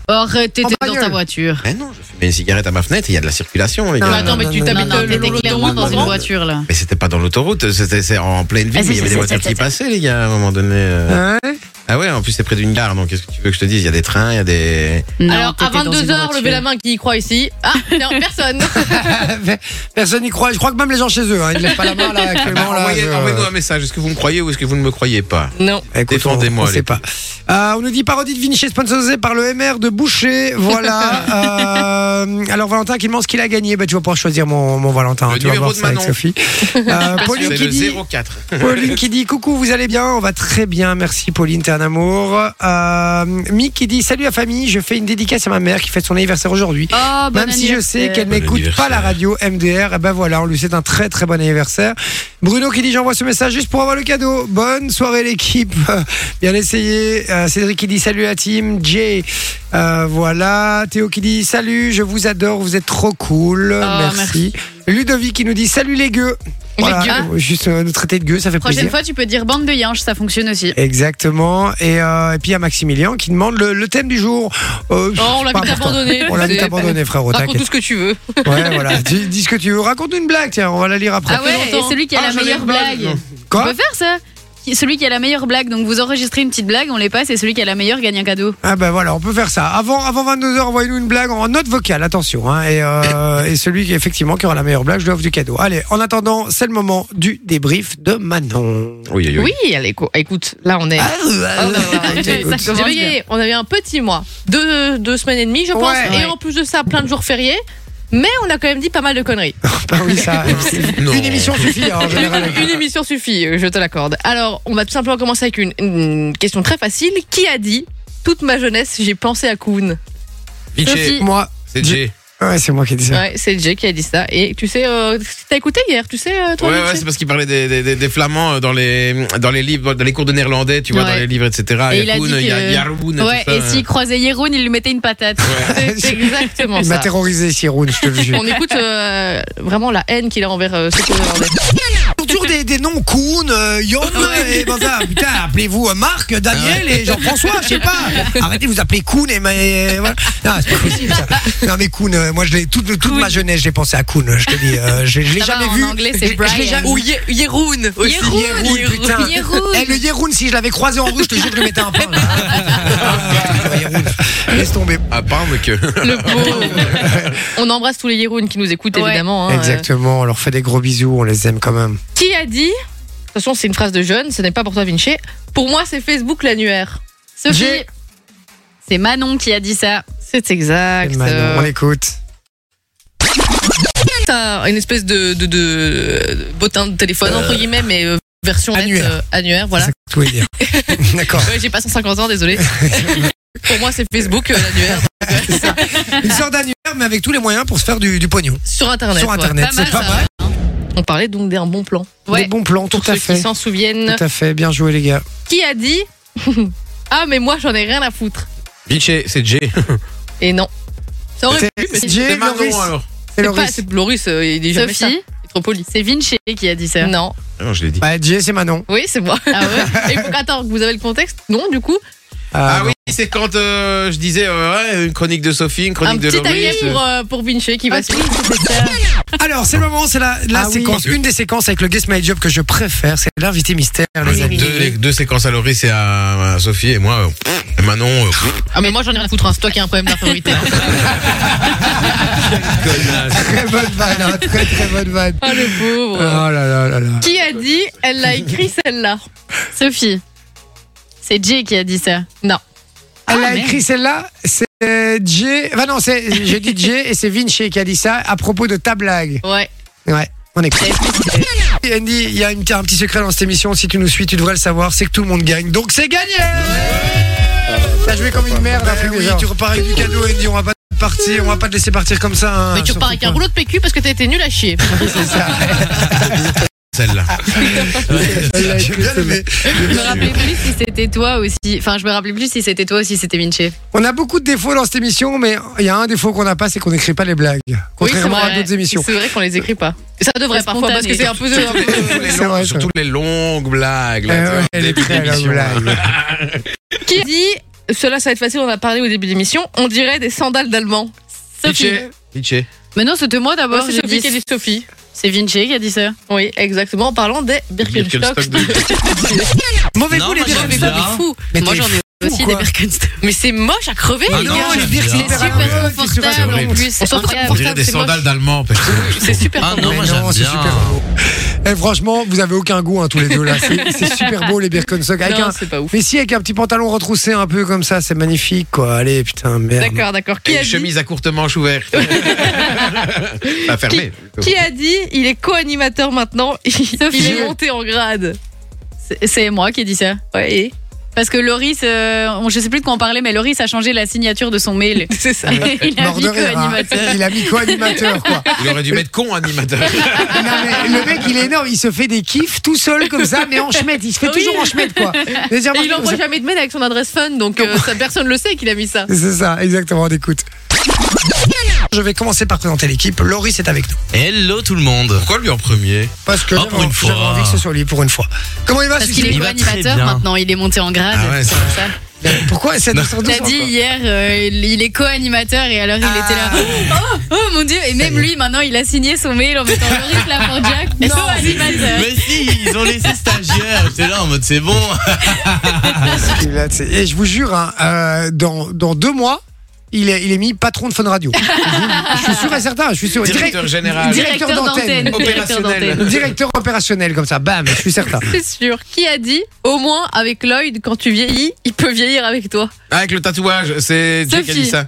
Speaker 5: Or, euh, t'étais
Speaker 1: En
Speaker 5: dans
Speaker 1: bagnole.
Speaker 5: ta voiture.
Speaker 4: Mais non, je fume une cigarette à ma fenêtre, il y a de la circulation, les
Speaker 1: Non,
Speaker 4: gars.
Speaker 1: attends, mais tu
Speaker 5: Non,
Speaker 1: t'habites
Speaker 5: non, t'étais clairement dans une voiture là.
Speaker 4: Mais c'était pas dans l'autoroute, c'était c'est en pleine
Speaker 5: Ah,
Speaker 4: ville,
Speaker 5: c'est-
Speaker 4: mais il y avait
Speaker 5: c'est-
Speaker 4: des voitures
Speaker 5: c'est-
Speaker 4: qui
Speaker 5: c'est-
Speaker 4: passaient, les gars, à un moment donné. euh.
Speaker 1: Ouais.
Speaker 4: Ah ouais, en plus c'est près d'une gare, donc qu'est-ce que tu veux que je te dise Il y a des trains, il y a des.
Speaker 5: Non,
Speaker 6: Alors, à
Speaker 5: t'étais dans une
Speaker 6: 22h,
Speaker 5: voiture.
Speaker 6: levez la main qui y croit ici. Ah, non, personne.
Speaker 1: Personne n'y croit. Je crois que même les gens chez eux, hein, ils lèvent pas la main là actuellement. là,
Speaker 4: Envoyez-
Speaker 1: je- Bah,
Speaker 4: Envoyez-nous un message, est-ce que vous me croyez ou est-ce que vous ne me croyez pas
Speaker 6: non.
Speaker 1: Écoute, on-
Speaker 4: Défendez-moi,
Speaker 1: on sait
Speaker 4: les-
Speaker 1: pas. Euh, on nous dit parodie de Vinci sponsorisée par le MR de Boucher. Voilà. Euh, alors Valentin qui demande ce qu'il a gagné. Bah, tu vas pouvoir choisir mon, mon Valentin. hein,
Speaker 4: Le
Speaker 1: tu vas
Speaker 4: numéro
Speaker 1: voir
Speaker 4: de
Speaker 1: ça avec
Speaker 4: Manon.
Speaker 1: Sophie. Euh, Pauline
Speaker 4: C'est
Speaker 1: qui
Speaker 4: le
Speaker 1: dit.
Speaker 4: 04.
Speaker 1: Pauline qui dit coucou, vous allez bien On va très bien, merci Pauline, t'es un amour. Euh, Mick qui dit salut la famille, je fais une dédicace à ma mère qui fête son anniversaire aujourd'hui.
Speaker 5: Oh, bon
Speaker 1: Même si je sais
Speaker 5: anniversaire.
Speaker 1: qu'elle
Speaker 4: Bon
Speaker 1: n'écoute pas la
Speaker 4: anniversaire.
Speaker 1: radio MDR, et ben voilà, on lui souhaite un très très bon anniversaire. Bruno qui dit j'envoie ce message juste pour avoir le cadeau. Bonne soirée l'équipe, bien essayé. Euh, Cédric qui dit salut la team. Jay, euh, voilà. Théo qui dit salut, je vous adore, vous êtes trop cool.
Speaker 5: Oh,
Speaker 1: merci. Ludovic qui nous dit salut les gueux.
Speaker 6: Les
Speaker 1: Voilà,
Speaker 6: gueux.
Speaker 1: juste euh, nous traiter de gueux, ça fait
Speaker 5: Prochaine
Speaker 1: plaisir.
Speaker 5: fois, tu peux dire bande de yinches, ça fonctionne aussi.
Speaker 1: Exactement. Et, euh, et puis il y a Maximilien qui demande le, le thème du jour. Euh,
Speaker 6: Oh, on l'a
Speaker 1: c'est pas
Speaker 6: vite
Speaker 1: important.
Speaker 6: abandonné.
Speaker 1: On l'a vite
Speaker 6: C'est-
Speaker 1: abandonné, frère.
Speaker 6: Raconte tout ce que tu veux.
Speaker 1: Ouais, voilà. Dis, dis ce que tu veux. Raconte une blague, tiens, on va la lire après.
Speaker 5: Ah ouais,
Speaker 6: longtemps.
Speaker 5: et celui qui a
Speaker 4: Ah,
Speaker 5: la
Speaker 4: j'en ai
Speaker 5: meilleure
Speaker 4: une blague.
Speaker 5: blague.
Speaker 1: Quoi
Speaker 5: On peut faire ça qui- celui qui a la meilleure blague. Donc vous enregistrez une petite blague, on les passe et celui qui a la meilleure gagne un cadeau.
Speaker 1: Ah ben voilà, on peut faire ça. Avant, avant 22h, envoyez-nous une blague en note vocale, attention. hein. et, euh, et celui qui, effectivement, qui aura la meilleure blague, je lui offre du cadeau. Allez, en attendant, c'est le moment du débrief de Manon.
Speaker 13: Oui,
Speaker 6: Oui, allez, écou- écoute, là on est. Oh, bah,
Speaker 1: ah, ah,
Speaker 6: J'ai
Speaker 1: écoute.
Speaker 6: j'ai veillé, on avait un petit mois, deux, deux semaines et demie, je pense,
Speaker 1: Ouais.
Speaker 6: et
Speaker 1: Ouais.
Speaker 6: en plus de ça, plein de jours fériés. Mais on a quand même dit pas mal de conneries.
Speaker 1: Bah oui, ça,
Speaker 13: Non.
Speaker 1: une émission suffit hein, en général.
Speaker 6: Une émission suffit, euh, je te l'accorde. Alors, on va tout simplement commencer avec une, une question très facile. Qui a dit Toute ma jeunesse, j'ai pensé à Kuhn
Speaker 4: Vichy,
Speaker 1: Moi,
Speaker 4: c'est Jay.
Speaker 1: ouais, c'est moi qui ai dit ça.
Speaker 6: Ouais, c'est Jay qui a dit ça. Et tu sais, euh, t'as écouté hier, tu sais, euh,
Speaker 4: Ouais,
Speaker 6: toi
Speaker 4: ouais,
Speaker 6: Vinci
Speaker 4: c'est parce qu'il parlait des, des, des- des flamands euh, dans les, dans les livres, dans les cours de néerlandais, tu vois,
Speaker 5: Ouais.
Speaker 4: dans les livres, etc.
Speaker 5: Et il a dit
Speaker 4: Yakun,
Speaker 5: que-
Speaker 4: Ya- Yaroun, et
Speaker 5: ouais,
Speaker 4: tout ça.
Speaker 5: et s'il croisait Yeroun, il lui mettait une patate.
Speaker 6: C'est- C'est exactement
Speaker 1: Il m'a
Speaker 6: ça.
Speaker 1: terrorisé, Siroun, je te le jure.
Speaker 6: On écoute euh, vraiment la haine qu'il a envers euh, ceux qui nous demandaient.
Speaker 1: Toujours des, des noms Kuhn, euh, Yon, et ben ça, putain, appelez-vous euh, Marc,
Speaker 6: Ah
Speaker 1: Daniel et Jean-François, je sais pas. Arrêtez de vous appeler Kuhn et mais voilà. Non, c'est pas possible ça. Non mais Kuhn, euh, moi je l'ai toute, toute ma jeunesse, j'ai pensé à Kuhn, je te dis, euh, je, je l'ai
Speaker 5: Ça va,
Speaker 1: jamais
Speaker 5: en
Speaker 1: vu.
Speaker 5: anglais,
Speaker 1: Je-
Speaker 5: c'est
Speaker 1: je l'ai
Speaker 5: Brian.
Speaker 1: jamais
Speaker 6: Ou
Speaker 1: vu.
Speaker 6: Ye- Yeroun aussi.
Speaker 1: Yeroun, putain.
Speaker 5: Yeroun.
Speaker 1: Eh, le Yeroun, si je l'avais croisé en rue, je te jure que je lui mettais un pain. là. Ah, Yeroun. Laisse tomber.
Speaker 4: Ah, pas mais que.
Speaker 6: Le pauvre. On embrasse tous les Yeroun qui nous écoutent,
Speaker 5: Ouais.
Speaker 6: évidemment. hein, euh.
Speaker 1: Exactement, on leur fait des gros bisous, on les aime quand même.
Speaker 6: Qui a dit De toute façon, c'est une phrase de jeune, ce n'est pas pour toi, Vinci. Pour moi, c'est Facebook l'annuaire.
Speaker 5: Sophie,
Speaker 1: J'ai-
Speaker 5: c'est Manon qui a dit ça.
Speaker 6: C'est exact.
Speaker 1: Manon, on
Speaker 6: Euh,
Speaker 1: écoute.
Speaker 6: T'as une espèce de, de, de bottin de téléphone, entre guillemets, mais euh, version nette,
Speaker 1: Annuaire.
Speaker 6: euh, annuaire, voilà.
Speaker 1: C'est tout veut dire. D'accord.
Speaker 6: Ouais, J'ai pas 150 ans, désolé. pour moi, c'est Facebook euh, l'annuaire.
Speaker 1: Une sorte d'annuaire, mais avec tous les moyens pour se faire du, du pognon.
Speaker 6: Sur Internet.
Speaker 1: Sur
Speaker 6: ouais.
Speaker 1: Internet,
Speaker 5: Pas mal,
Speaker 1: c'est pas
Speaker 5: ça.
Speaker 1: mal.
Speaker 6: On parlait donc d'un bon plan.
Speaker 5: Ouais.
Speaker 1: Des bons plans, tout
Speaker 6: Pour
Speaker 1: à
Speaker 6: ceux
Speaker 1: fait.
Speaker 6: qui s'en souviennent.
Speaker 1: Tout à fait, bien joué les gars.
Speaker 6: Qui a dit Ah, mais moi, j'en ai rien à foutre.
Speaker 4: Vichy, c'est Jay.
Speaker 6: Et non. Ça aurait
Speaker 1: C'est
Speaker 6: pu, mais c'est
Speaker 1: Jay,
Speaker 4: C'est
Speaker 1: Loris.
Speaker 4: Manon, alors.
Speaker 1: C'est
Speaker 6: pas.
Speaker 1: Loris.
Speaker 6: C'est Loris, euh, il est jamais ça.
Speaker 5: Sophie,
Speaker 6: Il est trop poli.
Speaker 5: c'est Vinci qui a dit ça.
Speaker 6: Non.
Speaker 4: Ah Non, je l'ai dit.
Speaker 1: Bah, Jay, c'est Manon.
Speaker 6: Oui, c'est moi.
Speaker 5: Ah ouais
Speaker 6: Et faut- attends, vous avez le contexte Non, du coup.
Speaker 4: Ah
Speaker 1: non.
Speaker 4: oui, c'est quand euh, je disais euh, ouais, une chronique de Sophie, une
Speaker 6: Un
Speaker 4: chronique de
Speaker 6: petit taquet
Speaker 4: Loris.
Speaker 6: pour, euh, pour Vinci qui va se
Speaker 1: Alors, c'est le moment, c'est la, la
Speaker 5: Ah oui.
Speaker 1: séquence, une des séquences avec le Guess My Job que je préfère, c'est l'invité mystère, les
Speaker 4: Les
Speaker 1: amis.
Speaker 4: deux, les deux séquences à Loris et à, à Sophie et moi, euh, pff, et Manon. euh, pff,
Speaker 6: Ah, mais moi j'en ai rien à foutre, hein. c'est toi qui as un problème d'infériorité. hein.
Speaker 1: Très bonne vanne, hein, très très bonne vanne.
Speaker 6: Ah, le
Speaker 1: Oh
Speaker 6: pauvre.
Speaker 1: là là là là.
Speaker 6: Qui a dit Elle l'a écrit celle-là.
Speaker 5: Sophie, c'est Jay qui a dit ça.
Speaker 6: Non.
Speaker 1: Elle
Speaker 5: Ah,
Speaker 1: a
Speaker 5: merde.
Speaker 1: écrit celle-là, c'est Jay. Enfin, non, c'est, j'ai dit Jay et c'est Vinci qui a dit ça à propos de ta blague.
Speaker 6: Ouais.
Speaker 1: Ouais, on écoute. Andy, il y a une- un petit secret dans cette émission. Si tu nous suis, tu devrais le savoir. C'est que tout le monde gagne. Donc c'est gagné T'as joué comme une merde. après, oui, tu repars avec du cadeau, Andy. On va pas te partir. On va pas te laisser partir comme ça. hein,
Speaker 6: Mais tu
Speaker 1: sur
Speaker 6: repars
Speaker 1: ton
Speaker 6: avec un
Speaker 1: point.
Speaker 6: rouleau de PQ parce que t'as été nul à chier.
Speaker 4: Celle-là.
Speaker 1: J'ai bien aimé.
Speaker 5: Je me rappelais plus si c'était toi aussi. Enfin, je me rappelais plus si c'était toi ou si c'était Vinci.
Speaker 1: On a beaucoup de défauts dans cette émission, mais il y a un défaut qu'on n'a pas, c'est qu'on n'écrit pas les blagues. Contrairement
Speaker 6: Oui, c'est
Speaker 1: à
Speaker 6: vrai.
Speaker 1: d'autres émissions.
Speaker 6: C'est vrai qu'on les écrit pas. Ça devrait
Speaker 5: C'est
Speaker 6: parfois parce que c'est un peu.
Speaker 4: Surtout les- surtout les
Speaker 1: C'est
Speaker 4: longues-
Speaker 1: vrai, ça.
Speaker 4: surtout les longues blagues.
Speaker 1: Eh
Speaker 4: Là, tu vois,
Speaker 1: ouais,
Speaker 4: au
Speaker 1: elle est
Speaker 4: début
Speaker 1: très la
Speaker 4: d'émission.
Speaker 1: blague.
Speaker 6: Qui a dit Cela, ça va être facile, on en a parlé au début de l'émission. On dirait des sandales d'allemand.
Speaker 5: Sophie.
Speaker 4: Vichy, Vichy.
Speaker 5: Mais non, c'était moi d'abord.
Speaker 6: c'est
Speaker 5: j'ai
Speaker 6: Sophie
Speaker 5: dit-
Speaker 6: qui a dit Sophie.
Speaker 5: C'est Vinci qui a dit ça.
Speaker 6: Oui, exactement. En parlant des Birkenstock.
Speaker 4: Birkenstock de-
Speaker 1: Mauvais
Speaker 13: Non,
Speaker 1: goût, les
Speaker 13: moi, j'en ai
Speaker 1: Birkenstock.
Speaker 13: pas.
Speaker 6: Fou.
Speaker 1: Mais
Speaker 5: Moi,
Speaker 1: t'es
Speaker 5: j'en ai
Speaker 1: fou,
Speaker 5: aussi
Speaker 1: quoi.
Speaker 5: des Birkenstock.
Speaker 6: Mais c'est moche à crever,
Speaker 4: Ah
Speaker 6: les
Speaker 4: non,
Speaker 6: gars.
Speaker 1: Oh, les
Speaker 4: bien.
Speaker 1: Birkenstock,
Speaker 4: C'est
Speaker 1: super
Speaker 5: super
Speaker 1: relou, c'est super
Speaker 5: confortable
Speaker 1: relou.
Speaker 5: en plus. C'est
Speaker 6: On s'en fout.
Speaker 5: incroyable.
Speaker 4: On dirait des
Speaker 6: C'est moche.
Speaker 4: sandales d'allemand. parce que-
Speaker 6: C'est super.
Speaker 13: Ah
Speaker 6: con.
Speaker 13: non,
Speaker 1: Mais
Speaker 13: moi
Speaker 1: non,
Speaker 13: j'aime
Speaker 1: c'est
Speaker 13: bien.
Speaker 1: super beau. Et franchement, vous avez aucun goût, hein, tous les deux là. C'est c'est super beau les Birkenstock. Avec
Speaker 6: Non,
Speaker 1: un-
Speaker 6: c'est pas ouf.
Speaker 1: Mais si, avec un petit pantalon retroussé un peu comme ça, c'est magnifique, quoi. Allez, putain, merde.
Speaker 6: D'accord, d'accord.
Speaker 4: Et
Speaker 6: Qui a
Speaker 4: une
Speaker 6: dit
Speaker 4: chemise à courte manche ouverte. Pas fermée.
Speaker 6: Qui a dit il est co-animateur maintenant Il
Speaker 1: Jay.
Speaker 6: est monté en grade.
Speaker 5: C'est- C'est moi qui ai dit ça.
Speaker 6: Ouais,
Speaker 5: Parce que Loris, euh, on- je sais plus de quoi on parlait, mais Loris a changé la signature de son mail.
Speaker 6: c'est ça.
Speaker 5: Il a
Speaker 1: Mort
Speaker 5: mis
Speaker 1: de rire, hein.
Speaker 5: co-animateur.
Speaker 1: Il a mis co-animateur, quoi.
Speaker 4: Il aurait dû mettre con animateur.
Speaker 1: Non, mais le mec, il est énorme. Il se fait des kiffs tout seul, comme ça, mais en chemette. Il se fait
Speaker 6: Oui.
Speaker 1: toujours en chemette, quoi. Et
Speaker 6: Et il envoie jamais de mail avec son adresse fun, donc euh, ça, personne le sait qu'il a mis ça.
Speaker 1: C'est ça, exactement, on écoute. Je vais commencer par présenter l'équipe. Loris est avec nous.
Speaker 13: Hello tout le monde.
Speaker 4: Pourquoi lui en premier
Speaker 1: Parce que
Speaker 13: Oh,
Speaker 1: j'avais
Speaker 13: pour une fois.
Speaker 1: j'avais envie que ce soit lui pour une fois. Comment il va,
Speaker 5: Parce
Speaker 1: Suzy
Speaker 5: qu'il est
Speaker 13: Il va très
Speaker 5: co-animateur
Speaker 13: bien.
Speaker 5: maintenant, il est monté en grade.
Speaker 4: Ah ouais,
Speaker 5: c'est
Speaker 4: ça-
Speaker 5: pour ça.
Speaker 1: Pourquoi c'est
Speaker 5: T'as dit hier, euh, il il est co-animateur et alors il était là.
Speaker 1: Ah.
Speaker 5: Oh, oh, mon dieu! Et même lui, maintenant, il a signé son mail en mettant Loris Lafordiac, co-animateur.
Speaker 12: Mais si, ils ont laissé stagiaire. J'étais là en mode c'est bon. Euh,
Speaker 1: Et je vous jure, hein, euh, dans, dans deux mois, il est, il est mis patron de Fun Radio. je suis sûr et certain. Je suis sûr.
Speaker 4: Directeur général.
Speaker 1: Directeur
Speaker 4: Directeur
Speaker 1: d'antenne.
Speaker 4: d'antenne. Opérationnel.
Speaker 1: Directeur Directeur opérationnel, comme ça. Bam, je suis certain.
Speaker 6: C'est sûr. Qui a dit au moins avec Lloyd, quand tu vieillis, il peut vieillir avec toi
Speaker 4: Ah, Avec le tatouage, c'est Jake qui a dit ça.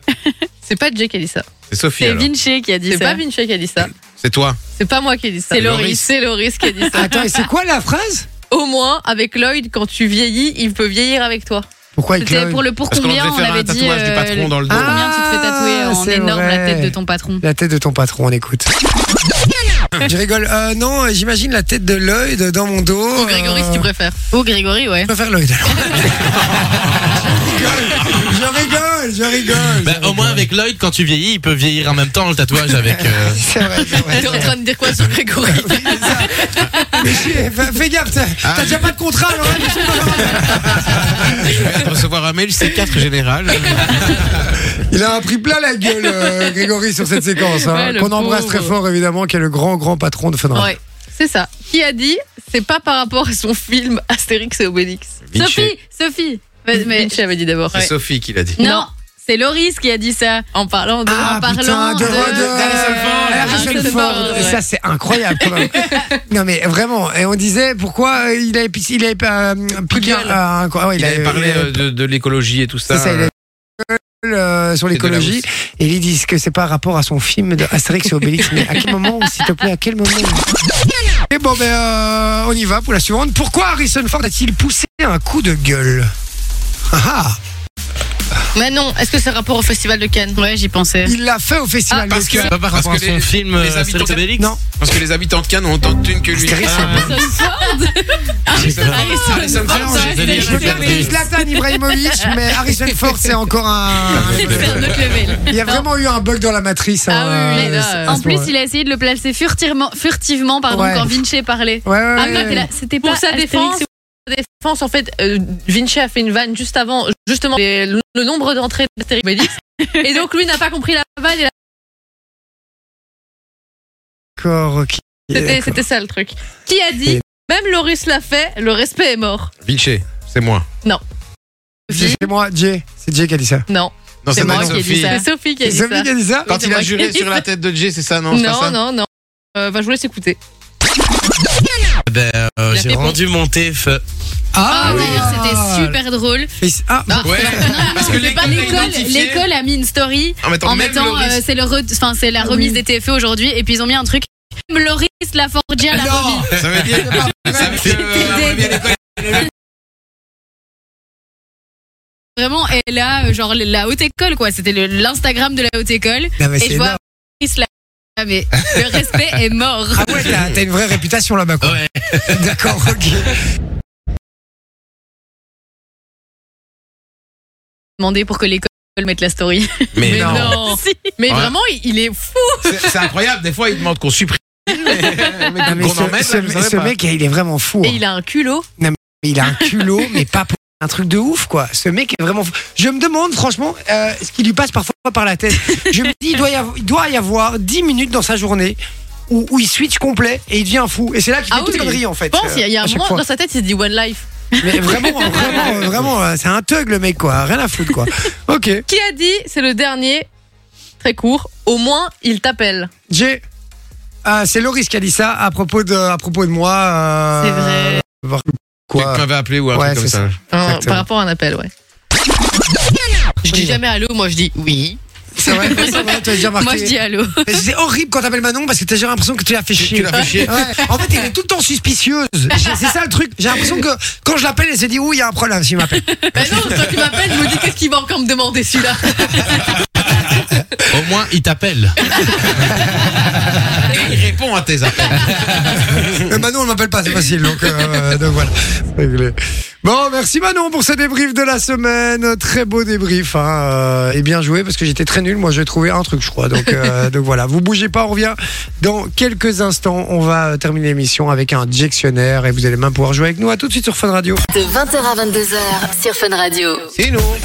Speaker 6: C'est pas Jake qui a dit ça.
Speaker 4: C'est Sophie. alors.
Speaker 6: Vinci qui a dit ça. C'est pas Vinci qui a dit ça.
Speaker 4: C'est toi.
Speaker 6: C'est pas moi qui ai dit ça.
Speaker 4: C'est Loris.
Speaker 6: C'est Loris qui a dit ça.
Speaker 1: Attends, et c'est quoi la phrase
Speaker 6: Au moins, avec Lloyd, quand tu vieillis, il peut vieillir avec toi.
Speaker 1: Pourquoi
Speaker 5: C'était pour le pour
Speaker 1: Parce qu'on
Speaker 5: combien,
Speaker 1: devait
Speaker 5: on
Speaker 1: faire un
Speaker 5: avait dit.
Speaker 1: tatouage du patron dans le dos. Ah,
Speaker 5: pour Combien tu te fais tatouer en
Speaker 1: c'est
Speaker 5: énorme la
Speaker 1: vrai.
Speaker 5: tête de ton patron.
Speaker 1: La tête de ton patron, on écoute. je rigole. Euh, non, j'imagine la tête de Lloyd dans mon dos. euh, Ou
Speaker 6: Oh, Grégory, si tu préfères. Oh,
Speaker 5: Ou Grégory, ouais. Je
Speaker 1: préfère Lloyd. alors. je rigole, je rigole.
Speaker 12: Bah, au moins avec Lloyd, quand tu vieillis, il peut vieillir en même temps le tatouage avec. euh,
Speaker 1: C'est vrai, c'est vrai.
Speaker 6: T'es en train de dire quoi sur Grégory
Speaker 1: Mais chier, fais- Fais gaffe, t'as t'as déjà pas de contrat, alors là, je sais pas.
Speaker 4: Je viens de recevoir un mail C4 général.
Speaker 1: Il a un prix plein la gueule, euh, Grégory, sur cette séquence. hein,
Speaker 6: Ouais, le
Speaker 1: Qu'on embrasse
Speaker 6: pauvre.
Speaker 1: très fort, évidemment, qui est le grand, grand patron de Fun Radio.
Speaker 6: Ouais, c'est ça. Qui a dit C'est pas par rapport à son film Astérix et Obélix.
Speaker 4: Vinci.
Speaker 5: Sophie, Sophie. Vas- mais-
Speaker 6: Vinci avait dit d'abord.
Speaker 4: C'est Sophie qui l'a dit.
Speaker 5: Non, c'est Loris qui a dit ça.
Speaker 6: En parlant de.
Speaker 5: en parlant
Speaker 1: Ah, Putain, de Harrison Ford.
Speaker 4: Ah,
Speaker 1: Harrison Ford.
Speaker 5: ouais.
Speaker 1: Ça, c'est incroyable, quand même. non, mais vraiment. Et on disait pourquoi euh, il avait, pis- il avait pas, euh, plus bien. euh, quoi, ouais,
Speaker 4: Il avait parlé euh, de, de l'écologie et tout ça.
Speaker 1: C'est ça, il avait euh, sur
Speaker 4: Et de la
Speaker 1: l'écologie. Et ils disent que c'est pas rapport à son film de Astérix et Obélix. mais à quel moment, s'il te plaît, à quel moment Et bon, ben, euh, on y va pour la suivante. Pourquoi Harrison Ford a-t-il poussé un coup de gueule Ah, ah
Speaker 6: Mais non, est-ce que c'est rapport au Festival de Cannes Ah,
Speaker 5: Ouais, j'y pensais.
Speaker 1: Il l'a fait au festival.
Speaker 4: parce
Speaker 1: de
Speaker 4: que,
Speaker 1: Cannes.
Speaker 12: pas par
Speaker 4: parce
Speaker 12: rapport
Speaker 4: que
Speaker 12: à son film, euh, Astérix
Speaker 4: habitants-
Speaker 12: Obélix
Speaker 1: Non.
Speaker 4: Parce que les habitants de Cannes ont autant de thunes que lui.
Speaker 1: Astérix,
Speaker 4: Ah, Harrison Ford. Harrison Ford, j'ai-
Speaker 12: désolé,
Speaker 1: Je veux bien
Speaker 12: regardez.
Speaker 1: dire Zlatan Ibrahimovic, mais Harrison Ford, c'est encore
Speaker 4: Ah,
Speaker 1: un.
Speaker 5: C'est un autre level.
Speaker 1: Il y a vraiment eu un bug dans la matrice.
Speaker 5: Ah
Speaker 1: hein,
Speaker 5: oui, oui,
Speaker 1: euh,
Speaker 5: là,
Speaker 1: à
Speaker 5: en
Speaker 1: ce
Speaker 5: plus,
Speaker 1: moment-là.
Speaker 5: il a essayé de le placer furtivement, furtivement pardon,
Speaker 1: Ouais.
Speaker 5: quand Vinci parlait.
Speaker 1: Ouais, ouais,
Speaker 5: Ah,
Speaker 1: ouais,
Speaker 5: toi, t'es
Speaker 1: ouais.
Speaker 5: là, c'était pas
Speaker 6: Pour sa
Speaker 5: Astérix
Speaker 6: défense, pour sa défense, en fait, euh, Vinci a fait une vanne juste avant, justement, les- le nombre d'entrées d'Astérix et Obélix. Et donc, lui n'a pas compris la vanne. et la-
Speaker 1: D'accord, ok.
Speaker 6: C'était c'était ça le truc. Qui a dit Même Loris l'a fait, le respect est mort.
Speaker 4: Vinci, c'est moi.
Speaker 1: C'est c'est moi, Jay. C'est Jay qui a dit ça.
Speaker 6: Non,
Speaker 4: Non,
Speaker 6: c'est
Speaker 4: c'est
Speaker 6: moi
Speaker 4: pas
Speaker 6: qui ai dit
Speaker 4: Sophie.
Speaker 6: ça. C'est Sophie qui a dit
Speaker 1: Zombie
Speaker 6: ça.
Speaker 1: qui a dit ça
Speaker 4: Quand il a juré sur la tête de Jay, c'est ça, non c'est pas ça
Speaker 6: Non, non, non. Euh, bah, je vous laisse écouter.
Speaker 12: ben, euh,
Speaker 6: Il a
Speaker 12: j'ai
Speaker 6: fait
Speaker 12: rendu mon TF.
Speaker 5: Ah, d'ailleurs, c'était super drôle.
Speaker 1: Et c'est- Ah,
Speaker 4: Ouais, parce que
Speaker 5: L'école-
Speaker 4: identifié-
Speaker 5: L'école a mis une story
Speaker 4: En mettant
Speaker 5: en
Speaker 4: même
Speaker 5: mettant
Speaker 4: Loris.
Speaker 5: euh, c'est le re- enfin, c'est
Speaker 1: Ah
Speaker 5: la remise des TFE aujourd'hui et puis ils ont mis un truc Même Loris Laforgia l'a remis.
Speaker 4: Ça veut dire ça veut dire que la première école-
Speaker 5: Vraiment et là euh, genre la haute école quoi, c'était le- l'Instagram de la haute école
Speaker 1: Non, mais
Speaker 5: et
Speaker 1: c'est
Speaker 5: je vois
Speaker 1: énorme.
Speaker 5: Loris La- Ah, mais le respect est mort.
Speaker 1: Ah ouais, t'as t'as une vraie réputation là-bas, quoi.
Speaker 12: Ouais.
Speaker 1: D'accord, ok.
Speaker 5: Demander pour que l'école mette la story.
Speaker 4: Mais non.
Speaker 6: non.
Speaker 5: Si.
Speaker 6: Mais
Speaker 4: Ouais.
Speaker 6: vraiment, il- il est fou.
Speaker 4: C'est c'est incroyable, des fois ils demandent qu'on supprime. Mais, mais
Speaker 1: Non, mais
Speaker 4: Ah, qu'on en
Speaker 1: ce,
Speaker 4: mette,
Speaker 1: ce-
Speaker 4: là, je savais
Speaker 1: ce
Speaker 4: pas.
Speaker 1: mec, il est vraiment fou.
Speaker 6: Et
Speaker 1: hein.
Speaker 6: il a un culot.
Speaker 1: Il a un culot, mais pas pour un truc de ouf, quoi. Ce mec est vraiment fou. Je me demande, franchement, euh, ce qui lui passe parfois par la tête. Je me dis, il doit y avoir, il doit y avoir 10 minutes dans sa journée où, où il switch complet et il devient fou. Et c'est là qu'il
Speaker 6: Ah
Speaker 1: fait toutes
Speaker 6: oui.
Speaker 1: les conneries, en fait.
Speaker 6: Je pense, il y a- il y a
Speaker 1: euh, à
Speaker 6: un
Speaker 1: chaque
Speaker 6: moment
Speaker 1: fois.
Speaker 6: dans sa tête, il se dit One Life.
Speaker 1: Mais vraiment, vraiment, euh, vraiment, euh, c'est un thug, le mec, quoi. Rien à foutre, quoi. Ok.
Speaker 6: Qui a dit C'est le dernier. Très court. Au moins, il t'appelle.
Speaker 1: J'ai. Ah, c'est Loris qui a dit ça à propos de, à propos de moi. euh,
Speaker 6: C'est vrai.
Speaker 1: voir
Speaker 4: Quelqu'un
Speaker 1: Quoi
Speaker 4: m'avait appelé ou un
Speaker 1: Ouais,
Speaker 4: truc comme
Speaker 1: c'est
Speaker 4: ça.
Speaker 6: Hein,
Speaker 1: Exactement.
Speaker 6: par rapport à un appel, ouais. Je dis jamais allô, moi je dis oui.
Speaker 1: C'est vrai, c'est vrai, tu as déjà remarqué.
Speaker 5: Moi je dis allô.
Speaker 1: Mais C'est horrible quand t'appelles Manon parce que t'as déjà l'impression que tu l'as fait chier.
Speaker 4: tu l'as fait chier.
Speaker 1: Ouais. En fait, elle est tout le temps suspicieuse. J'ai- C'est ça le truc. J'ai l'impression que quand je l'appelle, elle se dit Ouh, il y a un problème s'il m'appelle.
Speaker 6: Mais non, quand tu m'appelles, je me dis qu'est-ce qu'il va encore me demander celui-là.
Speaker 12: Au moins, il t'appelle.
Speaker 4: Et il répond à tes appels.
Speaker 1: Mais Manon, elle m'appelle pas, c'est facile. Donc, euh, donc voilà. C'est réglé. Bon, merci Manon pour ce débrief de la semaine. Très beau débrief. hein, euh, et bien joué parce que j'étais très nul. Moi, j'ai trouvé un truc, je crois. Donc, euh, donc voilà, vous bougez pas, on revient dans quelques instants. On va terminer l'émission avec un dictionnaire et vous allez même pouvoir jouer avec nous. À tout de suite sur Fun Radio.
Speaker 2: De 20h à 22h sur Fun Radio.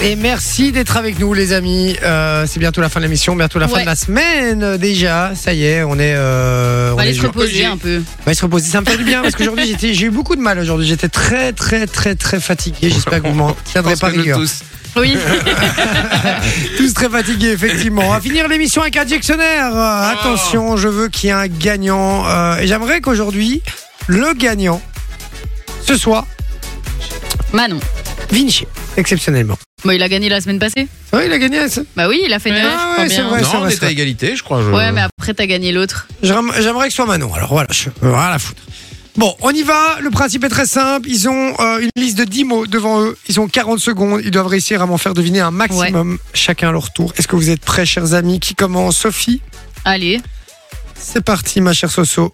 Speaker 1: Et merci d'être avec nous, les amis. Euh, c'est bientôt la fin de l'émission, bientôt la fin
Speaker 5: Ouais.
Speaker 1: de la semaine euh, déjà. Ça y est, on est. euh,
Speaker 5: On
Speaker 1: on
Speaker 5: va
Speaker 1: est
Speaker 5: aller se
Speaker 1: jour-
Speaker 5: reposer un peu.
Speaker 1: On va aller se reposer. Ça me fait du bien parce qu'aujourd'hui j'étais- j'ai eu beaucoup de mal aujourd'hui. J'étais très très très très fatigué. J'espère que vous m'en tiendrez pas rigueur. Tous.
Speaker 5: Oui.
Speaker 1: très fatigués effectivement. On va finir l'émission avec un dictionnaire. Euh,
Speaker 4: Ah.
Speaker 1: Attention, je veux qu'il y ait un gagnant. Euh, et j'aimerais qu'aujourd'hui le gagnant ce soit
Speaker 5: Manon.
Speaker 1: Vinci, exceptionnellement.
Speaker 5: Bon, il a gagné la semaine passée.
Speaker 1: Oui, Ah il a gagné. ça.
Speaker 5: Bah oui, il a fait neuf.
Speaker 1: Ah
Speaker 5: je crois
Speaker 1: ouais, c'est
Speaker 5: bien.
Speaker 1: vrai,
Speaker 4: non,
Speaker 1: c'est
Speaker 4: on
Speaker 1: vrai,
Speaker 4: est
Speaker 1: c'est
Speaker 4: à
Speaker 1: vrai.
Speaker 4: égalité, je crois. je-
Speaker 5: Ouais, mais après, t'as gagné l'autre.
Speaker 1: J'aime- J'aimerais que ce soit Manon. Alors voilà, je euh, rien à la foutre. Bon, on y va. Le principe est très simple. Ils ont euh, une liste de 10 mots devant eux. Ils ont 40 secondes. Ils doivent réussir à m'en faire deviner un maximum chacun à leur tour. Est-ce que vous êtes prêts, chers amis Qui commence Sophie
Speaker 5: Allez.
Speaker 1: C'est parti, ma chère Soso.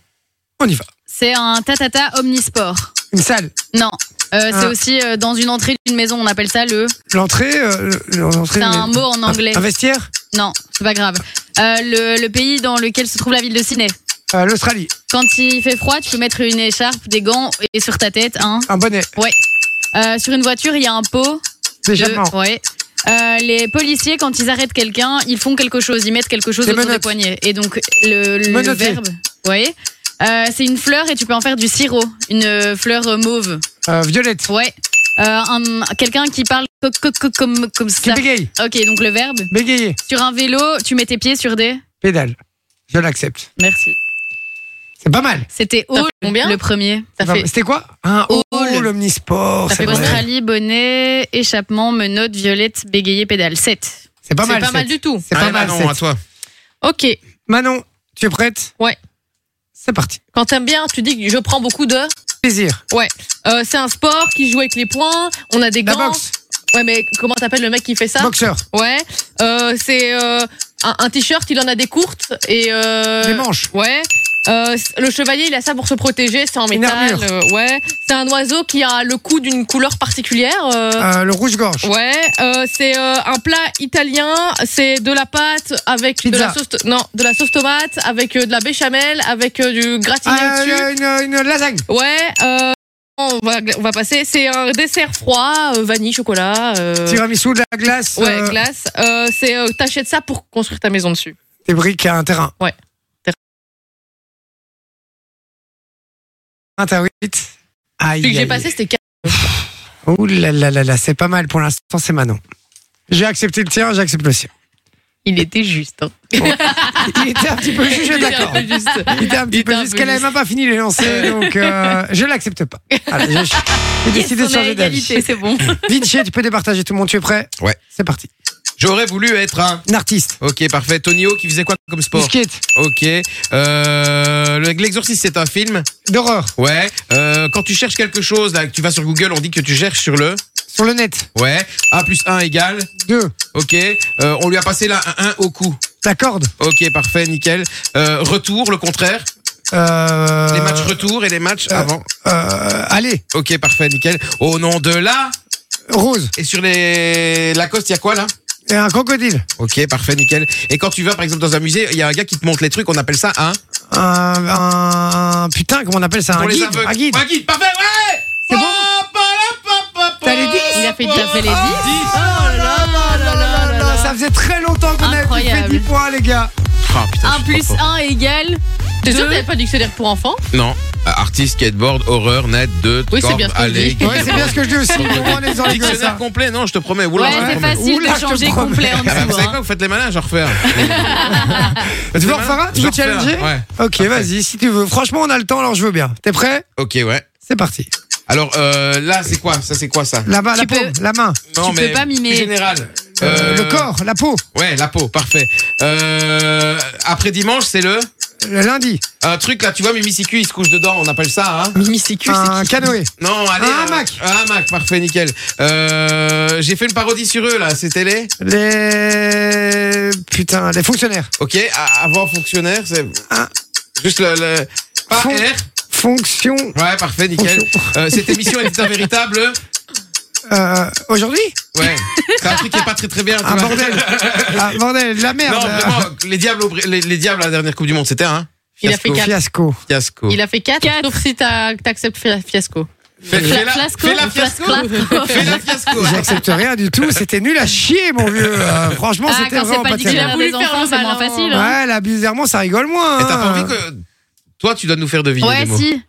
Speaker 1: On y va.
Speaker 5: C'est un tatata omnisport.
Speaker 1: Une salle.
Speaker 5: Non. Euh, c'est
Speaker 1: Ah.
Speaker 5: aussi euh, dans une entrée d'une maison, on appelle ça le.
Speaker 1: L'entrée. euh, le- l'entrée-
Speaker 5: C'est un mot en anglais.
Speaker 1: Un vestiaire
Speaker 5: Non, c'est pas grave. Euh, le, le pays dans lequel se trouve la ville de Sydney.
Speaker 1: Euh, L'Australie.
Speaker 5: Quand il fait froid, tu peux mettre une écharpe, des gants et sur ta tête un.
Speaker 1: Un bonnet.
Speaker 5: Ouais. Euh, sur une voiture, il y a un pot.
Speaker 1: Des
Speaker 5: de-
Speaker 1: vêtements.
Speaker 5: Ouais. Euh, les policiers, quand ils arrêtent quelqu'un, ils font quelque chose, ils mettent quelque chose
Speaker 1: Des
Speaker 5: autour des
Speaker 1: menottes.
Speaker 5: poignets. Et donc, le, le
Speaker 1: Menotté.
Speaker 5: verbe, ouais. Euh, c'est une fleur et tu peux en faire du sirop, une euh, fleur euh, mauve.
Speaker 1: Euh, Violette.
Speaker 5: Ouais. Euh, un- Quelqu'un qui parle co- co- co- comme, comme ça.
Speaker 1: bégaye.
Speaker 5: Ok, donc le verbe.
Speaker 1: Bégayer.
Speaker 5: Sur un vélo, tu mets tes pieds sur des.
Speaker 1: Pédale. Je l'accepte.
Speaker 5: Merci.
Speaker 1: C'est pas mal.
Speaker 5: C'était haut le premier. Ça
Speaker 1: Enfin,
Speaker 5: fait
Speaker 1: C'était quoi Un haut,
Speaker 5: Hall.
Speaker 1: l'omnisport.
Speaker 5: Ça
Speaker 1: Oh, c'est
Speaker 5: fait
Speaker 1: vrai.
Speaker 5: Australie, bonnet, échappement, menottes, violette, bégayé, pédale. 7.
Speaker 1: C'est pas mal.
Speaker 5: pas mal
Speaker 1: cette.
Speaker 5: du tout. Ah,
Speaker 1: C'est pas
Speaker 4: Allez,
Speaker 1: mal.
Speaker 4: Manon,
Speaker 1: cette.
Speaker 4: à toi.
Speaker 6: Ok.
Speaker 1: Manon, tu es prête
Speaker 6: Ouais.
Speaker 1: C'est parti.
Speaker 6: Quand t'aimes bien, tu dis que je prends beaucoup de.
Speaker 1: Plaisir.
Speaker 6: Ouais. Euh, c'est un sport qui joue avec les points. On a des
Speaker 1: La
Speaker 6: gants.
Speaker 1: boxe.
Speaker 6: Ouais, mais comment t'appelles le mec qui fait ça
Speaker 1: Boxeur.
Speaker 6: Ouais. Euh, c'est euh, un, un t-shirt, il en a des courtes et. Euh,
Speaker 1: Des manches.
Speaker 6: Ouais. Euh, c- le chevalier, il a ça pour se protéger, c'est en
Speaker 1: Une
Speaker 6: métal.
Speaker 1: armure.
Speaker 6: euh, ouais. C'est un oiseau qui a le cou d'une couleur particulière. euh,
Speaker 1: Euh, le rouge-gorge.
Speaker 6: Ouais, euh, c'est euh, un plat italien, c'est de la pâte avec de
Speaker 1: Pizza.
Speaker 6: la sauce non, de la sauce tomate avec euh, de la béchamel avec euh, du gratiné
Speaker 1: Ah,
Speaker 6: dessus.
Speaker 1: une, une lasagne.
Speaker 6: Ouais, euh, on va on va passer, c'est un dessert froid, euh, vanille, chocolat. euh,
Speaker 1: Tiramisu, de la glace.
Speaker 6: Ouais,
Speaker 1: euh,
Speaker 6: glace. Euh, c'est euh, t'achètes ça pour construire ta maison dessus.
Speaker 1: Des briques à un terrain.
Speaker 6: Ouais.
Speaker 1: Un terrain. huit. Aïe.
Speaker 6: Celui que j'ai
Speaker 1: aïe,
Speaker 6: passé,
Speaker 1: aïe.
Speaker 6: c'était quatre.
Speaker 1: Ouh là là là là, c'est pas mal pour l'instant, c'est Manon. J'ai accepté le tien, j'accepte le sien.
Speaker 6: Il était juste. hein.
Speaker 1: Il était un petit peu jugé,
Speaker 6: Il était un
Speaker 1: d'accord.
Speaker 6: peu juste.
Speaker 1: Il était un petit
Speaker 6: Il
Speaker 1: peu
Speaker 6: était un
Speaker 1: juste
Speaker 6: peu
Speaker 1: qu'elle avait
Speaker 6: juste.
Speaker 1: même pas fini les lancers, donc euh, je l'accepte pas. Allez, je- j'ai décidé
Speaker 6: on
Speaker 1: de
Speaker 6: est à
Speaker 1: changer d'avis.
Speaker 6: égalité, c'est bon.
Speaker 1: Vinci, tu peux départager tout le monde, tu es prêt
Speaker 4: Ouais.
Speaker 1: C'est parti.
Speaker 4: J'aurais voulu être un.
Speaker 1: Un artiste.
Speaker 4: Ok, parfait. Tonio qui faisait quoi comme sport
Speaker 1: Biscuit.
Speaker 4: Ok. Euh, le- L'exorciste, c'est un film.
Speaker 1: D'horreur.
Speaker 4: Ouais. Euh, quand tu cherches quelque chose, là, que tu vas sur Google, on dit que tu cherches sur le.
Speaker 1: Sur le net.
Speaker 4: Ouais. 1 plus 1 égale.
Speaker 1: 2.
Speaker 4: Ok. Euh, on lui a passé la 1 au cou.
Speaker 1: La corde.
Speaker 4: Ok, parfait, nickel. Euh, retour, le contraire.
Speaker 1: Euh,
Speaker 4: Les matchs retour et les matchs avant.
Speaker 1: euh, allez,
Speaker 4: Ok, parfait, nickel. Au nom de la.
Speaker 1: Rose.
Speaker 4: Et sur les Lacoste, il y a quoi là
Speaker 1: Et un crocodile.
Speaker 4: Ok, parfait, nickel. Et quand tu vas par exemple dans un musée, il y a un gars qui te montre les trucs, on appelle ça un.
Speaker 1: Un, un- Putain, comment on appelle ça
Speaker 4: Pour
Speaker 1: Un
Speaker 4: les
Speaker 1: guide.
Speaker 4: aveugles.
Speaker 1: Un guide.
Speaker 4: Un guide, parfait, ouais
Speaker 1: C'est bon T'as les 10
Speaker 5: Il a fait, t'as fait
Speaker 1: Oh
Speaker 5: les 10.
Speaker 1: là là là là là là. Ça faisait très longtemps qu'on avait plus fait
Speaker 5: Incroyable.
Speaker 1: 10 points, les gars.
Speaker 4: Ah, putain,
Speaker 5: 1
Speaker 4: je suis
Speaker 5: plus
Speaker 4: pas fort.
Speaker 5: 1 égale.
Speaker 6: T'es sûr
Speaker 5: Deux.
Speaker 6: que t'avais pas dictionnaire pour enfants
Speaker 4: Non. Euh, Artiste, skateboard, horreur, net, 2,
Speaker 6: Oui, c'est bien ce que je dis.
Speaker 12: oh.
Speaker 1: Ouais, c'est bien ce que je dis aussi. Pour les gens rigolent
Speaker 4: Dictionnaire
Speaker 1: ça.
Speaker 4: complet, non, je te promets. Oula,
Speaker 5: Ouais,
Speaker 4: je te
Speaker 5: c'est
Speaker 4: promets.
Speaker 5: facile
Speaker 1: Oula,
Speaker 5: de
Speaker 1: je te
Speaker 5: changer
Speaker 1: promets.
Speaker 5: complet en
Speaker 4: Ah bah, vous
Speaker 5: dessous.
Speaker 4: savez
Speaker 5: hein.
Speaker 4: quoi, vous faites les malins, je refaire.
Speaker 1: Tu veux en refaire un Tu veux
Speaker 4: Je refais un,
Speaker 1: challenger
Speaker 4: ouais.
Speaker 1: Ok, vas-y, si tu veux. Franchement, on a le temps, alors je veux bien. T'es prêt
Speaker 4: Ok, ouais.
Speaker 1: C'est parti.
Speaker 4: Alors euh, là, c'est quoi Ça, c'est quoi ça
Speaker 1: Là-bas, la
Speaker 5: Tu peux-
Speaker 1: peau, la main,
Speaker 4: Non,
Speaker 5: peux pas mimer.
Speaker 4: Général.
Speaker 1: euh,
Speaker 4: Euh,
Speaker 1: le corps, la peau,
Speaker 4: Ouais, la peau, parfait. Euh, après dimanche, c'est le
Speaker 1: le lundi,
Speaker 4: un truc là, tu vois, Mimi Siku, il se couche dedans, on appelle ça. Hein
Speaker 6: Mimi Siku, c'est
Speaker 1: un canoë. Ah,
Speaker 4: non, allez.
Speaker 1: Un
Speaker 4: euh,
Speaker 1: hamac.
Speaker 4: Un hamac, parfait, nickel. Euh, J'ai fait une parodie sur eux là, c'était les.
Speaker 1: Les. Putain, les fonctionnaires.
Speaker 4: Ok, a- avant fonctionnaire, c'est
Speaker 1: Ah.
Speaker 4: juste le, le- pas
Speaker 1: Fon-
Speaker 4: R.
Speaker 1: Fonction.
Speaker 4: Ouais, parfait, nickel.
Speaker 1: Fonction.
Speaker 4: Euh, cette émission elle est un véritable.
Speaker 1: Euh, Aujourd'hui
Speaker 4: Ouais. C'est un truc qui est pas très très bien.
Speaker 1: Ah bordel Ah bordel, de la merde
Speaker 4: Non, vraiment, les diables, au Br- les, les diables à la dernière Coupe du Monde, c'était un
Speaker 6: Il a fait quatre.
Speaker 1: Fiasco.
Speaker 4: Fiasco.
Speaker 6: Il a fait 4, sauf si t'as- t'acceptes fia- fiasco.
Speaker 4: Fais-
Speaker 6: Fla-
Speaker 4: fais la-
Speaker 6: flasco
Speaker 4: fais la
Speaker 6: ou
Speaker 4: fiasco.
Speaker 6: flasco
Speaker 4: Fais la fiasco.
Speaker 1: J'accepte rien du tout, c'était nul à chier, mon vieux. Euh, franchement,
Speaker 5: Ah,
Speaker 1: c'était
Speaker 5: quand c'est
Speaker 1: vraiment
Speaker 5: pas
Speaker 1: pas
Speaker 5: Didier
Speaker 1: terrible.
Speaker 5: Lambert des enfants, c'est moins facile, hein.
Speaker 1: Ouais, là, bizarrement, ça rigole moins.
Speaker 4: Et t'as pas
Speaker 1: hein.
Speaker 4: envie que. Toi, tu dois nous faire deviner
Speaker 5: Ouais,
Speaker 4: les mots.
Speaker 5: si. Vous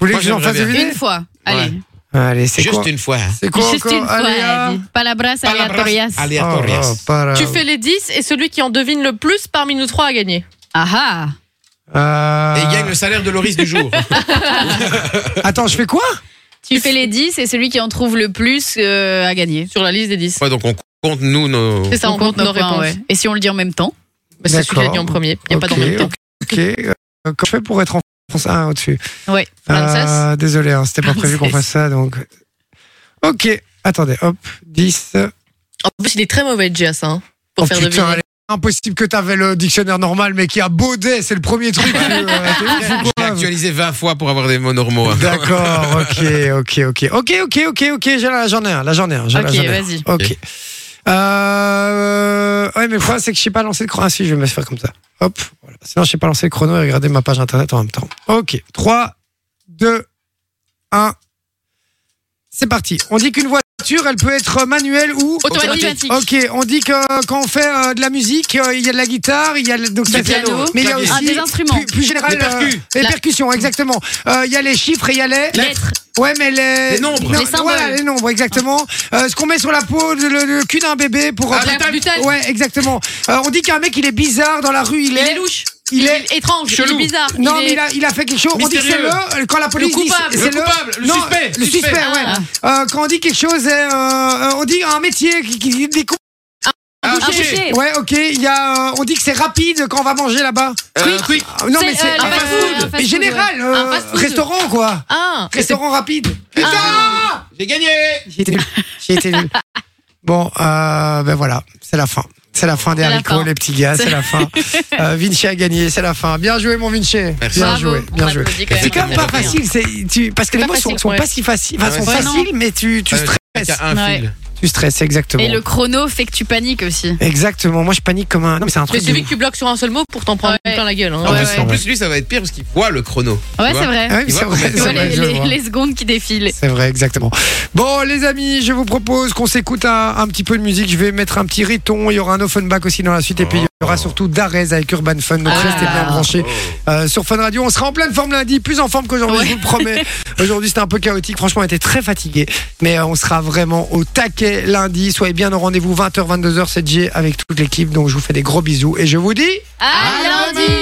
Speaker 1: voulez
Speaker 4: Moi,
Speaker 1: que j'en
Speaker 4: j'aimerais
Speaker 1: fasse
Speaker 4: bien.
Speaker 1: deviner
Speaker 5: Une fois. Allez.
Speaker 4: Ouais.
Speaker 1: Allez, c'est
Speaker 4: Juste
Speaker 1: quoi
Speaker 4: une fois. hein.
Speaker 1: C'est quoi
Speaker 5: Juste
Speaker 1: encore
Speaker 5: une
Speaker 1: Allez,
Speaker 5: fois.
Speaker 1: hein.
Speaker 5: Eddie. Palabras
Speaker 4: Palabras
Speaker 5: aleatorias.
Speaker 4: aleatorias.
Speaker 1: Oh, para-
Speaker 6: Tu fais les 10 et celui qui en devine le plus parmi nous trois a gagné.
Speaker 5: Ah ah.
Speaker 1: Euh,
Speaker 4: Et il gagne le salaire de Loris du jour.
Speaker 1: Attends, je fais quoi
Speaker 5: Tu fais les 10 et celui qui en trouve le plus euh, a gagné.
Speaker 6: Sur la liste des 10.
Speaker 4: Ouais, donc on compte nous nos.
Speaker 6: C'est ça, on, compte, nos réponses.
Speaker 5: Et si on le dit en même temps
Speaker 6: Bah, c'est celui qui a dit en
Speaker 1: D'accord.
Speaker 6: premier. Il n'y a pas
Speaker 1: Ok,
Speaker 6: d'en même temps.
Speaker 1: Ok. euh, Comment je fais pour être en France Ah, au-dessus.
Speaker 5: Ouais.
Speaker 6: Princess.
Speaker 1: Euh, désolé, hein, c'était pas prévu qu'on fasse ça, donc. Ok, attendez, hop, 10.
Speaker 6: En plus, il est très mauvais, Jess, hein, pour
Speaker 1: Oh,
Speaker 6: faire
Speaker 1: putain,
Speaker 6: deviner.
Speaker 1: elle est Impossible que t'avais le dictionnaire normal, mais qui a baudet, c'est le premier truc. que,
Speaker 6: Bah,
Speaker 1: euh, t'es ouf ou
Speaker 4: J'ai
Speaker 1: quoi
Speaker 4: actualisé 20 fois pour avoir des mots normaux. hein.
Speaker 1: D'accord, ok, ok, ok, ok, ok, ok, ok, j'ai là, j'en ai un, là j'en ai un, j'en ai un,
Speaker 5: Ok,
Speaker 1: j'en ai un.
Speaker 5: vas-y.
Speaker 1: Ok. Euh, ouais, mais le problème c'est que je sais pas lancer le chrono. Ah si, je vais me faire comme ça. Hop, voilà. sinon je sais pas lancer le chrono et regarder ma page internet en même temps. Ok, 3, 2, 1. C'est parti. On dit qu'une voiture, elle peut être manuelle ou
Speaker 6: Automatique.
Speaker 1: Ok, on dit que quand on fait euh, de la musique, euh, il y a de la guitare, il y a le- donc
Speaker 5: Du
Speaker 1: ça fait-
Speaker 5: piano,
Speaker 1: mais il y a
Speaker 5: clavier.
Speaker 1: aussi
Speaker 5: Ah, des instruments.
Speaker 1: Plus, plus général, euh,
Speaker 4: Les percus.
Speaker 1: les
Speaker 5: La-
Speaker 1: percussions, exactement. Euh, Il y a les chiffres et il y a les
Speaker 5: Lettres.
Speaker 1: Ouais, mais les,
Speaker 4: Les nombres.
Speaker 1: Non,
Speaker 5: Les symboles.
Speaker 1: Voilà, les nombres, exactement. Euh, ce qu'on met sur la peau, le, le- le cul d'un bébé pour.
Speaker 6: Ah, la gluten.
Speaker 1: Ouais, exactement. Euh, on dit qu'un mec, il est bizarre dans la rue, il
Speaker 6: Il est
Speaker 1: est.
Speaker 6: louche.
Speaker 1: Il est-
Speaker 6: étrange.
Speaker 4: Chelou.
Speaker 6: Il est bizarre.
Speaker 1: Non, mais
Speaker 6: est-
Speaker 1: il a, il a fait quelque chose. On dit que c'est
Speaker 4: Mystérieux.
Speaker 1: le. Quand la police
Speaker 6: Le
Speaker 1: dit,
Speaker 6: coupable,
Speaker 1: c'est
Speaker 4: le coupable, le
Speaker 1: non,
Speaker 4: suspect,
Speaker 1: Le
Speaker 4: suspect.
Speaker 1: suspect, ouais. Euh, quand on dit quelque chose, euh, euh, on dit un métier qui, qui découpe.
Speaker 4: Ah, ok.
Speaker 5: boucher.
Speaker 1: Ouais, ok. Il y a, euh, on dit que c'est rapide quand on va manger là-bas.
Speaker 4: Euh, quick.
Speaker 1: Ah, Non,
Speaker 5: C'est,
Speaker 1: mais c'est.
Speaker 5: euh,
Speaker 1: un
Speaker 5: le
Speaker 1: fast
Speaker 5: fast-food,
Speaker 1: food.
Speaker 5: un fast-food,
Speaker 1: Mais général,
Speaker 6: ouais.
Speaker 1: euh,
Speaker 6: Un fast-food.
Speaker 1: restaurant, quoi.
Speaker 6: Ah, et c'est-
Speaker 1: Restaurant rapide.
Speaker 4: Putain
Speaker 5: Ah.
Speaker 4: J'ai gagné
Speaker 1: J'ai été nul. J'ai été nul. Bon, euh, ben voilà, c'est la fin. C'est la fin des
Speaker 5: C'est la
Speaker 1: haricots,
Speaker 5: fin.
Speaker 1: les petits gars, c'est la fin. Euh, Vinci a gagné, c'est la fin. Bien joué, mon Vinci.
Speaker 4: Merci.
Speaker 1: Bien
Speaker 5: Bravo.
Speaker 1: joué,
Speaker 5: On
Speaker 1: bien joué.
Speaker 5: applaudit quand
Speaker 1: C'est
Speaker 5: même.
Speaker 1: quand même pas facile, c'est, tu, parce que les
Speaker 6: Pas
Speaker 1: mots sont,
Speaker 6: facile,
Speaker 1: sont
Speaker 6: ouais.
Speaker 1: pas si faciles, enfin,
Speaker 4: Ah ouais,
Speaker 1: sont
Speaker 4: c'est
Speaker 5: vrai.
Speaker 1: faciles, mais tu, tu
Speaker 4: Ah, ouais, Il y
Speaker 1: stresses.
Speaker 4: a un
Speaker 5: Ouais.
Speaker 4: fil.
Speaker 1: Tu stresses, exactement.
Speaker 5: Et le chrono fait que tu paniques aussi.
Speaker 1: Exactement. Moi, je panique comme un. Non, mais c'est un
Speaker 6: Mais
Speaker 1: truc. de
Speaker 6: celui
Speaker 1: ouf.
Speaker 6: que tu bloques sur un seul mot pour t'en prendre
Speaker 5: Ah Ouais.
Speaker 6: plein la gueule. hein.
Speaker 4: En
Speaker 5: Ouais,
Speaker 4: plus-
Speaker 5: ouais.
Speaker 4: En plus, lui, ça va être pire parce qu'il voit le chrono.
Speaker 5: Ouais,
Speaker 4: Tu
Speaker 5: c'est
Speaker 4: vois
Speaker 5: vrai.
Speaker 1: Ah oui,
Speaker 4: Tu
Speaker 1: c'est
Speaker 4: vois,
Speaker 1: vrai,
Speaker 5: Tu
Speaker 1: c'est
Speaker 5: vois
Speaker 1: vrai,
Speaker 5: les,
Speaker 1: je
Speaker 5: les-
Speaker 1: vois.
Speaker 5: les secondes qui défilent.
Speaker 1: C'est vrai, exactement. Bon, les amis, je vous propose qu'on s'écoute un, un petit peu de musique. Je vais mettre un petit riton. Il y aura un Offenbach aussi dans la suite. Et puis, il y aura surtout Darez avec Urban Fun. Donc,
Speaker 5: Ah.
Speaker 1: restez bien branchés euh, sur Fun Radio. On sera en pleine forme lundi, plus en forme qu'aujourd'hui, je vous le promets. Aujourd'hui, c'était un peu chaotique. Franchement, on était très fatigué. Mais euh, on sera vraiment au taquet lundi. Soyez bien au
Speaker 6: Ah,
Speaker 5: Ah,
Speaker 1: rendez-vous 20h, 22h, 7G avec toute l'équipe. Donc, je vous fais des gros bisous et je vous dis.
Speaker 5: À lundi